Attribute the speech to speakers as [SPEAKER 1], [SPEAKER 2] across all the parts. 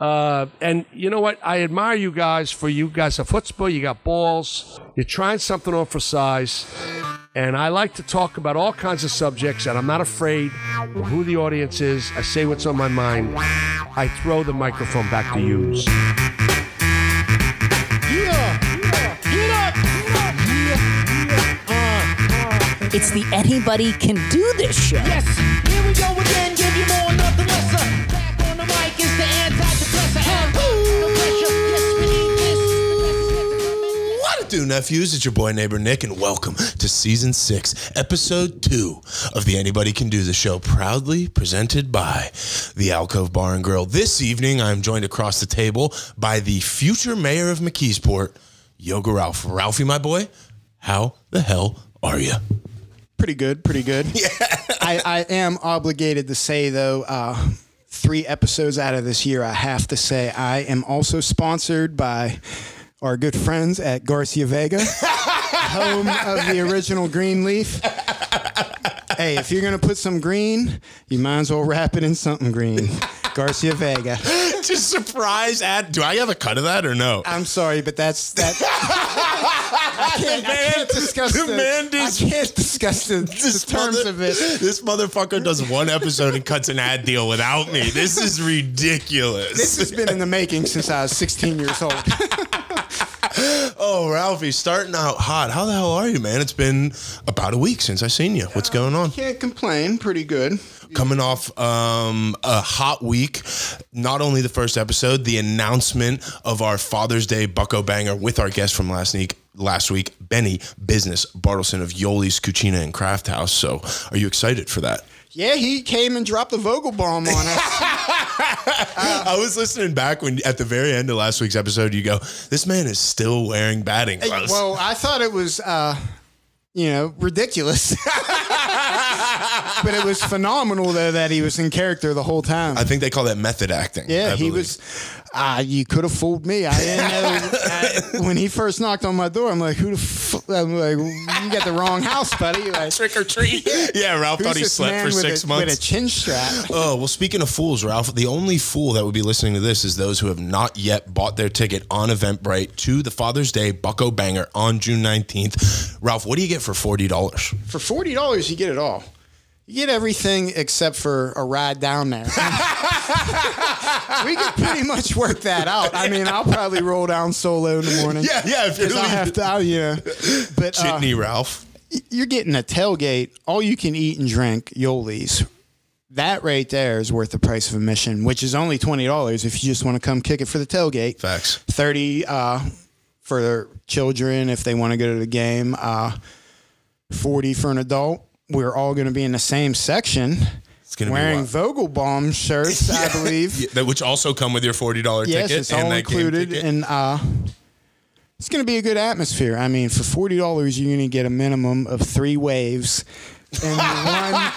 [SPEAKER 1] Uh, and you know what? I admire you guys for you guys are football. You got balls. You're trying something on for size. And I like to talk about all kinds of subjects, and I'm not afraid of who the audience is. I say what's on my mind. I throw the microphone back to you.
[SPEAKER 2] Uh, uh. It's the anybody can do this show.
[SPEAKER 3] Yes, here we go again. Give you more, nothing lesser. Uh, Back on the mic is the antidepressor. And no pressure. Yes, we need this.
[SPEAKER 4] What it do, nephews? It's your boy neighbor Nick, and welcome to season six, episode two of the Anybody Can Do the Show, proudly presented by the Alcove Bar and Grill. This evening, I am joined across the table by the future mayor of McKeesport, Yoga Ralph. Ralphie, my boy, how the hell are you?
[SPEAKER 5] Pretty good, pretty good. Yeah. I, I am obligated to say though, uh, three episodes out of this year, I have to say I am also sponsored by our good friends at Garcia Vega, home of the original green leaf. Hey, if you're gonna put some green, you might as well wrap it in something green. Garcia Vega.
[SPEAKER 4] Just surprise ad. Do I have a cut of that or no?
[SPEAKER 5] I'm sorry, but that's that. I can't, I
[SPEAKER 4] man-
[SPEAKER 5] can't discuss
[SPEAKER 4] the
[SPEAKER 5] the,
[SPEAKER 4] man
[SPEAKER 5] I
[SPEAKER 4] dis-
[SPEAKER 5] can't discuss the, the terms
[SPEAKER 4] mother-
[SPEAKER 5] of it.
[SPEAKER 4] This motherfucker does one episode and cuts an ad deal without me. This is ridiculous.
[SPEAKER 5] This has been in the making since I was 16 years old.
[SPEAKER 4] oh, Ralphie, starting out hot. How the hell are you, man? It's been about a week since I seen you. What's going on?
[SPEAKER 5] Can't complain. Pretty good.
[SPEAKER 4] Coming off um, a hot week. Not only the first episode, the announcement of our Father's Day Bucko Banger with our guest from last week. Last week, Benny Business Bartleson of Yoli's Cucina and Craft House. So, are you excited for that?
[SPEAKER 5] Yeah, he came and dropped the Vogel bomb on us.
[SPEAKER 4] I was listening back when at the very end of last week's episode, you go, "This man is still wearing batting gloves."
[SPEAKER 5] well, I thought it was, uh, you know, ridiculous. but it was phenomenal, though, that he was in character the whole time.
[SPEAKER 4] I think they call that method acting.
[SPEAKER 5] yeah,
[SPEAKER 4] I
[SPEAKER 5] he
[SPEAKER 4] believe.
[SPEAKER 5] was. Uh, you could have fooled me. I didn't know. I- when he first knocked on my door, I'm like, "Who the? F-? I'm like, you got the wrong house, buddy." Like,
[SPEAKER 4] trick or treat. yeah, Ralph
[SPEAKER 5] who's
[SPEAKER 4] thought he
[SPEAKER 5] this
[SPEAKER 4] slept
[SPEAKER 5] man
[SPEAKER 4] for
[SPEAKER 5] with
[SPEAKER 4] six
[SPEAKER 5] a, with a
[SPEAKER 4] months.
[SPEAKER 5] chin strap?
[SPEAKER 4] Oh well, speaking of fools, Ralph, the only fool that would be listening to this is those who have not yet bought their ticket on Eventbrite to the Father's Day Bucko Banger on June nineteenth. Ralph, what do you get for forty dollars?
[SPEAKER 5] for forty dollars, you get it all. You get everything except for a ride down there. we could pretty much work that out. I mean, I'll probably roll down solo in the morning.
[SPEAKER 4] Yeah, yeah, if you're
[SPEAKER 5] 'Cause I have to, I'll, yeah. But uh,
[SPEAKER 4] Chitney, Ralph.
[SPEAKER 5] you're getting a tailgate, all you can eat and drink Yoli's. That right there is worth the price of admission, which is only twenty dollars if you just want to come kick it for the tailgate.
[SPEAKER 4] Facts.
[SPEAKER 5] Thirty uh, for their children if they want to go to the game. Uh, Forty for an adult. We're all going to be in the same section. It's
[SPEAKER 4] gonna be
[SPEAKER 5] wearing
[SPEAKER 4] wild.
[SPEAKER 5] Vogelbaum shirts, I believe.
[SPEAKER 4] Yeah, that which also come with your forty dollar
[SPEAKER 5] Yes,
[SPEAKER 4] ticket
[SPEAKER 5] it's all
[SPEAKER 4] that game
[SPEAKER 5] included,
[SPEAKER 4] ticket.
[SPEAKER 5] and uh, it's going to be a good atmosphere. I mean, for forty dollars, you're going to get a minimum of three waves and one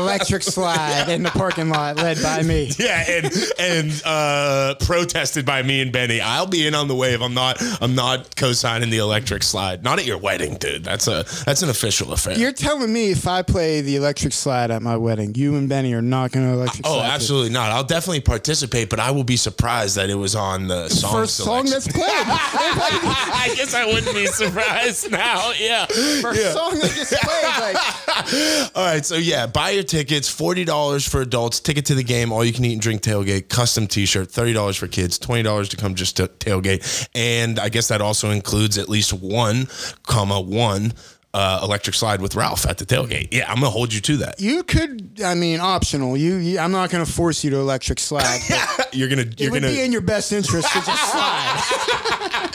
[SPEAKER 5] electric slide in the parking lot, led by me.
[SPEAKER 4] Yeah, and and uh, protested by me and Benny. I'll be in on the wave. I'm not. I'm not co-signing the electric slide. Not at your wedding, dude. That's a that's an official affair.
[SPEAKER 5] You're telling me if I play the electric slide at my wedding, you and Benny are not going to electric
[SPEAKER 4] oh,
[SPEAKER 5] slide? to
[SPEAKER 4] absolutely not. I'll definitely participate, but I will be surprised that it was on the
[SPEAKER 5] the
[SPEAKER 4] song
[SPEAKER 5] First song
[SPEAKER 4] selection.
[SPEAKER 5] that's played.
[SPEAKER 4] I guess I wouldn't be surprised now. Yeah.
[SPEAKER 5] First song that gets played. Like,
[SPEAKER 4] All right, so yeah, buy your tickets. Forty dollars for adults. Ticket to the game. All you can eat and drink tailgate. Custom T-shirt. Thirty dollars for kids. Twenty dollars to come just to tailgate. And I guess that also includes at least one, comma one, uh, electric slide with Ralph at the tailgate. Yeah, I'm gonna hold you to that.
[SPEAKER 5] you could, I mean, optional. You, you I'm not going to force you to electric slide. but
[SPEAKER 4] You're gonna. You're
[SPEAKER 5] it would
[SPEAKER 4] gonna.
[SPEAKER 5] be in your best interest to just slide.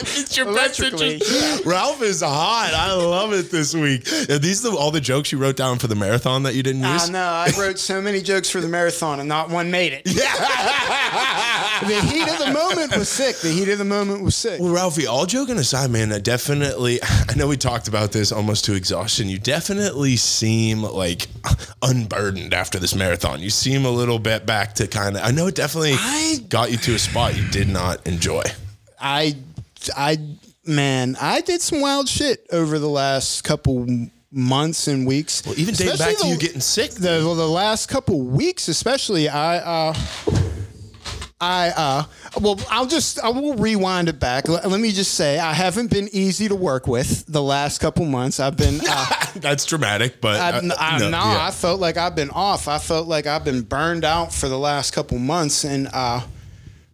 [SPEAKER 4] it's your
[SPEAKER 5] Electrically.
[SPEAKER 4] Ralph is hot. I love it this week. Are these the, all the jokes you wrote down for the marathon that you didn't
[SPEAKER 5] I
[SPEAKER 4] use?
[SPEAKER 5] know. I wrote so many jokes for the marathon, and not one made it. the heat of the moment was sick. The heat of the moment was sick.
[SPEAKER 4] Well, Ralphie, all joking aside, man, I definitely, I know we talked about this almost to exhaustion. You definitely seem like unburdened after this marathon. You seem a little bit back to kind of, I know it definitely
[SPEAKER 5] I-
[SPEAKER 4] got you to a spot you did not enjoy.
[SPEAKER 5] I, I, man, I did some wild shit over the last couple months and weeks. Well,
[SPEAKER 4] Even dating back to you getting sick.
[SPEAKER 5] the well, the last couple weeks, especially. I, uh, I uh, well, I'll just I will rewind it back. Let, let me just say I haven't been easy to work with the last couple months. I've been. Uh,
[SPEAKER 4] That's dramatic, but
[SPEAKER 5] I,
[SPEAKER 4] uh,
[SPEAKER 5] I, no,
[SPEAKER 4] yeah.
[SPEAKER 5] I felt like I've been off. I felt like I've been burned out for the last couple months, and uh,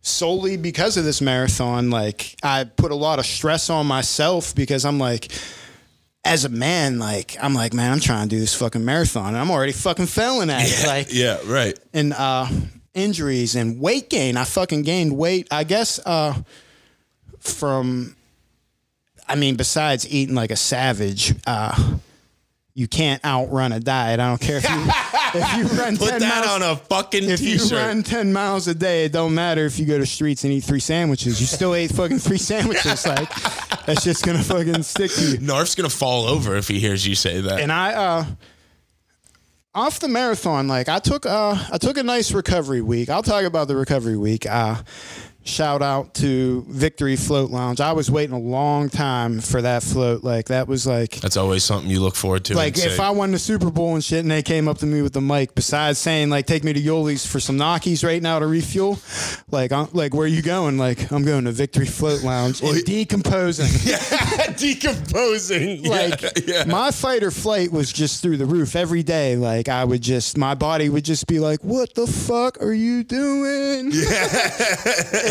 [SPEAKER 5] solely because of this marathon, like I put a lot of stress on myself because I'm like, as a man, like I'm like, man, I'm trying to do this fucking marathon, and I'm already fucking failing at it, like,
[SPEAKER 4] yeah, right.
[SPEAKER 5] and uh, injuries and weight gain. I fucking gained weight. I guess uh, from, I mean, besides eating like a savage. Uh, you can't outrun a diet. I don't care if you if you run
[SPEAKER 4] Put
[SPEAKER 5] ten
[SPEAKER 4] that
[SPEAKER 5] miles
[SPEAKER 4] on a fucking
[SPEAKER 5] if
[SPEAKER 4] t-shirt.
[SPEAKER 5] you run 10 miles a day, it don't matter if you go to streets and eat three sandwiches. You still ate fucking three sandwiches. Like, that's just going to fucking stick to you.
[SPEAKER 4] Narf's gonna fall over if he hears you say that.
[SPEAKER 5] And I, uh, off the marathon, like I took, uh, I took a nice recovery week. I'll talk about the recovery week. Uh, shout out to Victory Float Lounge. I was waiting a long time for that float. Like that was like
[SPEAKER 4] That's always something you look forward to.
[SPEAKER 5] like
[SPEAKER 4] and
[SPEAKER 5] if
[SPEAKER 4] say,
[SPEAKER 5] I won the Super Bowl and shit, and they came up to me with the mic, besides saying like, "Take me to Yoli's for some Nakis right now to refuel," like, I'm, like where you going? Like, I'm going to Victory Float Lounge and decomposing.
[SPEAKER 4] decomposing, Yeah,
[SPEAKER 5] Like
[SPEAKER 4] yeah.
[SPEAKER 5] my fight or flight was just through the roof every day. Like I would just, my body would just be like, "What the fuck are you doing?"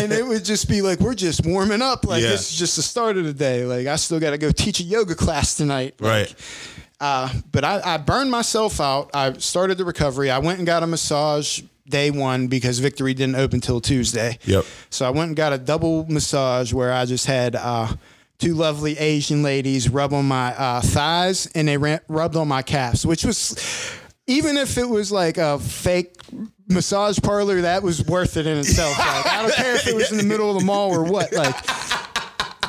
[SPEAKER 5] and it would just be like, "We're just warming up. Like
[SPEAKER 4] Yeah.
[SPEAKER 5] this is just the start of the day. Like I still got to go teach a yoga class tonight. Like,
[SPEAKER 4] right.
[SPEAKER 5] Uh, but I, I burned myself out. I started the recovery. I went and got a massage day one because Victory didn't open till Tuesday.
[SPEAKER 4] Yep.
[SPEAKER 5] So I went and got a double massage where I just had uh, two lovely Asian ladies rub on my uh, thighs and they ran, rubbed on my calves, which was even if it was like a fake massage parlor, that was worth it in itself. Like, I don't care if it was in the middle of the mall or what. Like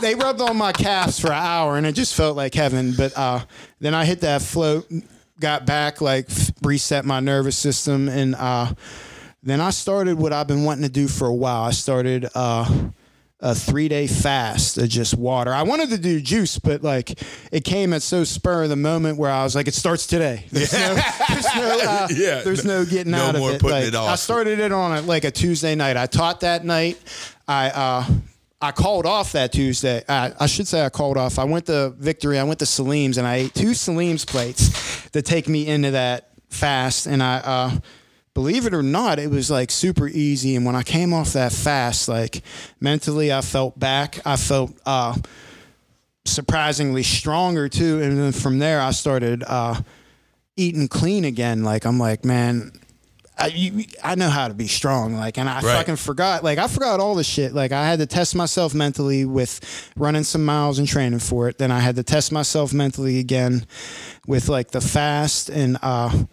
[SPEAKER 5] they rubbed on my calves for an hour and it just felt like heaven. But uh, then I hit that float, got back, like f- reset my nervous system, and uh, then I started what I've been wanting to do for a while. I started uh, a three day fast of just water. I wanted to do juice, but like it came at so spur of the moment where I was like, it starts today. There's no, there's no, uh,
[SPEAKER 4] Yeah.
[SPEAKER 5] there's no getting
[SPEAKER 4] No
[SPEAKER 5] out
[SPEAKER 4] more
[SPEAKER 5] of it.
[SPEAKER 4] putting
[SPEAKER 5] Like,
[SPEAKER 4] it
[SPEAKER 5] I
[SPEAKER 4] off.
[SPEAKER 5] started it on a, like a Tuesday night. I taught that night. I uh, I called off that Tuesday. I, I should say I called off. I went to Victory. I went to Salim's and I ate two Salim's plates to take me into that fast. And I uh, believe it or not, it was like super easy. And when I came off that fast, like mentally, I felt back. I felt. Uh, surprisingly stronger too. And then from there, I started uh, eating clean again. Like I'm like, man, I, you, I know how to be strong. Like, and I fucking forgot. Like, I forgot all the shit. Like, I had to test myself mentally with running some miles and training for it. Then I had to test myself mentally again with like the fast and. uh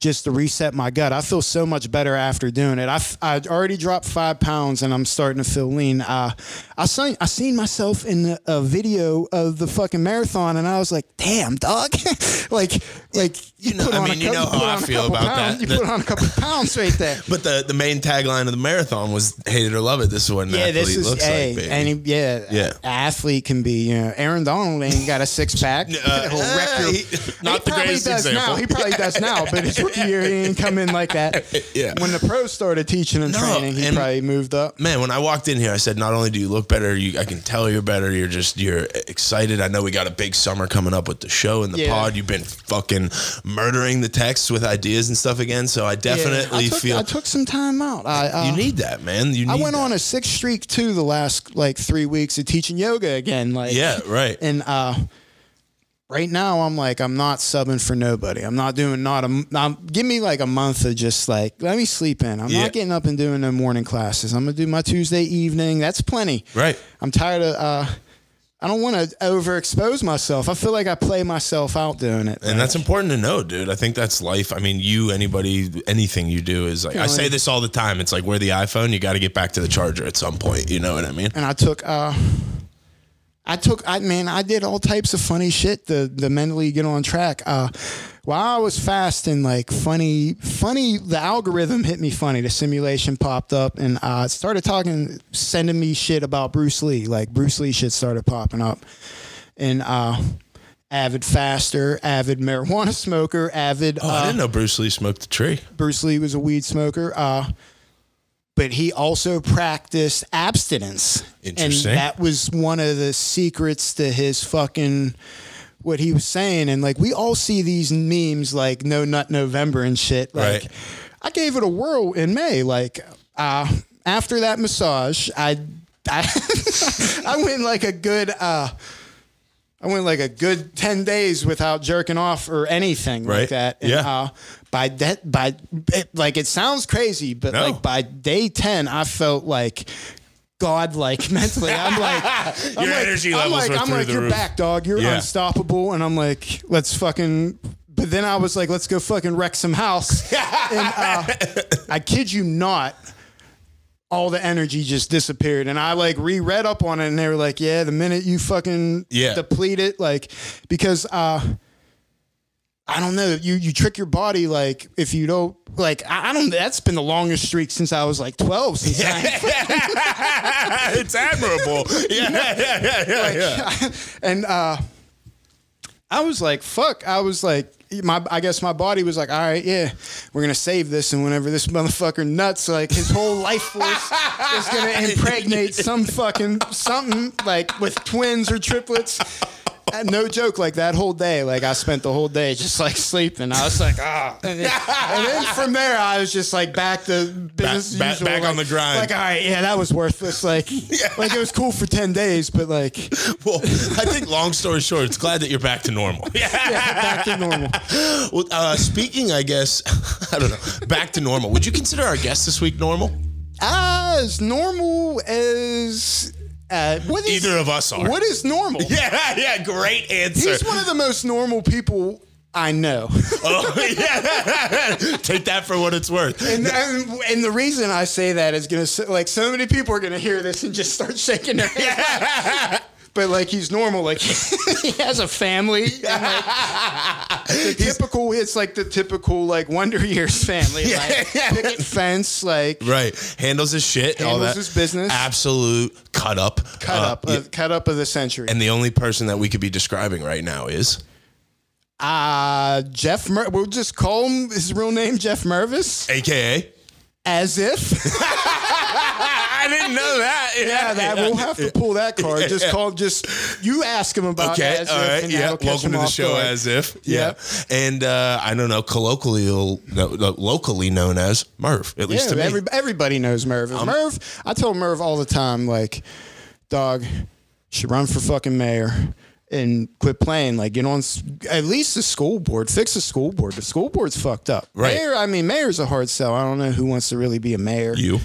[SPEAKER 5] just to reset my gut. I feel so much better after doing it. I, f- I already dropped five pounds and I'm starting to feel lean. Uh, I seen, I seen myself in a, a video of the fucking marathon and I was like, damn, dog. like, like you
[SPEAKER 4] know-
[SPEAKER 5] put
[SPEAKER 4] I
[SPEAKER 5] on a
[SPEAKER 4] mean, you
[SPEAKER 5] cou-
[SPEAKER 4] know
[SPEAKER 5] put
[SPEAKER 4] how I
[SPEAKER 5] on a
[SPEAKER 4] feel
[SPEAKER 5] couple
[SPEAKER 4] about
[SPEAKER 5] pounds,
[SPEAKER 4] that.
[SPEAKER 5] You put
[SPEAKER 4] That-
[SPEAKER 5] on a couple pounds right there.
[SPEAKER 4] But the, the main tagline of the marathon was "Hated or love it." This is what an
[SPEAKER 5] Yeah,
[SPEAKER 4] athlete
[SPEAKER 5] this is
[SPEAKER 4] looks
[SPEAKER 5] a
[SPEAKER 4] like, baby.
[SPEAKER 5] any yeah,
[SPEAKER 4] Yeah.
[SPEAKER 5] a- athlete can be you know Aaron Donald ain't got a six pack.
[SPEAKER 4] uh,
[SPEAKER 5] He'll wreck your-
[SPEAKER 4] he- not the
[SPEAKER 5] he probably
[SPEAKER 4] greatest
[SPEAKER 5] does
[SPEAKER 4] example.
[SPEAKER 5] now. He probably does now, but his rookie year he didn't come in like that.
[SPEAKER 4] Yeah.
[SPEAKER 5] When the pros started teaching and
[SPEAKER 4] No,
[SPEAKER 5] training, he
[SPEAKER 4] and-
[SPEAKER 5] probably moved up.
[SPEAKER 4] man, when I walked in here, I said, not only do you look better, you, I can tell you're better. You're just, you're excited. I know we got a big summer coming up with the show and the
[SPEAKER 5] Yeah.
[SPEAKER 4] pod. You've been fucking murdering the texts with ideas and stuff again. So I definitely
[SPEAKER 5] I took,
[SPEAKER 4] feel
[SPEAKER 5] I took some time out. I uh,
[SPEAKER 4] you need that, man. You need
[SPEAKER 5] I went
[SPEAKER 4] that.
[SPEAKER 5] on a six streak too the last like three weeks of teaching yoga again. Like
[SPEAKER 4] Yeah, right.
[SPEAKER 5] and uh right now i'm like i'm not subbing for nobody i'm not doing not a I'm, give me like a month of just like let me sleep in i'm
[SPEAKER 4] Yeah.
[SPEAKER 5] not getting up and doing no morning classes i'm gonna do my tuesday evening that's plenty
[SPEAKER 4] Right.
[SPEAKER 5] i'm tired of uh i don't want to overexpose myself i feel like i play myself out doing it
[SPEAKER 4] And that's important to know, dude. I think that's life. I mean, you, anybody, anything you do is like, I say this all the time. It's like, we're the iPhone. You got to get back to the charger at some point. You know what I mean?
[SPEAKER 5] and I took uh I took I man, I did all types of funny shit to the mentally get on track. Uh while I was fasting, like funny funny the algorithm hit me funny. The simulation popped up and uh it started talking sending me shit about Bruce Lee. Like Bruce Lee shit started popping up. And uh avid faster, avid marijuana smoker, avid
[SPEAKER 4] Oh,
[SPEAKER 5] uh,
[SPEAKER 4] I didn't know Bruce Lee smoked the tree.
[SPEAKER 5] Bruce Lee was a weed smoker. Uh, but he also practiced abstinence.
[SPEAKER 4] Interesting.
[SPEAKER 5] And that was one of the secrets to his fucking what he was saying. And like we all see these memes like No Nut November and shit. Like
[SPEAKER 4] Right.
[SPEAKER 5] I gave it a whirl in May. Like uh after that massage, I I, I went like a good uh I went like a good ten days without jerking off or anything
[SPEAKER 4] Right.
[SPEAKER 5] like that.
[SPEAKER 4] Yeah.
[SPEAKER 5] uh, by that, by it, like it sounds crazy, but
[SPEAKER 4] No.
[SPEAKER 5] like by day ten, I felt like godlike mentally. I'm like, I'm
[SPEAKER 4] Your
[SPEAKER 5] like,
[SPEAKER 4] energy
[SPEAKER 5] I'm
[SPEAKER 4] levels
[SPEAKER 5] like,
[SPEAKER 4] are
[SPEAKER 5] I'm
[SPEAKER 4] through
[SPEAKER 5] like,
[SPEAKER 4] the
[SPEAKER 5] you're
[SPEAKER 4] roof."
[SPEAKER 5] back, dog. You're
[SPEAKER 4] Yeah.
[SPEAKER 5] unstoppable. And I'm like, let's fucking. But then I was like, let's go fucking wreck some house. and uh, I kid you not. All the energy just disappeared, and I like reread up on it, and they were like, "Yeah, the minute you fucking
[SPEAKER 4] Yeah.
[SPEAKER 5] deplete it, like, because uh, I don't know. You you trick your body like if you don't like I, I don't. That's been the longest streak since I was like twelve. Since
[SPEAKER 4] it's admirable. Yeah, yeah, yeah, yeah, yeah.
[SPEAKER 5] I, and uh, I was like, fuck. I was like, my I guess my body was like, all right, yeah, we're gonna save this, and whenever this motherfucker nuts, like his whole life force is gonna impregnate some fucking something like with twins or triplets. And no joke, like that whole day, like I spent the whole day just like sleeping. I was like, ah. And then, and then from there, I was just like back to business. as
[SPEAKER 4] back-
[SPEAKER 5] usual,
[SPEAKER 4] back on
[SPEAKER 5] like-
[SPEAKER 4] the grind.
[SPEAKER 5] Like, all right, yeah, that was worthless. Like, like it was cool for ten days, but like,
[SPEAKER 4] Well, I think long story short, it's glad that you're back to normal. Yeah.
[SPEAKER 5] back to normal.
[SPEAKER 4] Well, uh, speaking, I guess, I don't know, back to normal. Would you consider our guest this week normal?
[SPEAKER 5] As normal as uh, what is,
[SPEAKER 4] Either of us are.
[SPEAKER 5] What is normal?
[SPEAKER 4] Yeah, yeah, great answer.
[SPEAKER 5] He's one of the most normal people I know,
[SPEAKER 4] Oh, yeah. Take that for what it's worth.
[SPEAKER 5] and, and and the reason I say that is gonna s- like so many people are gonna hear this and just start shaking their head. But like he's normal, like he has a family. And like, the typical, it's like the typical like Wonder Years family, like picket fence, like
[SPEAKER 4] Right. Handles his shit. all
[SPEAKER 5] Handles
[SPEAKER 4] that.
[SPEAKER 5] his business.
[SPEAKER 4] Absolute cut up.
[SPEAKER 5] cut up,
[SPEAKER 4] Uh, yeah.
[SPEAKER 5] of, cut up of the century.
[SPEAKER 4] And the only person that we could be describing right now is.
[SPEAKER 5] Uh, Jeff, Mer- we'll just call him his real name, Jeff Mervis,
[SPEAKER 4] AKA.
[SPEAKER 5] as if.
[SPEAKER 4] I didn't know that.
[SPEAKER 5] Yeah, that we'll have to pull that card. Just call, just you ask him about.
[SPEAKER 4] Okay,
[SPEAKER 5] as
[SPEAKER 4] all
[SPEAKER 5] if,
[SPEAKER 4] right,
[SPEAKER 5] and
[SPEAKER 4] yeah.
[SPEAKER 5] that'll catch
[SPEAKER 4] Welcome
[SPEAKER 5] him
[SPEAKER 4] to the
[SPEAKER 5] off
[SPEAKER 4] show,
[SPEAKER 5] guard.
[SPEAKER 4] as if, yeah.
[SPEAKER 5] Yeah.
[SPEAKER 4] And uh, I don't know, colloquial, no, no, locally known as Merv, at least
[SPEAKER 5] Yeah,
[SPEAKER 4] to me. Um,
[SPEAKER 5] every, everybody knows Merv. Merv, I tell Merv all the time, like, dog, should run for fucking mayor and quit playing. Like, get on s- at least the school board. Fix the school board. The school board's fucked up.
[SPEAKER 4] Right.
[SPEAKER 5] Mayor, I mean, mayor's a hard sell. I don't know who wants to really be a mayor.
[SPEAKER 4] you.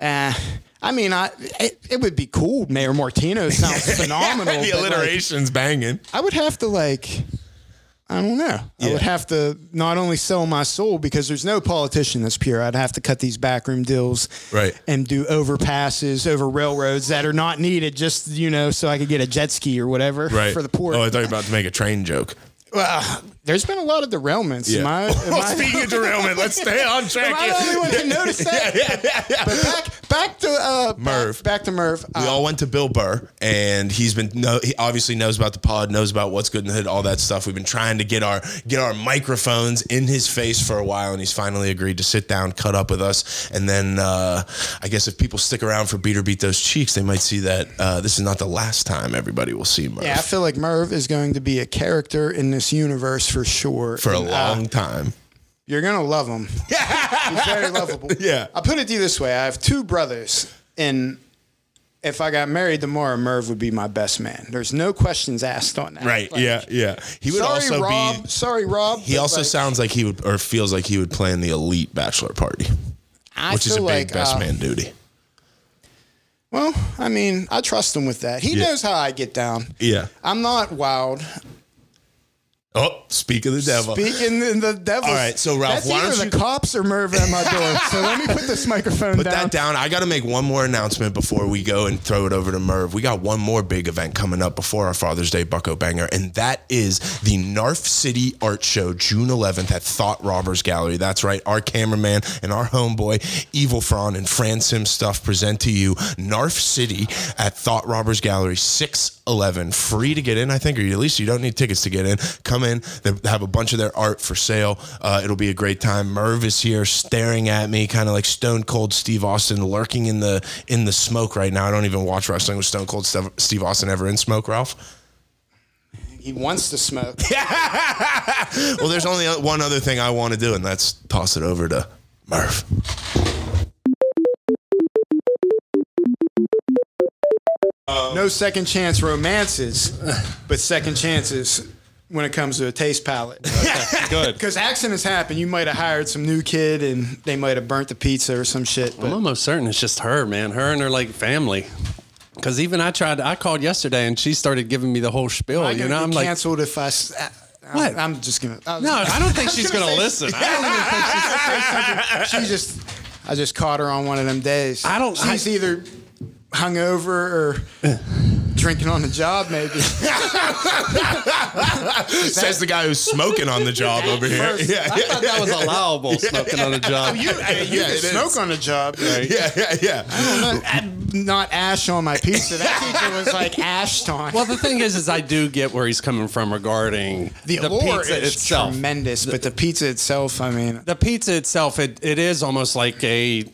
[SPEAKER 5] Uh, I mean, I it, it would be cool. Mayor Martino sounds phenomenal.
[SPEAKER 4] the
[SPEAKER 5] but, like,
[SPEAKER 4] alliteration's banging.
[SPEAKER 5] I would have to like, I don't know. I
[SPEAKER 4] Yeah.
[SPEAKER 5] would have to not only sell my soul because there's no politician that's pure. I'd have to cut these backroom deals,
[SPEAKER 4] Right.
[SPEAKER 5] and do overpasses over railroads that are not needed, just you know, so I could get a jet ski or whatever
[SPEAKER 4] Right.
[SPEAKER 5] for the poor.
[SPEAKER 4] Oh, I thought you were about to make a train joke.
[SPEAKER 5] Well, there's been a lot of derailments. Am I, am
[SPEAKER 4] Well,
[SPEAKER 5] I-
[SPEAKER 4] Oh, speaking of derailment, let's stay on track.
[SPEAKER 5] Am I
[SPEAKER 4] here.
[SPEAKER 5] the only one that noticed that? But back, back to uh, back-
[SPEAKER 4] Merv.
[SPEAKER 5] Back, to Uh, Merv.
[SPEAKER 4] We all went to Bill Burr, and he's been no, he obviously knows about the pod, knows about what's good in the hood, all that stuff. We've been trying to get our get our microphones in his face for a while, and he's finally agreed to sit down, cut up with us. And then uh, I guess if people stick around for Beater Beat Those Cheeks, they might see that uh, this is not the last time everybody will see Murph
[SPEAKER 5] Yeah, I feel like Merv is going to be a character in this universe for sure.
[SPEAKER 4] for a
[SPEAKER 5] And, uh,
[SPEAKER 4] long time.
[SPEAKER 5] you're gonna love him. He's very lovable.
[SPEAKER 4] Yeah.
[SPEAKER 5] I put it to you this way: I have two brothers, and if I got married tomorrow, Merv would be my best man. There's no questions asked on that. Like,
[SPEAKER 4] yeah. He would
[SPEAKER 5] sorry,
[SPEAKER 4] also
[SPEAKER 5] Rob.
[SPEAKER 4] be.
[SPEAKER 5] sorry, Rob.
[SPEAKER 4] He
[SPEAKER 5] but,
[SPEAKER 4] also
[SPEAKER 5] like,
[SPEAKER 4] sounds like he would or feels like he would play in the elite bachelor party,
[SPEAKER 5] I
[SPEAKER 4] which is a
[SPEAKER 5] feel
[SPEAKER 4] big
[SPEAKER 5] like,
[SPEAKER 4] best
[SPEAKER 5] uh,
[SPEAKER 4] man duty.
[SPEAKER 5] Well, I mean, I trust him with that. He
[SPEAKER 4] Yeah.
[SPEAKER 5] knows how I get down.
[SPEAKER 4] Yeah.
[SPEAKER 5] I'm not wild.
[SPEAKER 4] Oh, speak of the devil.
[SPEAKER 5] Speaking in the devil.
[SPEAKER 4] All right, so, Ralph,
[SPEAKER 5] that's
[SPEAKER 4] why
[SPEAKER 5] either
[SPEAKER 4] don't
[SPEAKER 5] the
[SPEAKER 4] you-
[SPEAKER 5] cops or Merv at my door. so let me put this microphone
[SPEAKER 4] Put
[SPEAKER 5] down.
[SPEAKER 4] that down. I got to make one more announcement before we go and throw it over to Merv. We got one more big event coming up before our Father's Day Bucko Banger, and that is the Narf City Art Show, June 11th at Thought Robbers Gallery. That's right. Our cameraman and our homeboy, Evil Fran and Fran Sim Stuff, present to you Narf City at Thought Robbers Gallery, 611. Free to get in, I think, or at least you don't need tickets to get in. Come come in. They have a bunch of their art for sale. Uh, it'll be a great time. Merv is here, staring at me, kind of like Stone Cold Steve Austin, lurking in the in the smoke right now. I don't even watch wrestling with Stone Cold Steve Steve Austin ever in smoke, Ralph.
[SPEAKER 5] He wants to smoke.
[SPEAKER 4] Well, there's only one other thing I want to do, and that's toss it over to Merv.
[SPEAKER 5] No second chance romances, but second chances when it comes to a taste palette.
[SPEAKER 6] Good.
[SPEAKER 5] Because accidents happen. You might have hired some new kid and they might have burnt the pizza or some shit.
[SPEAKER 6] I'm
[SPEAKER 5] But
[SPEAKER 6] almost certain it's just her, man. Her and her like family. Because even I tried. I called yesterday and she started giving me the whole
[SPEAKER 4] Oh,
[SPEAKER 6] spiel.
[SPEAKER 5] I
[SPEAKER 6] you know, I'm like,
[SPEAKER 5] canceled if I. s- I- I'm,
[SPEAKER 6] What?
[SPEAKER 5] I'm just gonna. I was-
[SPEAKER 6] no, I don't think she's
[SPEAKER 5] gonna
[SPEAKER 6] gonna,
[SPEAKER 5] say-
[SPEAKER 6] listen. I don't even think she's.
[SPEAKER 5] she just. I just caught her on one of them days.
[SPEAKER 6] I don't-
[SPEAKER 5] She's
[SPEAKER 6] I-
[SPEAKER 5] either hungover or drinking on the job, maybe.
[SPEAKER 4] Says the guy who's smoking on the job over here.
[SPEAKER 5] First,
[SPEAKER 4] Yeah,
[SPEAKER 6] I thought that was allowable smoking on a job.
[SPEAKER 5] You, you
[SPEAKER 4] Yeah,
[SPEAKER 5] can
[SPEAKER 4] it is.
[SPEAKER 5] smoke on the job. Right?
[SPEAKER 4] yeah, yeah, yeah.
[SPEAKER 5] Not ash on my pizza. That teacher was like ash time.
[SPEAKER 6] Well, the thing is, is I do get where he's coming from regarding
[SPEAKER 5] the, allure is tremendous, but the pizza itself, I mean,
[SPEAKER 6] the pizza itself, it, it is almost like a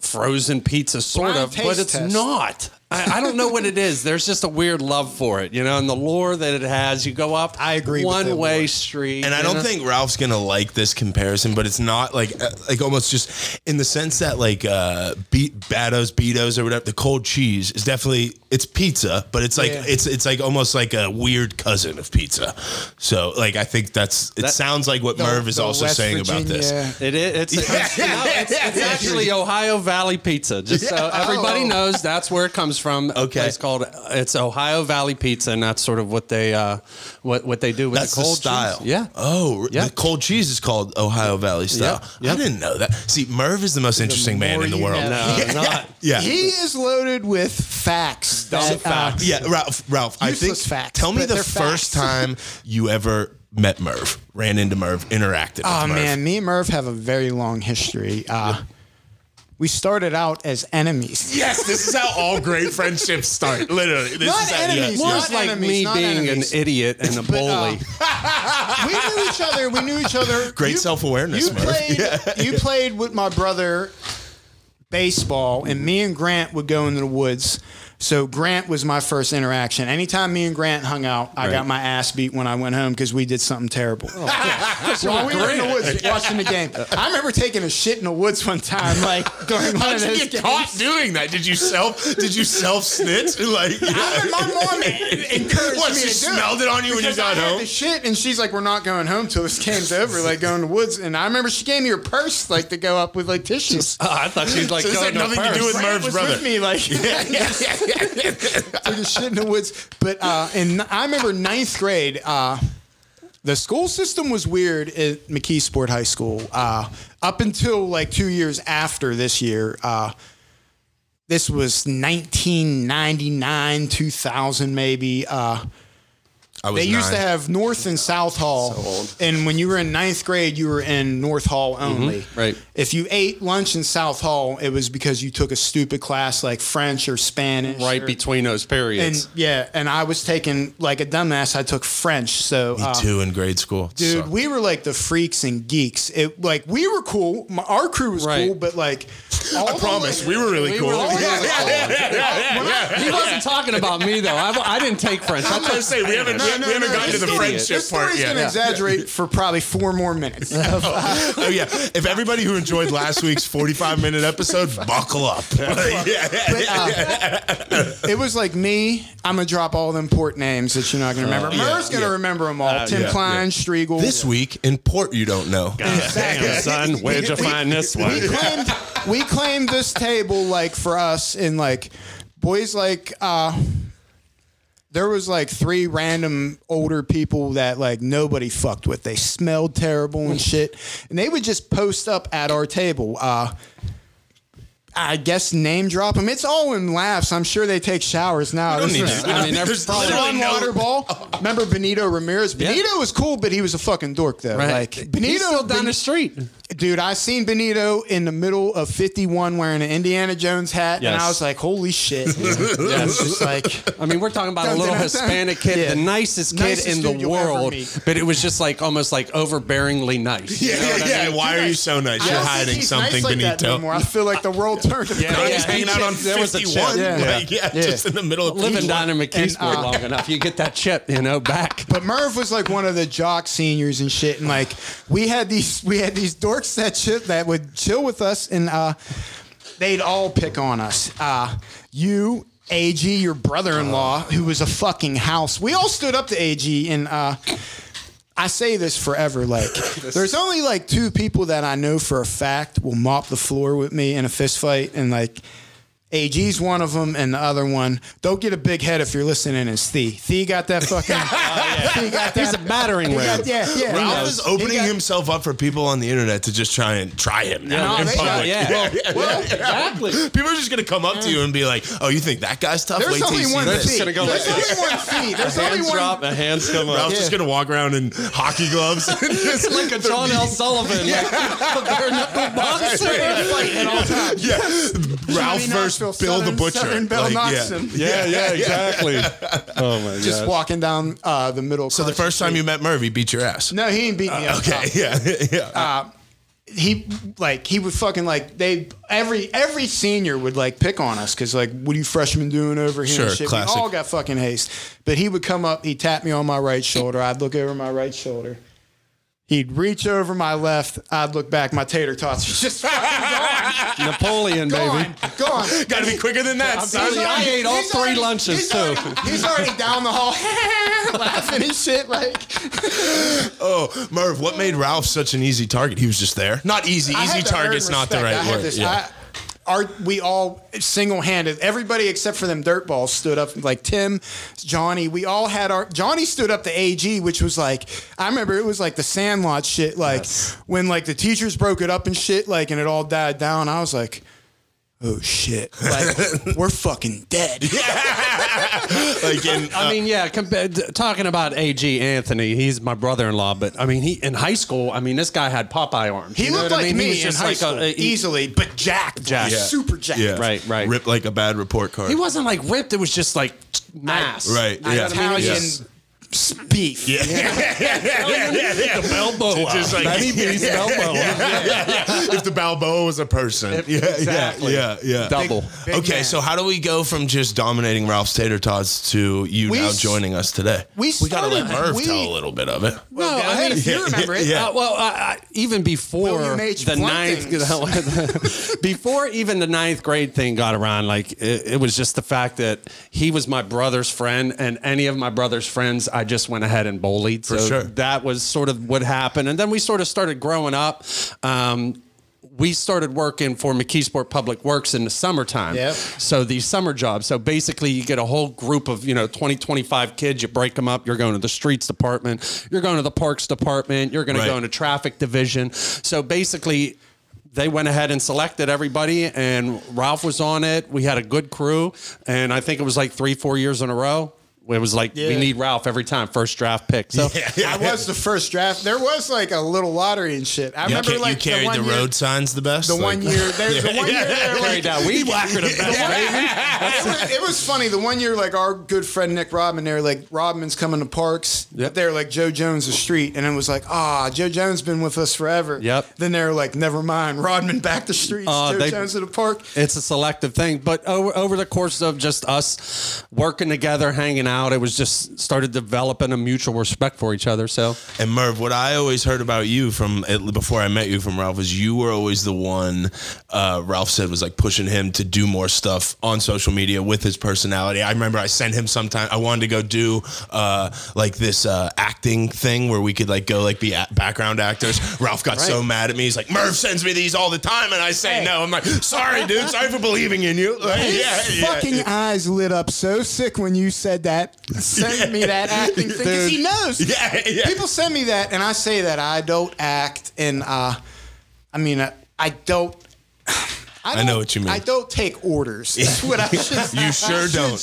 [SPEAKER 6] frozen pizza, sort
[SPEAKER 5] Blind
[SPEAKER 6] of, but
[SPEAKER 5] taste
[SPEAKER 6] it's
[SPEAKER 5] test.
[SPEAKER 6] not. I, I don't know what it is. There's just a weird love for it, you know, and the lore that it has. You go up,
[SPEAKER 5] I agree with the
[SPEAKER 6] one way
[SPEAKER 5] lore.
[SPEAKER 6] street,
[SPEAKER 4] And I
[SPEAKER 6] you
[SPEAKER 4] don't
[SPEAKER 6] know?
[SPEAKER 4] think Ralph's gonna like this comparison, but it's not like uh, like almost just in the sense that like uh beat battos, beatos or whatever. The cold cheese is definitely it's pizza, but it's like
[SPEAKER 5] Yeah.
[SPEAKER 4] it's it's like almost like a weird cousin of pizza. So like I think that's it.
[SPEAKER 6] That-
[SPEAKER 4] sounds like what
[SPEAKER 5] the-
[SPEAKER 4] Merv is
[SPEAKER 5] the
[SPEAKER 4] also
[SPEAKER 5] West
[SPEAKER 4] saying about
[SPEAKER 5] Virginia-
[SPEAKER 4] this.
[SPEAKER 6] It is. It's, it's, no, it's, it's actually Ohio Valley Pizza. Just so everybody knows, that's where it comes from.
[SPEAKER 4] Oh. Okay.
[SPEAKER 6] it's called it's Ohio Valley Pizza, and that's sort of what they uh, what what they do with
[SPEAKER 4] That's
[SPEAKER 6] the cold
[SPEAKER 4] the style.
[SPEAKER 6] cheese. Yeah.
[SPEAKER 4] Oh,
[SPEAKER 6] Yeah.
[SPEAKER 4] the cold cheese is called Ohio Valley style.
[SPEAKER 6] Yeah.
[SPEAKER 4] I didn't know that. See, Merv is the most interesting man
[SPEAKER 5] more
[SPEAKER 4] in the
[SPEAKER 5] you
[SPEAKER 4] world.
[SPEAKER 5] know.
[SPEAKER 6] No, not.
[SPEAKER 4] Yeah.
[SPEAKER 5] he is loaded with facts. that, uh,
[SPEAKER 6] facts.
[SPEAKER 4] Yeah, Ralph. Ralph, I think.
[SPEAKER 5] Useless facts,
[SPEAKER 4] tell me
[SPEAKER 5] but
[SPEAKER 4] the
[SPEAKER 5] they're
[SPEAKER 4] first
[SPEAKER 5] facts.
[SPEAKER 4] time you ever met Merv, ran into Merv, interacted.
[SPEAKER 5] Oh
[SPEAKER 4] with Merv.
[SPEAKER 5] man, me and Merv have a very long history. Uh, we started out as enemies.
[SPEAKER 4] Yes, this is how all great friendships start. Literally, this
[SPEAKER 5] Not
[SPEAKER 4] is how,
[SPEAKER 5] enemies,
[SPEAKER 4] yeah.
[SPEAKER 5] not
[SPEAKER 6] Well, it's like
[SPEAKER 5] enemies,
[SPEAKER 6] me
[SPEAKER 5] not
[SPEAKER 6] being
[SPEAKER 5] enemies.
[SPEAKER 6] an idiot and a
[SPEAKER 5] But, uh,
[SPEAKER 6] bully.
[SPEAKER 5] we knew each other. We knew each other.
[SPEAKER 4] Great self-awareness,
[SPEAKER 5] You
[SPEAKER 4] Merv.
[SPEAKER 5] played. You played with my brother baseball, and me and Grant would go into the woods. So Grant was my first interaction. Anytime me and Grant hung out, I got my ass beat when I went home because we did something terrible.
[SPEAKER 4] Oh,
[SPEAKER 5] so we were in the woods watching the game. I remember taking a shit in the woods one time, like during one of
[SPEAKER 4] How'd
[SPEAKER 5] those
[SPEAKER 4] you get
[SPEAKER 5] games.
[SPEAKER 4] caught doing that? Did you self? Did you self snitch? Like,
[SPEAKER 5] I remember my mom encouraged
[SPEAKER 4] What,
[SPEAKER 5] me
[SPEAKER 4] she
[SPEAKER 5] to do
[SPEAKER 4] smelled it on you when you
[SPEAKER 5] Because
[SPEAKER 4] got
[SPEAKER 5] I had
[SPEAKER 4] home?
[SPEAKER 5] The shit, and she's like, "We're not going home till this game's over." Like going to the woods, and I remember she gave me her purse, like to go up with like tissues.
[SPEAKER 6] Oh, I thought she was like
[SPEAKER 4] So this
[SPEAKER 6] going
[SPEAKER 4] had
[SPEAKER 6] to
[SPEAKER 4] nothing to do
[SPEAKER 6] first.
[SPEAKER 4] with
[SPEAKER 5] Grant
[SPEAKER 4] Merv's
[SPEAKER 5] was
[SPEAKER 4] brother.
[SPEAKER 5] with me, like took a shit in the woods. But uh, and I remember ninth grade. Uh, the school system was weird at McKeesport High School uh, up until like two years after this year. Uh, this was 1999, 2000 maybe. Uh,
[SPEAKER 4] I was
[SPEAKER 5] they used to
[SPEAKER 4] nine.
[SPEAKER 5] have North and South Hall, and when you were in ninth grade, you were in North Hall only.
[SPEAKER 6] Mm-hmm. right.
[SPEAKER 5] If you ate lunch in South Hall, it was because you took a stupid class like French or Spanish.
[SPEAKER 6] right
[SPEAKER 5] or-
[SPEAKER 6] between those periods.
[SPEAKER 5] And yeah, and I was taking like a dumbass. I took French, so uh,
[SPEAKER 4] two in grade school.
[SPEAKER 5] dude,
[SPEAKER 4] Sucked.
[SPEAKER 5] we were like the freaks and geeks. It like we were cool. My, our crew was
[SPEAKER 6] Right.
[SPEAKER 5] cool, but like,
[SPEAKER 4] I promise, we were really
[SPEAKER 6] We
[SPEAKER 4] cool.
[SPEAKER 6] were like-
[SPEAKER 4] yeah, yeah, yeah,
[SPEAKER 6] he wasn't talking about me though. I, I didn't take French. I
[SPEAKER 4] I'm gonna
[SPEAKER 6] took
[SPEAKER 4] say we haven't, we haven't gotten to
[SPEAKER 5] this
[SPEAKER 4] the
[SPEAKER 5] story-
[SPEAKER 4] friendship
[SPEAKER 5] this
[SPEAKER 4] part
[SPEAKER 5] story's
[SPEAKER 4] yet.
[SPEAKER 5] gonna exaggerate for probably four more minutes.
[SPEAKER 4] oh yeah! If everybody who enjoyed last week's 45 minute episode, buckle up. yeah, yeah, yeah.
[SPEAKER 6] uh,
[SPEAKER 5] It was like me. I'm gonna drop all the important names that you're not gonna remember.
[SPEAKER 4] yeah,
[SPEAKER 5] Merv's gonna
[SPEAKER 4] yeah. Uh,
[SPEAKER 5] remember them all. Tim
[SPEAKER 4] yeah,
[SPEAKER 5] Klein, Striegel.
[SPEAKER 4] This week in port, you don't know.
[SPEAKER 6] Damn, son, where'd you find this one?
[SPEAKER 5] we claimed we claimed this table like for us and like boys like uh there was like three random older people that like nobody fucked with. They smelled terrible and shit, and they would just post up at our table. Uh, I guess name drop them. It's all in laughs. I'm sure they take showers now.
[SPEAKER 4] don't
[SPEAKER 5] This
[SPEAKER 4] need
[SPEAKER 5] is-
[SPEAKER 4] to. We
[SPEAKER 6] I
[SPEAKER 4] don't-
[SPEAKER 6] mean, there's
[SPEAKER 4] there's
[SPEAKER 6] probably
[SPEAKER 5] Sean
[SPEAKER 4] literally no-
[SPEAKER 5] Waterball. Remember Benito Ramirez? Benito was cool, but he was a fucking dork though.
[SPEAKER 6] Right.
[SPEAKER 5] Like Benito
[SPEAKER 6] He's still down
[SPEAKER 5] Ben-
[SPEAKER 6] the street.
[SPEAKER 5] Dude, I seen Benito in the middle of 51 wearing an Indiana Jones hat, and
[SPEAKER 6] Yes.
[SPEAKER 5] I was like, holy shit. yeah, it's just like,
[SPEAKER 6] I mean, we're talking about a little Hispanic kid,
[SPEAKER 5] Yeah.
[SPEAKER 6] the nicest kid
[SPEAKER 5] Nicest
[SPEAKER 6] in
[SPEAKER 5] dude
[SPEAKER 6] the
[SPEAKER 5] you'll ever
[SPEAKER 6] world,
[SPEAKER 5] meet.
[SPEAKER 6] but it was just like almost like overbearingly nice. You
[SPEAKER 4] Yeah,
[SPEAKER 6] know what
[SPEAKER 4] yeah,
[SPEAKER 6] I
[SPEAKER 4] yeah.
[SPEAKER 6] mean?
[SPEAKER 4] Why are you so nice? You're
[SPEAKER 5] I don't think
[SPEAKER 4] hiding
[SPEAKER 5] he's
[SPEAKER 4] something,
[SPEAKER 5] nice like that
[SPEAKER 4] Benito.
[SPEAKER 5] no more. I feel like the world turned.
[SPEAKER 4] Not
[SPEAKER 6] Yeah,
[SPEAKER 4] just
[SPEAKER 6] he
[SPEAKER 4] hanging out
[SPEAKER 6] chip-
[SPEAKER 4] on
[SPEAKER 6] there was a
[SPEAKER 4] 51.
[SPEAKER 5] chip. Yeah.
[SPEAKER 4] Like, yeah,
[SPEAKER 5] Yeah.
[SPEAKER 4] just in the middle of
[SPEAKER 6] Living
[SPEAKER 4] people.
[SPEAKER 6] down in McKeesport
[SPEAKER 5] uh,
[SPEAKER 6] long enough, you get that chip, you know, back.
[SPEAKER 5] But Merv was like one of the jock seniors and shit, and like we had these we had these dorks that shit that would chill with us, and uh, they'd all pick on us. Uh, you. AG, your brother-in-law, who was a fucking house. We all stood up to AG, and uh, I say this forever. Like, there's only like two people that I know for a fact will mop the floor with me in a fist fight, and like, AG's one of them, and the other one. Don't get a big head if you're listening. Is Thee? Thee got that fucking.
[SPEAKER 4] Oh,
[SPEAKER 5] Thee got that.
[SPEAKER 6] He's a battering
[SPEAKER 5] he
[SPEAKER 6] ram.
[SPEAKER 5] got- yeah, yeah. he
[SPEAKER 4] Ralph
[SPEAKER 5] knows.
[SPEAKER 4] is opening
[SPEAKER 5] He got-
[SPEAKER 4] himself up for people on the internet to just try and try him now
[SPEAKER 6] No,
[SPEAKER 4] in
[SPEAKER 5] they-
[SPEAKER 4] public.
[SPEAKER 6] yeah. Well, exactly.
[SPEAKER 4] People are just gonna come up to you and be like, "Oh, you think that guy's tough?"
[SPEAKER 5] There's
[SPEAKER 4] Wait till you
[SPEAKER 5] only
[SPEAKER 4] see
[SPEAKER 5] one
[SPEAKER 4] this."
[SPEAKER 5] Thee.
[SPEAKER 6] just gonna go
[SPEAKER 5] There's
[SPEAKER 6] like
[SPEAKER 5] only one Thee. There's only
[SPEAKER 6] Hands
[SPEAKER 5] one.
[SPEAKER 6] drop, the hands come up.
[SPEAKER 4] Ralph's just gonna walk around in hockey gloves. and just
[SPEAKER 6] Like a John L. Sullivan. Yeah.
[SPEAKER 5] at all times.
[SPEAKER 4] yeah, Ralph
[SPEAKER 5] Johnny Knoxville,
[SPEAKER 4] versus Bill the
[SPEAKER 5] Southern-
[SPEAKER 4] Butcher.
[SPEAKER 5] Southern Bill
[SPEAKER 4] yeah.
[SPEAKER 5] Knoxon.
[SPEAKER 6] Yeah, yeah, exactly. Oh my god.
[SPEAKER 5] Just walking down uh, the middle.
[SPEAKER 4] So the first time you met Murphy, beat your ass.
[SPEAKER 5] No, Uh, he ain't beat me up.
[SPEAKER 4] Okay. Yeah. Yeah.
[SPEAKER 5] Uh, he like he would fucking like they every every senior would like pick on us because like what are you freshmen doing over here? and
[SPEAKER 4] Sure,
[SPEAKER 5] shit.
[SPEAKER 4] classic.
[SPEAKER 5] We all got fucking haste. But he would come up, he'd tap me on my right shoulder. I'd look over my right shoulder. He'd reach over my left. I'd look back. My tater tots are just fucking
[SPEAKER 6] Napoleon, baby.
[SPEAKER 5] gone, gone, gone.
[SPEAKER 4] Gotta be quicker than that.
[SPEAKER 6] sorry.
[SPEAKER 4] son.
[SPEAKER 6] I ate all
[SPEAKER 5] he's
[SPEAKER 6] three
[SPEAKER 5] already-
[SPEAKER 6] lunches,
[SPEAKER 5] he's
[SPEAKER 6] too.
[SPEAKER 5] Already, he's already down the hall, laughing and shit. Like
[SPEAKER 4] Oh, Merv, what made Ralph such an easy target? He was just there. Not easy.
[SPEAKER 5] I
[SPEAKER 4] Easy
[SPEAKER 5] had to earn
[SPEAKER 4] target's not the
[SPEAKER 5] respect.
[SPEAKER 4] right
[SPEAKER 5] I had
[SPEAKER 4] word.
[SPEAKER 5] this-
[SPEAKER 4] yeah.
[SPEAKER 5] I- our, we all single-handed. Everybody except for them dirtballs stood up. Like Tim, Johnny, we all had our. Johnny stood up to AG, which was like I remember it was like the Sandlot shit. Like when like the teachers broke it up and shit. Like and it all died down. I was like, oh shit, like we're fucking dead.
[SPEAKER 4] like in,
[SPEAKER 6] I mean, yeah. Compared to, talking about AG Anthony, he's my brother-in-law, but I mean, he in high school. I mean, this guy had Popeye arms.
[SPEAKER 5] He
[SPEAKER 6] you know
[SPEAKER 5] looked
[SPEAKER 6] what I
[SPEAKER 5] like
[SPEAKER 6] mean?
[SPEAKER 5] me
[SPEAKER 6] He was
[SPEAKER 5] in high school,
[SPEAKER 6] a- he-
[SPEAKER 5] easily, but jacked,
[SPEAKER 6] Jacked.
[SPEAKER 5] jacked,
[SPEAKER 6] Yeah.
[SPEAKER 5] super jacked.
[SPEAKER 4] yeah.
[SPEAKER 6] Right, right.
[SPEAKER 4] Ripped like a bad report card.
[SPEAKER 6] He wasn't like ripped. It was just like mass.
[SPEAKER 4] Right,
[SPEAKER 6] You know
[SPEAKER 4] yeah.
[SPEAKER 6] what I mean? It was
[SPEAKER 5] Italian
[SPEAKER 6] just-
[SPEAKER 5] beef.
[SPEAKER 4] Yeah. yeah, yeah, yeah, yeah. The Balboa. Just like,
[SPEAKER 6] Benny B's Balboa.
[SPEAKER 4] yeah, yeah, yeah. If the Balboa was a person. yeah,
[SPEAKER 6] exactly.
[SPEAKER 4] yeah, yeah, yeah.
[SPEAKER 6] Double.
[SPEAKER 5] Big
[SPEAKER 4] okay,
[SPEAKER 5] man.
[SPEAKER 4] so how do we go from just dominating Ralph's tater tots to you
[SPEAKER 5] We
[SPEAKER 4] now
[SPEAKER 5] s-
[SPEAKER 4] joining us today?
[SPEAKER 5] we
[SPEAKER 4] gotta let
[SPEAKER 5] started-
[SPEAKER 4] Merv
[SPEAKER 5] we-
[SPEAKER 4] tell a little bit of it.
[SPEAKER 5] Well,
[SPEAKER 6] No,
[SPEAKER 5] go
[SPEAKER 6] I
[SPEAKER 5] ahead
[SPEAKER 6] mean-
[SPEAKER 5] if you remember it.
[SPEAKER 4] Yeah.
[SPEAKER 6] Uh, well, I, I, even before
[SPEAKER 5] William H.
[SPEAKER 6] the
[SPEAKER 5] Blunt
[SPEAKER 6] ninth, before even the ninth grade thing got around, like it, it was just the fact that he was my brother's friend, and any of my brother's friends, I just went ahead and bullied. so
[SPEAKER 4] sure.
[SPEAKER 6] that was sort of what happened, and then we sort of started growing up. Um, we started working for McKeesport Public Works in the summertime.
[SPEAKER 5] Yep.
[SPEAKER 6] So these summer jobs. So basically, you get a whole group of, you know, 20, 25 kids. You break them up. You're going to the streets department. You're going to the parks department. You're going
[SPEAKER 4] Right.
[SPEAKER 6] to go into traffic division. So basically, they went ahead and selected everybody, and Ralph was on it. We had a good crew, and I think it was like three, four years in a row. It was like we
[SPEAKER 5] Yeah.
[SPEAKER 6] need Ralph every time, first draft pick. So
[SPEAKER 5] I was the first draft. There was like a little lottery and shit. I
[SPEAKER 4] You,
[SPEAKER 5] remember
[SPEAKER 4] ca- you
[SPEAKER 5] like
[SPEAKER 4] carried
[SPEAKER 5] the,
[SPEAKER 4] the,
[SPEAKER 5] one year-
[SPEAKER 4] road signs the best?
[SPEAKER 5] The
[SPEAKER 4] Like-
[SPEAKER 5] one year, there, the one year, there, like,
[SPEAKER 6] carried out. We whacker the best, baby.
[SPEAKER 5] it, was, it was funny. The one year, like our good friend Nick Rodman, they were like, Rodman's coming to parks.
[SPEAKER 6] Yep.
[SPEAKER 5] They're like Joe Jones the street, and it was like, ah, Joe Jones been with us forever.
[SPEAKER 6] Yep.
[SPEAKER 5] Then they were like, never mind, Rodman back the streets,
[SPEAKER 6] Uh,
[SPEAKER 5] Joe
[SPEAKER 6] they-
[SPEAKER 5] Jones at the park.
[SPEAKER 6] it's a selective thing but over, over the course of just us working together hanging out it was just started developing a mutual respect for each other so
[SPEAKER 4] And Merv, what I always heard about you from at- before I met you from Ralph is you were always the one uh, Ralph said was like pushing him to do more stuff on social media with his personality. I remember I sent him sometime. I wanted to go do uh, like this uh, acting thing where we could like go like be at background actors. Ralph got so mad at me. He's like, Merv sends me these all the time, and I say no. I'm like, sorry, dude. Sorry for believing in you. Like, yeah,
[SPEAKER 5] His
[SPEAKER 4] yeah.
[SPEAKER 5] fucking eyes lit up so sick when you said that. Send me that acting thing because he knows.
[SPEAKER 4] Yeah, yeah.
[SPEAKER 5] People send me that, and I say that I don't act, and uh, I mean I, I don't. I,
[SPEAKER 4] know
[SPEAKER 5] don't-
[SPEAKER 4] what you mean.
[SPEAKER 5] I don't take orders. That's what I should.
[SPEAKER 4] You sure don't.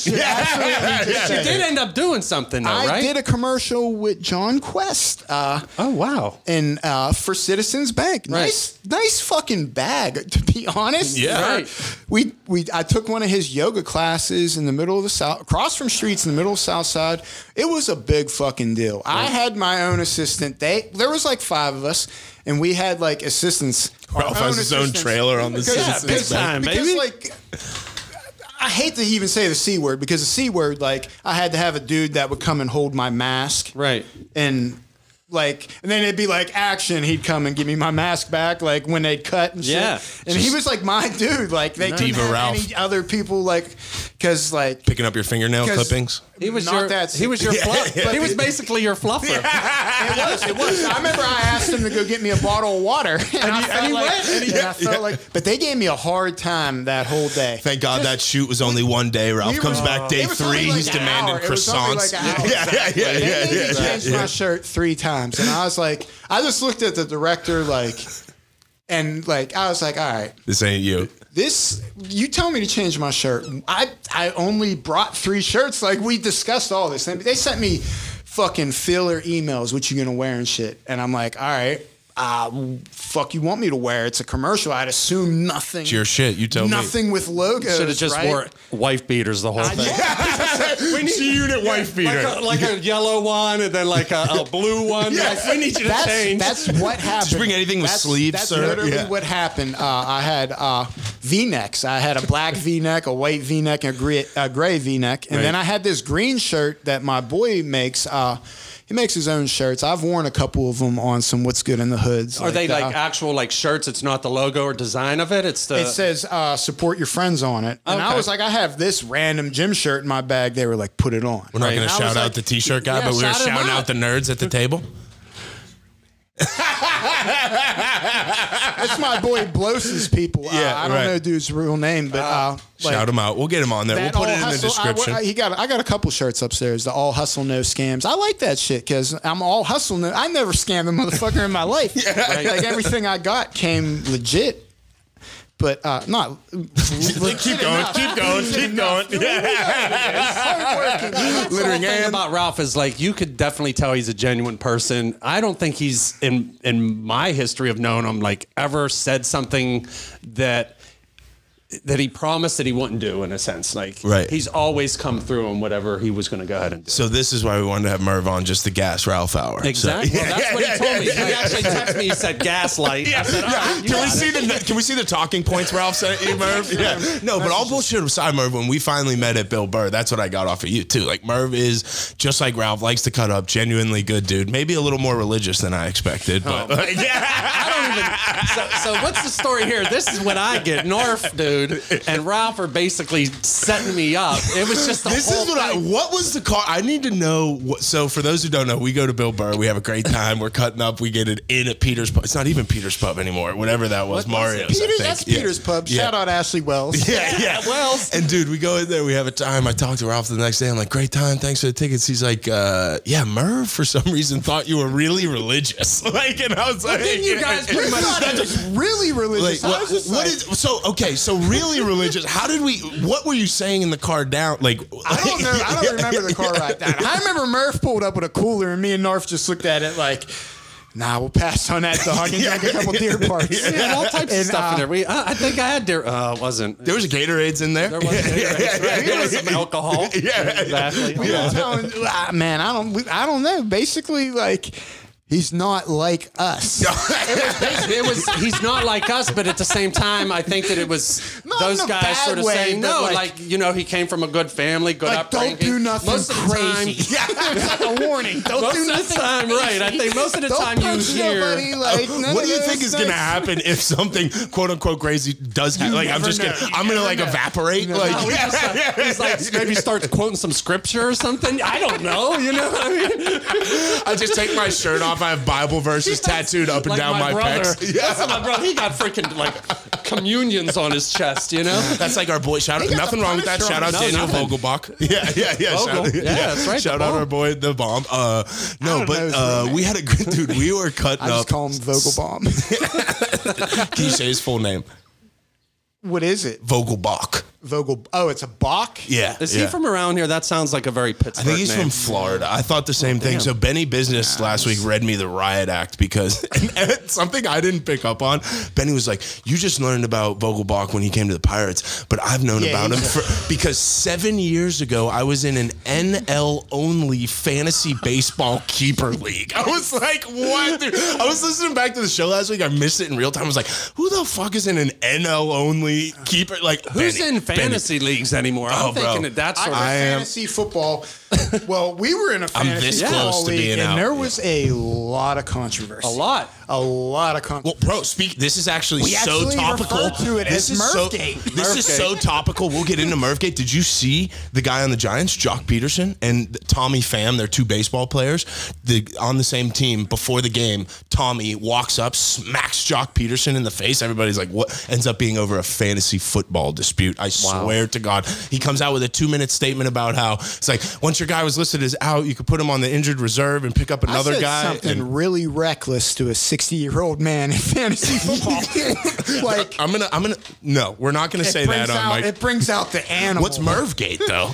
[SPEAKER 6] you did end up doing something though
[SPEAKER 5] I
[SPEAKER 6] right
[SPEAKER 5] did a commercial with John Quest uh,
[SPEAKER 6] oh wow
[SPEAKER 5] and uh, for Citizens Bank.
[SPEAKER 6] Right.
[SPEAKER 5] Nice, nice fucking bag, to be honest. Uh,
[SPEAKER 4] Yeah.
[SPEAKER 6] Right.
[SPEAKER 5] We we I took one of his yoga classes in the middle of the south across from streets in the middle of South Side. It was a big fucking deal. I had my own assistant. They there was like five of us, and we had like assistants. Our
[SPEAKER 4] Ralph has his own
[SPEAKER 5] assistants.
[SPEAKER 4] trailer on the
[SPEAKER 5] Because-
[SPEAKER 4] Yeah,
[SPEAKER 6] big time,
[SPEAKER 5] because,
[SPEAKER 6] baby.
[SPEAKER 5] like I hate to even say the c word because the c word like I had to have a dude that would come and hold my mask
[SPEAKER 6] Right.
[SPEAKER 5] and like and then it'd be like action he'd come and give me my mask back like when they'd cut and shit.
[SPEAKER 6] Yeah.
[SPEAKER 5] and he was like my dude like they didn't
[SPEAKER 4] Diva
[SPEAKER 5] have
[SPEAKER 4] Ralph.
[SPEAKER 5] any other people like because like
[SPEAKER 4] Picking up your fingernail
[SPEAKER 5] 'Cause-
[SPEAKER 4] clippings.
[SPEAKER 6] He was
[SPEAKER 5] Not
[SPEAKER 6] your
[SPEAKER 5] that-
[SPEAKER 6] he was your
[SPEAKER 5] Yeah,
[SPEAKER 6] fluff.
[SPEAKER 5] yeah.
[SPEAKER 6] He was basically your fluffer.
[SPEAKER 5] it was it was I remember I asked him to go get me a bottle of water and, I felt
[SPEAKER 6] he
[SPEAKER 5] like,
[SPEAKER 6] went, and
[SPEAKER 5] and I felt like but they gave me a hard time that whole day
[SPEAKER 4] Thank God that shoot was only one day. Ralph
[SPEAKER 5] we
[SPEAKER 4] comes
[SPEAKER 5] were-
[SPEAKER 4] back day
[SPEAKER 5] it was
[SPEAKER 4] three.
[SPEAKER 5] only like
[SPEAKER 4] He's
[SPEAKER 5] an
[SPEAKER 4] demanding
[SPEAKER 5] hour. It was only
[SPEAKER 4] croissants.
[SPEAKER 5] like an hour.
[SPEAKER 4] yeah, yeah, yeah,
[SPEAKER 5] They
[SPEAKER 4] yeah,
[SPEAKER 5] made
[SPEAKER 4] yeah,
[SPEAKER 5] me
[SPEAKER 4] yeah,
[SPEAKER 5] change my shirt three times, and I was like, I just looked at the director like, and like I was like, all right,
[SPEAKER 4] This ain't you.
[SPEAKER 5] this you tell me to change my shirt. I I only brought three shirts. Like we discussed all this. They, they sent me fucking filler emails. What you gonna wear and shit. And I'm like, all right. Uh, fuck you want me to wear? It's a commercial. I'd assume nothing.
[SPEAKER 4] It's your shit. You tell me.
[SPEAKER 5] nothing with logos.
[SPEAKER 6] Should have just
[SPEAKER 5] right?
[SPEAKER 6] wore wife beaters the whole thing.
[SPEAKER 4] we need unit wife beater.
[SPEAKER 6] Like a, like a yellow one and then like a, a blue one. Like, we need you to
[SPEAKER 5] that's,
[SPEAKER 6] change.
[SPEAKER 5] That's what happened.
[SPEAKER 4] bring anything with
[SPEAKER 5] that's,
[SPEAKER 4] sleeves,
[SPEAKER 5] That's
[SPEAKER 4] sir?
[SPEAKER 5] literally
[SPEAKER 4] Yeah.
[SPEAKER 5] what happened. Uh, I had uh, V-necks. I had a black V-neck, a white V-neck, and a gray, a gray V-neck, and then I had this green shirt that my boy makes. Uh, he makes his own shirts. I've worn a couple of them on some "What's Good in the Hoods."
[SPEAKER 6] Are they like
[SPEAKER 5] uh,
[SPEAKER 6] actual like shirts? It's not the logo or design of it. It's the
[SPEAKER 5] it says uh, "Support Your Friends" on it, and I
[SPEAKER 6] Okay.
[SPEAKER 5] was like, I have this random gym shirt in my bag. They were like, "Put it on."
[SPEAKER 4] We're not going
[SPEAKER 5] And
[SPEAKER 4] to
[SPEAKER 5] I was
[SPEAKER 4] shout out
[SPEAKER 5] like,
[SPEAKER 4] the t-shirt guy,
[SPEAKER 5] yeah,
[SPEAKER 4] but we were
[SPEAKER 5] shout him
[SPEAKER 4] shouting out
[SPEAKER 5] out.
[SPEAKER 4] the nerds at the table.
[SPEAKER 5] That's my boy Blos's people.
[SPEAKER 4] Yeah,
[SPEAKER 5] Yeah, I don't
[SPEAKER 4] right.
[SPEAKER 5] know dude's real name, but uh, like,
[SPEAKER 4] shout him out. We'll get him on there. We'll
[SPEAKER 5] That
[SPEAKER 4] put
[SPEAKER 5] All
[SPEAKER 4] it in the
[SPEAKER 5] Hustle- I-
[SPEAKER 4] description.
[SPEAKER 5] I, he got. I got a couple shirts upstairs. The all hustle, no scams. I like that shit because I'm all hustle. No, I never scammed a motherfucker in my life. Like everything I got came legit, but uh, not.
[SPEAKER 4] keep going. Keep going. Keep going.
[SPEAKER 6] Littering the whole thing about Ralph is like you could definitely tell he's a genuine person. I don't think he's in in my history of knowing him like ever said something that that he promised that he wouldn't do in a sense. Like
[SPEAKER 4] Right.
[SPEAKER 6] he's always come through on whatever he was going to go ahead and do.
[SPEAKER 4] So this is why we wanted to have Merv on just the gas Ralph hour. So-
[SPEAKER 6] Exactly. Well, that's what he told me. He actually texted me. He said gaslight. I said, "All right,
[SPEAKER 4] Can
[SPEAKER 6] you
[SPEAKER 4] we
[SPEAKER 6] got it."
[SPEAKER 4] see the Can we see the talking points Ralph sent you, Merv? Yeah. No, but all bullshit aside, Merv. When we finally met at Bill Burr, that's what I got off of you too. Like Merv is just like Ralph, likes to cut up, genuinely good dude. Maybe a little more religious than I expected, but
[SPEAKER 5] Oh.
[SPEAKER 6] I don't even. So, so what's the story here? This is when I get North, dude, and Ralph are basically setting me up. It was just the
[SPEAKER 4] This
[SPEAKER 6] whole
[SPEAKER 4] is what I.
[SPEAKER 6] thing.
[SPEAKER 4] What was the car? I need to know. What, so for those who don't know, we go to Bill Burr. We have a great time. We're cutting up. We get it in at Peter's Pub. It's not even Peter's Pub anymore. Whatever that was, Mario's. I
[SPEAKER 5] Peter,
[SPEAKER 4] think.
[SPEAKER 5] that's
[SPEAKER 4] Yeah.
[SPEAKER 5] Peter's pub.
[SPEAKER 4] Yeah.
[SPEAKER 5] Shout out Ashley Wells.
[SPEAKER 4] Yeah, yeah.
[SPEAKER 6] well-
[SPEAKER 4] and dude, we go in there. We have a time. I talk to Ralph the next day. I'm like, great time. Thanks for the tickets. He's like, uh, yeah, Merv for some reason thought you were really religious. like, and I was like,
[SPEAKER 6] Then you guys pretty much
[SPEAKER 5] Not just really
[SPEAKER 4] like,
[SPEAKER 5] religious. I
[SPEAKER 4] what,
[SPEAKER 5] was just
[SPEAKER 4] what
[SPEAKER 5] like-
[SPEAKER 4] is so okay? So really religious. How did we? What were you saying in the car down? Like
[SPEAKER 5] I don't know. I don't remember the car ride down. I remember Murph pulled up with a cooler, and me and North just looked at it like, "Nah, we'll pass on that dog and drink a couple deer parts."
[SPEAKER 6] We had all types of
[SPEAKER 5] And,
[SPEAKER 6] stuff
[SPEAKER 5] uh,
[SPEAKER 6] in there. We, I, I think I had deer. Uh, it wasn't.
[SPEAKER 4] There was a Gatorades in there.
[SPEAKER 6] There was, there was some alcohol.
[SPEAKER 4] Yeah.
[SPEAKER 6] exactly.
[SPEAKER 5] I'm telling- ah, man, I don't, we- I don't know. Basically, like he's not like us.
[SPEAKER 6] It was. He's not like us, but at the same time, I think that it was
[SPEAKER 5] Not
[SPEAKER 6] those
[SPEAKER 5] in a
[SPEAKER 6] guys
[SPEAKER 5] bad
[SPEAKER 6] sort of
[SPEAKER 5] way,
[SPEAKER 6] saying
[SPEAKER 5] but
[SPEAKER 6] no, like,
[SPEAKER 5] like-
[SPEAKER 6] you know, he came from a good family, good
[SPEAKER 5] Like,
[SPEAKER 6] upbringing.
[SPEAKER 5] don't do nothing
[SPEAKER 6] Most of the time-
[SPEAKER 5] crazy. it's like a warning. Don't
[SPEAKER 6] Most
[SPEAKER 5] do
[SPEAKER 6] of the
[SPEAKER 5] nothing.
[SPEAKER 6] time, right? I think most of the
[SPEAKER 5] Don't
[SPEAKER 6] time you
[SPEAKER 5] punch
[SPEAKER 6] hear.
[SPEAKER 5] nobody. Like, none
[SPEAKER 4] Uh, what do
[SPEAKER 5] of
[SPEAKER 4] you
[SPEAKER 5] those
[SPEAKER 4] think is
[SPEAKER 5] things.
[SPEAKER 4] going to happen if something quote unquote crazy does happen? Like, I'm
[SPEAKER 5] never
[SPEAKER 4] just
[SPEAKER 5] know.
[SPEAKER 4] going to,
[SPEAKER 5] You
[SPEAKER 4] I'm going to
[SPEAKER 5] never
[SPEAKER 4] like
[SPEAKER 5] know.
[SPEAKER 4] evaporate. Like,
[SPEAKER 6] Oh, he's just like- he's like maybe starts quoting some scripture or something. I don't know. You know what I mean?
[SPEAKER 4] I just take my shirt off. I have Bible verses tattooed up and
[SPEAKER 6] Like
[SPEAKER 4] down my,
[SPEAKER 6] brother.
[SPEAKER 4] pecs.
[SPEAKER 6] That's my brother. He got freaking like communions on his chest. You know.
[SPEAKER 4] That's like our boy. Shout out,
[SPEAKER 5] got
[SPEAKER 4] nothing
[SPEAKER 5] the
[SPEAKER 4] wrong with that.
[SPEAKER 5] Punisher
[SPEAKER 4] Shout out
[SPEAKER 6] on it.
[SPEAKER 4] Daniel
[SPEAKER 6] No, nothing.
[SPEAKER 4] Vogelbach. Yeah, yeah, yeah.
[SPEAKER 6] Vogel.
[SPEAKER 4] Shout,
[SPEAKER 6] Yeah, that's right,
[SPEAKER 4] Shout
[SPEAKER 6] the
[SPEAKER 4] out
[SPEAKER 6] bomb.
[SPEAKER 4] our boy the bomb. Uh, no,
[SPEAKER 5] don't know
[SPEAKER 4] but
[SPEAKER 5] his
[SPEAKER 4] uh,
[SPEAKER 5] name.
[SPEAKER 4] we had a good dude. We were cutting
[SPEAKER 5] I just
[SPEAKER 4] up.
[SPEAKER 5] call him Vogelbaum.
[SPEAKER 4] Can you say his full name?
[SPEAKER 5] what is it?
[SPEAKER 4] Vogelbach.
[SPEAKER 5] Vogel. Oh, it's a Bach.
[SPEAKER 4] Yeah.
[SPEAKER 6] Is
[SPEAKER 4] yeah.
[SPEAKER 6] he from around here? That sounds like a very Pittsburgh
[SPEAKER 4] I think he's
[SPEAKER 6] name.
[SPEAKER 4] from Florida. I thought the
[SPEAKER 6] Oh,
[SPEAKER 4] same thing. So Benny Business last week read me the riot act because and, and something I didn't pick up on. Benny was like, "You just learned about Vogelbach when he came to the Pirates, but I've known
[SPEAKER 5] Yeah,
[SPEAKER 4] about him
[SPEAKER 5] he's
[SPEAKER 4] for, because seven years ago I was in an NL only fantasy baseball keeper league. I was like, what? Dude? I was listening back to the show last week. I missed it in real time. I was like, who the fuck is in an NL only keeper? Like,
[SPEAKER 6] Who's
[SPEAKER 4] Benny-
[SPEAKER 6] in fantasy leagues anymore? I'm
[SPEAKER 4] Oh, bro.
[SPEAKER 6] thinking that that's sort of.
[SPEAKER 5] I, fantasy football. well, we were in a
[SPEAKER 4] I'm
[SPEAKER 5] fantasy
[SPEAKER 4] this
[SPEAKER 5] football
[SPEAKER 4] close to
[SPEAKER 5] league,
[SPEAKER 4] being
[SPEAKER 5] and
[SPEAKER 4] out.
[SPEAKER 5] there was a lot of controversy.
[SPEAKER 6] A lot.
[SPEAKER 5] A lot of
[SPEAKER 4] Well,
[SPEAKER 5] controversy.
[SPEAKER 4] bro, speak. This is actually
[SPEAKER 5] We
[SPEAKER 4] so
[SPEAKER 5] actually
[SPEAKER 4] topical.
[SPEAKER 5] refer to it
[SPEAKER 4] this
[SPEAKER 5] as
[SPEAKER 4] is so,
[SPEAKER 5] Murphgate.
[SPEAKER 4] This is so topical. We'll get into Murphgate. Did you see the guy on the Giants, Jock Peterson, and Tommy Pham? They're two baseball players. The on the same team before the game. Tommy walks up, smacks Jock Peterson in the face. Everybody's like, "What?" Ends up being over a fantasy football dispute. I swear to God, he comes out with a two-minute statement about how it's like once your guy was listed as out, you could put him on the injured reserve and pick up
[SPEAKER 5] I
[SPEAKER 4] another
[SPEAKER 5] said
[SPEAKER 4] guy.
[SPEAKER 5] something
[SPEAKER 4] and-
[SPEAKER 5] really reckless to a 60 year old man in fantasy football. like,
[SPEAKER 4] I'm gonna, I'm gonna. No, we're not gonna
[SPEAKER 5] it
[SPEAKER 4] say
[SPEAKER 5] brings
[SPEAKER 4] that on
[SPEAKER 5] out-
[SPEAKER 4] Mike.
[SPEAKER 5] It brings out the animal.
[SPEAKER 4] What's Mervgate though?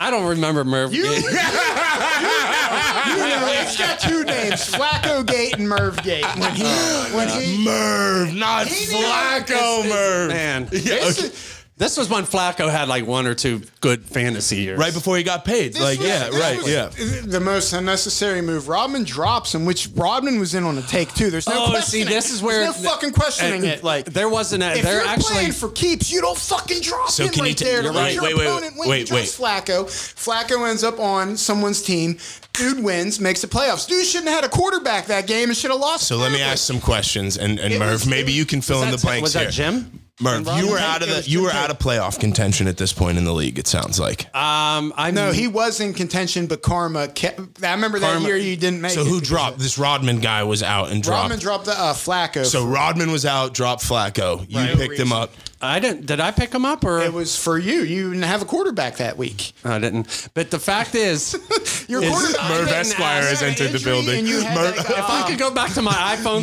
[SPEAKER 6] I don't remember Merv.
[SPEAKER 5] You, you
[SPEAKER 6] Gaye.
[SPEAKER 5] know, it's got two names, Flacco Gate and Merv Gate. When he,
[SPEAKER 6] Oh,
[SPEAKER 5] when he,
[SPEAKER 4] Merv, not
[SPEAKER 5] He knew-
[SPEAKER 4] Flacco
[SPEAKER 5] it's-
[SPEAKER 4] Merv.
[SPEAKER 6] Man,
[SPEAKER 4] Yeah,
[SPEAKER 6] this,
[SPEAKER 4] okay.
[SPEAKER 6] this was when Flacco had like one or two good fantasy years.
[SPEAKER 4] right before he got paid.
[SPEAKER 5] This
[SPEAKER 4] like,
[SPEAKER 5] was-
[SPEAKER 4] yeah,
[SPEAKER 5] this
[SPEAKER 4] right,
[SPEAKER 5] was
[SPEAKER 4] yeah.
[SPEAKER 5] The most unnecessary move. Rodman drops him, which Rodman was in on a take too. There's no
[SPEAKER 6] Oh, see,
[SPEAKER 5] questioning.
[SPEAKER 6] this is where
[SPEAKER 5] There's no fucking questioning
[SPEAKER 6] and-
[SPEAKER 5] it. Like
[SPEAKER 6] there wasn't. A,
[SPEAKER 5] if
[SPEAKER 6] they're
[SPEAKER 5] you're
[SPEAKER 6] actually
[SPEAKER 5] playing for keeps, you don't fucking drop
[SPEAKER 4] So
[SPEAKER 5] him
[SPEAKER 4] can you
[SPEAKER 5] right
[SPEAKER 4] t-
[SPEAKER 5] there.
[SPEAKER 4] you're
[SPEAKER 5] Let
[SPEAKER 4] right.
[SPEAKER 5] your
[SPEAKER 4] Wait, wait,
[SPEAKER 5] opponent win.
[SPEAKER 4] wait,
[SPEAKER 5] He drops Flacco. Flacco ends up on someone's team. Dude wins, makes the playoffs. Dude shouldn't have had a quarterback that game and should have lost.
[SPEAKER 4] So let me
[SPEAKER 5] badly.
[SPEAKER 4] ask some questions, and, and
[SPEAKER 5] It
[SPEAKER 4] Merv,
[SPEAKER 5] was-
[SPEAKER 4] maybe you can fill in the
[SPEAKER 6] was that,
[SPEAKER 4] blanks
[SPEAKER 6] was
[SPEAKER 4] here.
[SPEAKER 6] that Jim?
[SPEAKER 4] Merv, you were
[SPEAKER 5] Tate,
[SPEAKER 4] out of
[SPEAKER 5] it
[SPEAKER 4] the,
[SPEAKER 5] was
[SPEAKER 4] you
[SPEAKER 5] Jim
[SPEAKER 4] were
[SPEAKER 5] Tate.
[SPEAKER 4] out of playoff contention at this point in the league. It sounds like.
[SPEAKER 6] Um, I
[SPEAKER 4] Mm.
[SPEAKER 5] No, he was in contention, but karma. Kept, I remember that
[SPEAKER 6] Karma-
[SPEAKER 5] year you didn't make
[SPEAKER 4] so
[SPEAKER 5] it.
[SPEAKER 4] who dropped? This Rodman guy was out and dropped.
[SPEAKER 5] Rodman dropped the uh, Flacco.
[SPEAKER 4] so Rodman was out, dropped Flacco. You
[SPEAKER 5] Right.
[SPEAKER 4] picked him
[SPEAKER 5] Reason.
[SPEAKER 4] up.
[SPEAKER 6] I didn't. Did I pick him up or
[SPEAKER 5] it was for you. You didn't have a quarterback that week.
[SPEAKER 6] I didn't? But the fact is,
[SPEAKER 5] Your
[SPEAKER 6] Is-
[SPEAKER 5] quarterback
[SPEAKER 6] Merv
[SPEAKER 5] didn't
[SPEAKER 4] Esquire
[SPEAKER 5] ask.
[SPEAKER 4] has
[SPEAKER 5] You had an
[SPEAKER 4] entered the
[SPEAKER 5] injury
[SPEAKER 4] building.
[SPEAKER 5] and you had
[SPEAKER 4] Merv-
[SPEAKER 5] that
[SPEAKER 4] If
[SPEAKER 5] guy- Oh.
[SPEAKER 6] if I could go back to my iPhone.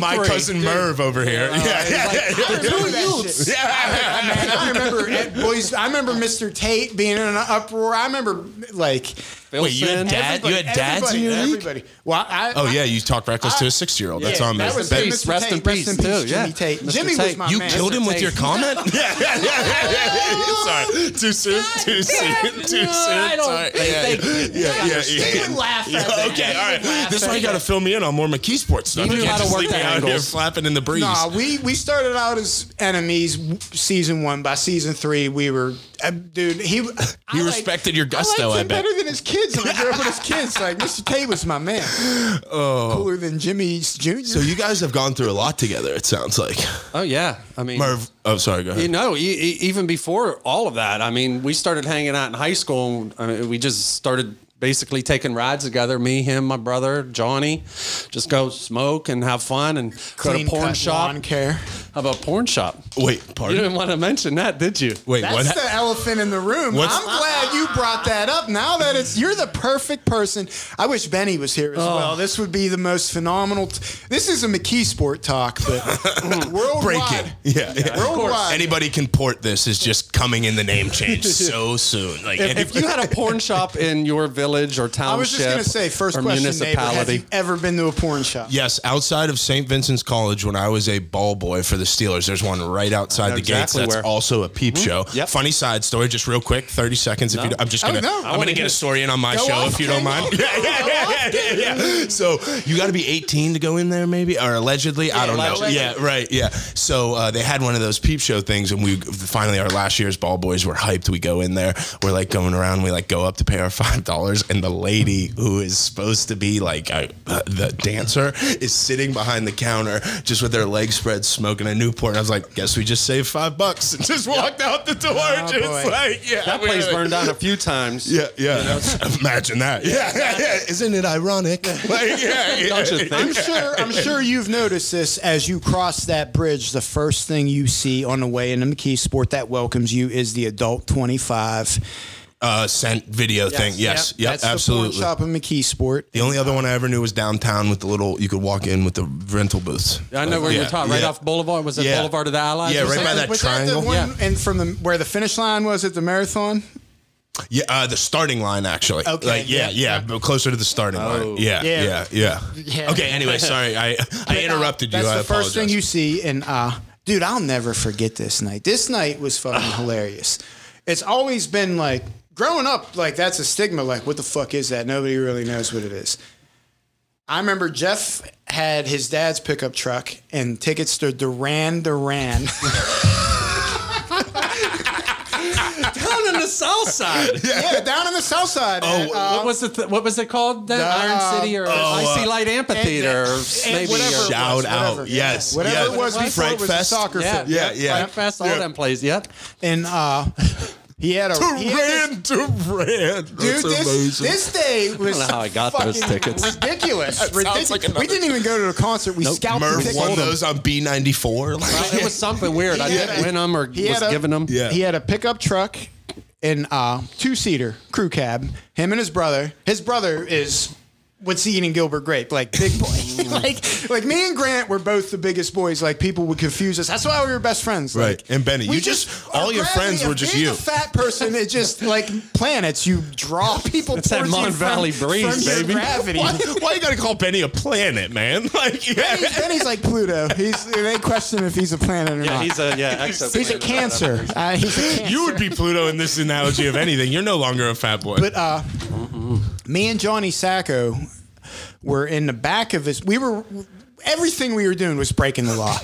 [SPEAKER 4] My
[SPEAKER 6] 3,
[SPEAKER 4] cousin
[SPEAKER 6] dude.
[SPEAKER 4] Merv over here. yeah, yeah, yeah, yeah.
[SPEAKER 5] remember that shit.
[SPEAKER 4] Yeah.
[SPEAKER 5] Man, I remember at boys. I remember Mr. Tate being in an uproar. I remember like
[SPEAKER 4] Wait, you had
[SPEAKER 6] Wilson.
[SPEAKER 4] dad? You had dads in
[SPEAKER 5] everybody,
[SPEAKER 4] your league?
[SPEAKER 5] everybody. Well, I,
[SPEAKER 4] Oh
[SPEAKER 5] I-
[SPEAKER 4] yeah, you talked reckless to
[SPEAKER 5] I-
[SPEAKER 4] a six-year-old. That's
[SPEAKER 5] yeah,
[SPEAKER 4] on me.
[SPEAKER 5] That was
[SPEAKER 4] But
[SPEAKER 5] him, Mr.
[SPEAKER 6] Rest in
[SPEAKER 5] Tate,
[SPEAKER 6] peace, too,
[SPEAKER 5] Jimmy
[SPEAKER 6] yeah.
[SPEAKER 5] Tate.
[SPEAKER 6] Mr.
[SPEAKER 5] Jimmy was
[SPEAKER 6] Tate.
[SPEAKER 5] my
[SPEAKER 4] you
[SPEAKER 5] man.
[SPEAKER 4] killed him with
[SPEAKER 6] Tate.
[SPEAKER 4] your comment. yeah, yeah, yeah, yeah, yeah. Sorry, too soon, too soon, too soon.
[SPEAKER 6] I don't
[SPEAKER 4] Sorry.
[SPEAKER 6] think
[SPEAKER 4] Yeah,
[SPEAKER 6] they-
[SPEAKER 4] yeah, yeah, yeah,
[SPEAKER 5] He would laugh at that.
[SPEAKER 4] Okay,
[SPEAKER 5] He
[SPEAKER 4] all right.
[SPEAKER 5] would laugh
[SPEAKER 4] This
[SPEAKER 5] at
[SPEAKER 4] one you got to
[SPEAKER 5] that.
[SPEAKER 4] fill me in on more McKee sports stuff.
[SPEAKER 6] You knew
[SPEAKER 4] can't
[SPEAKER 6] how to
[SPEAKER 4] just
[SPEAKER 6] work
[SPEAKER 4] leave
[SPEAKER 6] the
[SPEAKER 4] me out here
[SPEAKER 6] angles.
[SPEAKER 4] flapping in the breeze.
[SPEAKER 5] Nah, we we started out as enemies. w- Season one by season three, we were uh, dude. He he
[SPEAKER 4] He respected your
[SPEAKER 5] I
[SPEAKER 4] gusto,
[SPEAKER 5] liked
[SPEAKER 4] I
[SPEAKER 5] him
[SPEAKER 4] bet.
[SPEAKER 5] better than his kids, and I grew up with his kids. Like Mr. Tate was my man. Oh, cooler than Jimmy's Junior.
[SPEAKER 4] So you guys have gone through a lot together. It sounds like
[SPEAKER 6] Oh yeah, I mean
[SPEAKER 4] Merv. Oh, sorry. Go ahead.
[SPEAKER 6] You know, e- e- even before all of that, I mean, we started hanging out in high school. and, I mean, we just started basically taking rides together. Me, him, my brother, Johnny, just go smoke and have fun and
[SPEAKER 5] clean
[SPEAKER 6] go to porn
[SPEAKER 5] cut
[SPEAKER 6] shop.
[SPEAKER 5] lawn care.
[SPEAKER 6] How about porn shop?
[SPEAKER 4] Wait,
[SPEAKER 6] You
[SPEAKER 4] pardon.
[SPEAKER 6] didn't want to mention that, did you?
[SPEAKER 4] Wait,
[SPEAKER 5] That's
[SPEAKER 4] what?
[SPEAKER 5] the elephant in the room.
[SPEAKER 4] What's-
[SPEAKER 5] I'm glad you brought that up. Now that it's you're the perfect person. I wish Benny was here as
[SPEAKER 4] Oh.
[SPEAKER 5] well. This would be the most phenomenal. T- this is a McKee sport talk, but worldwide.
[SPEAKER 4] break it. Yeah,
[SPEAKER 5] Worldwide.
[SPEAKER 4] Anybody can port this. Is just coming in the name change so soon. Like and-
[SPEAKER 6] If you had a porn shop in your village or township,
[SPEAKER 5] I was just gonna say, first
[SPEAKER 6] or
[SPEAKER 5] question, neighbor, have
[SPEAKER 6] municipality,
[SPEAKER 5] you ever been to a porn shop?
[SPEAKER 4] Yes, outside of St. Vincent's College, when I was a ball boy for the Steelers, there's one right outside the gates.
[SPEAKER 6] exactly
[SPEAKER 4] That's
[SPEAKER 6] where.
[SPEAKER 4] also a peep show.
[SPEAKER 6] Yep.
[SPEAKER 4] Funny side story, just real quick, 30 seconds. If you, do- I'm just
[SPEAKER 5] Oh,
[SPEAKER 4] gonna,
[SPEAKER 5] Mm-hmm. no. I
[SPEAKER 4] I'm
[SPEAKER 5] wanna
[SPEAKER 4] gonna get
[SPEAKER 5] hear-
[SPEAKER 4] a story in on my
[SPEAKER 5] Go
[SPEAKER 4] show
[SPEAKER 5] off,
[SPEAKER 4] if you don't
[SPEAKER 5] King.
[SPEAKER 4] mind.
[SPEAKER 5] Go
[SPEAKER 4] Yeah, yeah, yeah, yeah, yeah. So you got to be 18 to go in there, maybe, or allegedly. I don't know.
[SPEAKER 6] allegedly.
[SPEAKER 4] Yeah, right. Yeah. So uh, they had one of those peep show things, and we finally our last year's ball boys were hyped. We go in there, we're like going around, we like go up to pay our five dollars, and the lady who is supposed to be like uh, uh, the dancer is sitting behind the counter just with their legs spread, smoking a Newport. And I was like, guess we just saved five bucks and just walked out the door. just
[SPEAKER 5] boy.
[SPEAKER 4] like yeah,
[SPEAKER 6] Oh, that
[SPEAKER 4] we-
[SPEAKER 6] place burned down a few times.
[SPEAKER 4] yeah, yeah. Imagine that. Yeah, yeah, yeah. Isn't it ironic? Like, yeah, yeah.
[SPEAKER 6] Don't you think?
[SPEAKER 5] I'm sure. I'm sure you've noticed this as you cross that bridge. The first thing you see on the way into McKee Sport that welcomes you is the adult 25
[SPEAKER 4] uh, scent video thing. Yes, yeah,
[SPEAKER 5] That's
[SPEAKER 4] absolutely.
[SPEAKER 5] The porn shop in McKeesport.
[SPEAKER 4] The only other one I ever knew was downtown with the little you could walk in with the rental booths.
[SPEAKER 6] I know where
[SPEAKER 4] Yeah,
[SPEAKER 6] you're talking. Right
[SPEAKER 4] yeah.
[SPEAKER 6] off Boulevard. Was it
[SPEAKER 4] Yeah.
[SPEAKER 6] Boulevard of the Allies?
[SPEAKER 4] Yeah,
[SPEAKER 6] or
[SPEAKER 4] right
[SPEAKER 6] something?
[SPEAKER 4] by that
[SPEAKER 5] was
[SPEAKER 4] triangle?
[SPEAKER 5] That the one,
[SPEAKER 6] Yeah.
[SPEAKER 5] And from the where the finish line was at the marathon.
[SPEAKER 4] Yeah, uh, the starting line actually.
[SPEAKER 5] Okay,
[SPEAKER 4] Like, yeah,
[SPEAKER 5] yeah,
[SPEAKER 4] yeah, but closer to the starting
[SPEAKER 6] Oh.
[SPEAKER 4] line. Yeah,
[SPEAKER 5] Yeah.
[SPEAKER 4] yeah, yeah,
[SPEAKER 5] Yeah. uh,
[SPEAKER 4] Okay. Anyway, sorry, I I interrupted you.
[SPEAKER 5] That's
[SPEAKER 4] I
[SPEAKER 5] the first thing
[SPEAKER 4] apologize.
[SPEAKER 5] you see, and uh, dude, I'll never forget this night. This night was fucking hilarious. It's always been like growing up, like that's a stigma. Like, what the fuck is that? Nobody really knows what it is. I remember Jeff had his dad's pickup truck and tickets to Duran Duran.
[SPEAKER 6] down in the South Side.
[SPEAKER 5] yeah, down in the south side. Oh,
[SPEAKER 6] what was it? Th- what was it called? Then Iron City or Icy Light Amphitheater? or maybe
[SPEAKER 5] whatever.
[SPEAKER 6] or-
[SPEAKER 5] it
[SPEAKER 4] Shout
[SPEAKER 5] was,
[SPEAKER 4] out.
[SPEAKER 5] whatever.
[SPEAKER 4] Yes.
[SPEAKER 5] Whatever
[SPEAKER 4] yes.
[SPEAKER 5] it was before
[SPEAKER 4] Fright
[SPEAKER 5] it was a
[SPEAKER 4] Fest.
[SPEAKER 5] soccer
[SPEAKER 6] Yeah,
[SPEAKER 5] field.
[SPEAKER 4] Yeah, yeah.
[SPEAKER 6] Right past all
[SPEAKER 4] Yeah.
[SPEAKER 6] them plays. Yep.
[SPEAKER 5] and uh, he had a he had this-
[SPEAKER 4] Duran, Duran. Dude,
[SPEAKER 5] Dude, this, this day was
[SPEAKER 6] know how I got those
[SPEAKER 5] fucking
[SPEAKER 6] tickets.
[SPEAKER 5] ridiculous.
[SPEAKER 4] sounds
[SPEAKER 5] Ridiculous.
[SPEAKER 4] like
[SPEAKER 5] we
[SPEAKER 4] another-
[SPEAKER 5] didn't even go to the concert. We scalped the
[SPEAKER 4] Merv
[SPEAKER 5] tickets.
[SPEAKER 4] won those on B ninety four.
[SPEAKER 6] It was something weird. I
[SPEAKER 5] He
[SPEAKER 6] didn't
[SPEAKER 5] had a-
[SPEAKER 6] win them or
[SPEAKER 5] He
[SPEAKER 6] was
[SPEAKER 5] had a,
[SPEAKER 6] giving them.
[SPEAKER 4] Yeah.
[SPEAKER 5] He had a pickup truck and uh, two seater crew cab. Him and his brother. His brother is what's eating Gilbert Grape, like big
[SPEAKER 6] Mm.
[SPEAKER 5] boy. like like me and Grant were both the biggest boys. Like people would confuse us. That's why we were best friends.
[SPEAKER 4] Right.
[SPEAKER 5] Like,
[SPEAKER 4] And Benny,
[SPEAKER 5] we
[SPEAKER 4] you just-
[SPEAKER 5] our
[SPEAKER 4] all your
[SPEAKER 5] gravity
[SPEAKER 4] friends were
[SPEAKER 5] of
[SPEAKER 4] just
[SPEAKER 5] being
[SPEAKER 4] you.
[SPEAKER 5] A fat person. It just like planets. You draw people.
[SPEAKER 6] It's that
[SPEAKER 5] towards you
[SPEAKER 6] Mon
[SPEAKER 5] from-
[SPEAKER 6] Valley breeze,
[SPEAKER 5] from your
[SPEAKER 6] baby.
[SPEAKER 5] Gravity.
[SPEAKER 4] Why, why you gotta call Benny a planet, man? Like, yeah.
[SPEAKER 5] Benny's, Benny's like Pluto. He's they question if he's a planet or
[SPEAKER 6] Yeah,
[SPEAKER 5] not.
[SPEAKER 6] he's a yeah.
[SPEAKER 5] He's a cancer. Uh, he's a cancer.
[SPEAKER 4] You would be Pluto in this analogy of anything. You're no longer a fat boy.
[SPEAKER 5] But uh, me and Johnny Sacco were in the back of his. We were everything we were doing was breaking the law.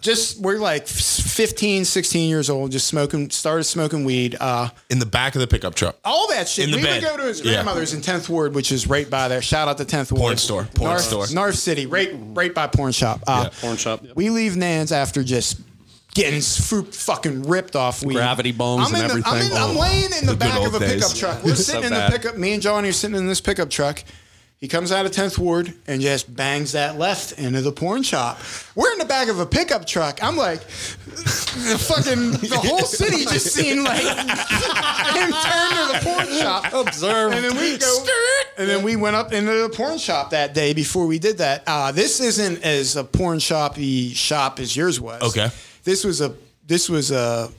[SPEAKER 5] just we're like 15, 16 years old, just smoking, started smoking weed. Uh,
[SPEAKER 4] in the back of the pickup truck.
[SPEAKER 6] Oh,
[SPEAKER 5] all that shit.
[SPEAKER 4] In the
[SPEAKER 5] we
[SPEAKER 4] bed.
[SPEAKER 5] would go to his
[SPEAKER 4] Yeah.
[SPEAKER 5] grandmother's in Tenth Ward, which is right by there. Shout out to Tenth Ward.
[SPEAKER 4] store. Porn
[SPEAKER 5] North,
[SPEAKER 4] store.
[SPEAKER 5] North City, right, right by porn shop. Uh,
[SPEAKER 6] Yeah, porn shop, yep.
[SPEAKER 5] We leave Nan's after just getting fu- fucking ripped off. Weed.
[SPEAKER 6] Gravity bombs
[SPEAKER 5] I'm
[SPEAKER 6] and
[SPEAKER 5] in the- I'm,
[SPEAKER 6] everything.
[SPEAKER 5] in- I'm
[SPEAKER 6] Oh,
[SPEAKER 5] laying in the,
[SPEAKER 6] the good
[SPEAKER 5] back of
[SPEAKER 6] old
[SPEAKER 5] a pickup
[SPEAKER 6] days.
[SPEAKER 5] truck. We're
[SPEAKER 6] So
[SPEAKER 5] sitting in
[SPEAKER 6] bad.
[SPEAKER 5] the pickup. Me and Johnny are sitting in this pickup truck. He comes out of 10th Ward and just bangs that left into the porn shop. We're in the back of a pickup truck. I'm like, the fucking, the whole city just seemed like him turn to the porn shop.
[SPEAKER 6] Observe.
[SPEAKER 5] And then we go. And then we went up into the porn shop that day before we did that. Uh, this isn't as a porn shoppy shop as yours was.
[SPEAKER 4] Okay.
[SPEAKER 5] This was a this was a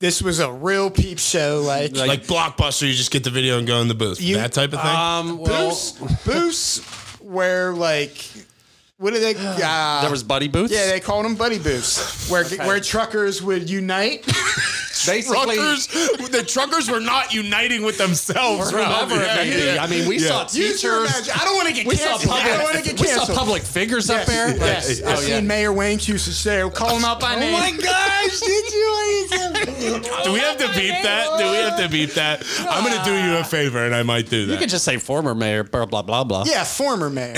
[SPEAKER 5] this was a real peep show. Like,
[SPEAKER 4] Like, Blockbuster, you just get the video and go in the booth. that type of thing.
[SPEAKER 6] Um, well,
[SPEAKER 5] booths, booths where like what do they? Uh,
[SPEAKER 6] there was Buddy Boots.
[SPEAKER 5] yeah, they called them buddy booths, where where truckers would unite.
[SPEAKER 6] basically.
[SPEAKER 4] truckers, the truckers were not uniting with themselves. bro.
[SPEAKER 6] Whoever
[SPEAKER 4] Yeah,
[SPEAKER 6] it may be.
[SPEAKER 4] yeah.
[SPEAKER 6] I mean, we
[SPEAKER 4] Yeah.
[SPEAKER 6] saw
[SPEAKER 5] Use your
[SPEAKER 6] teachers.
[SPEAKER 5] imagi- I don't want to get
[SPEAKER 6] We saw
[SPEAKER 5] canceled. I don't want to
[SPEAKER 6] public.
[SPEAKER 5] get
[SPEAKER 6] We saw
[SPEAKER 5] canceled.
[SPEAKER 6] public figures
[SPEAKER 5] Yes,
[SPEAKER 6] up there.
[SPEAKER 5] Yes.
[SPEAKER 6] Oh,
[SPEAKER 5] I've
[SPEAKER 6] yeah.
[SPEAKER 5] seen Mayor Wayne Cusich say, call him out by name.
[SPEAKER 6] gosh! Did you?
[SPEAKER 4] Do we have to beep that? Do we have to beep that? I'm going to do you a favor, and I might do that.
[SPEAKER 6] You could just say former mayor, blah blah blah blah.
[SPEAKER 5] Yeah, former mayor.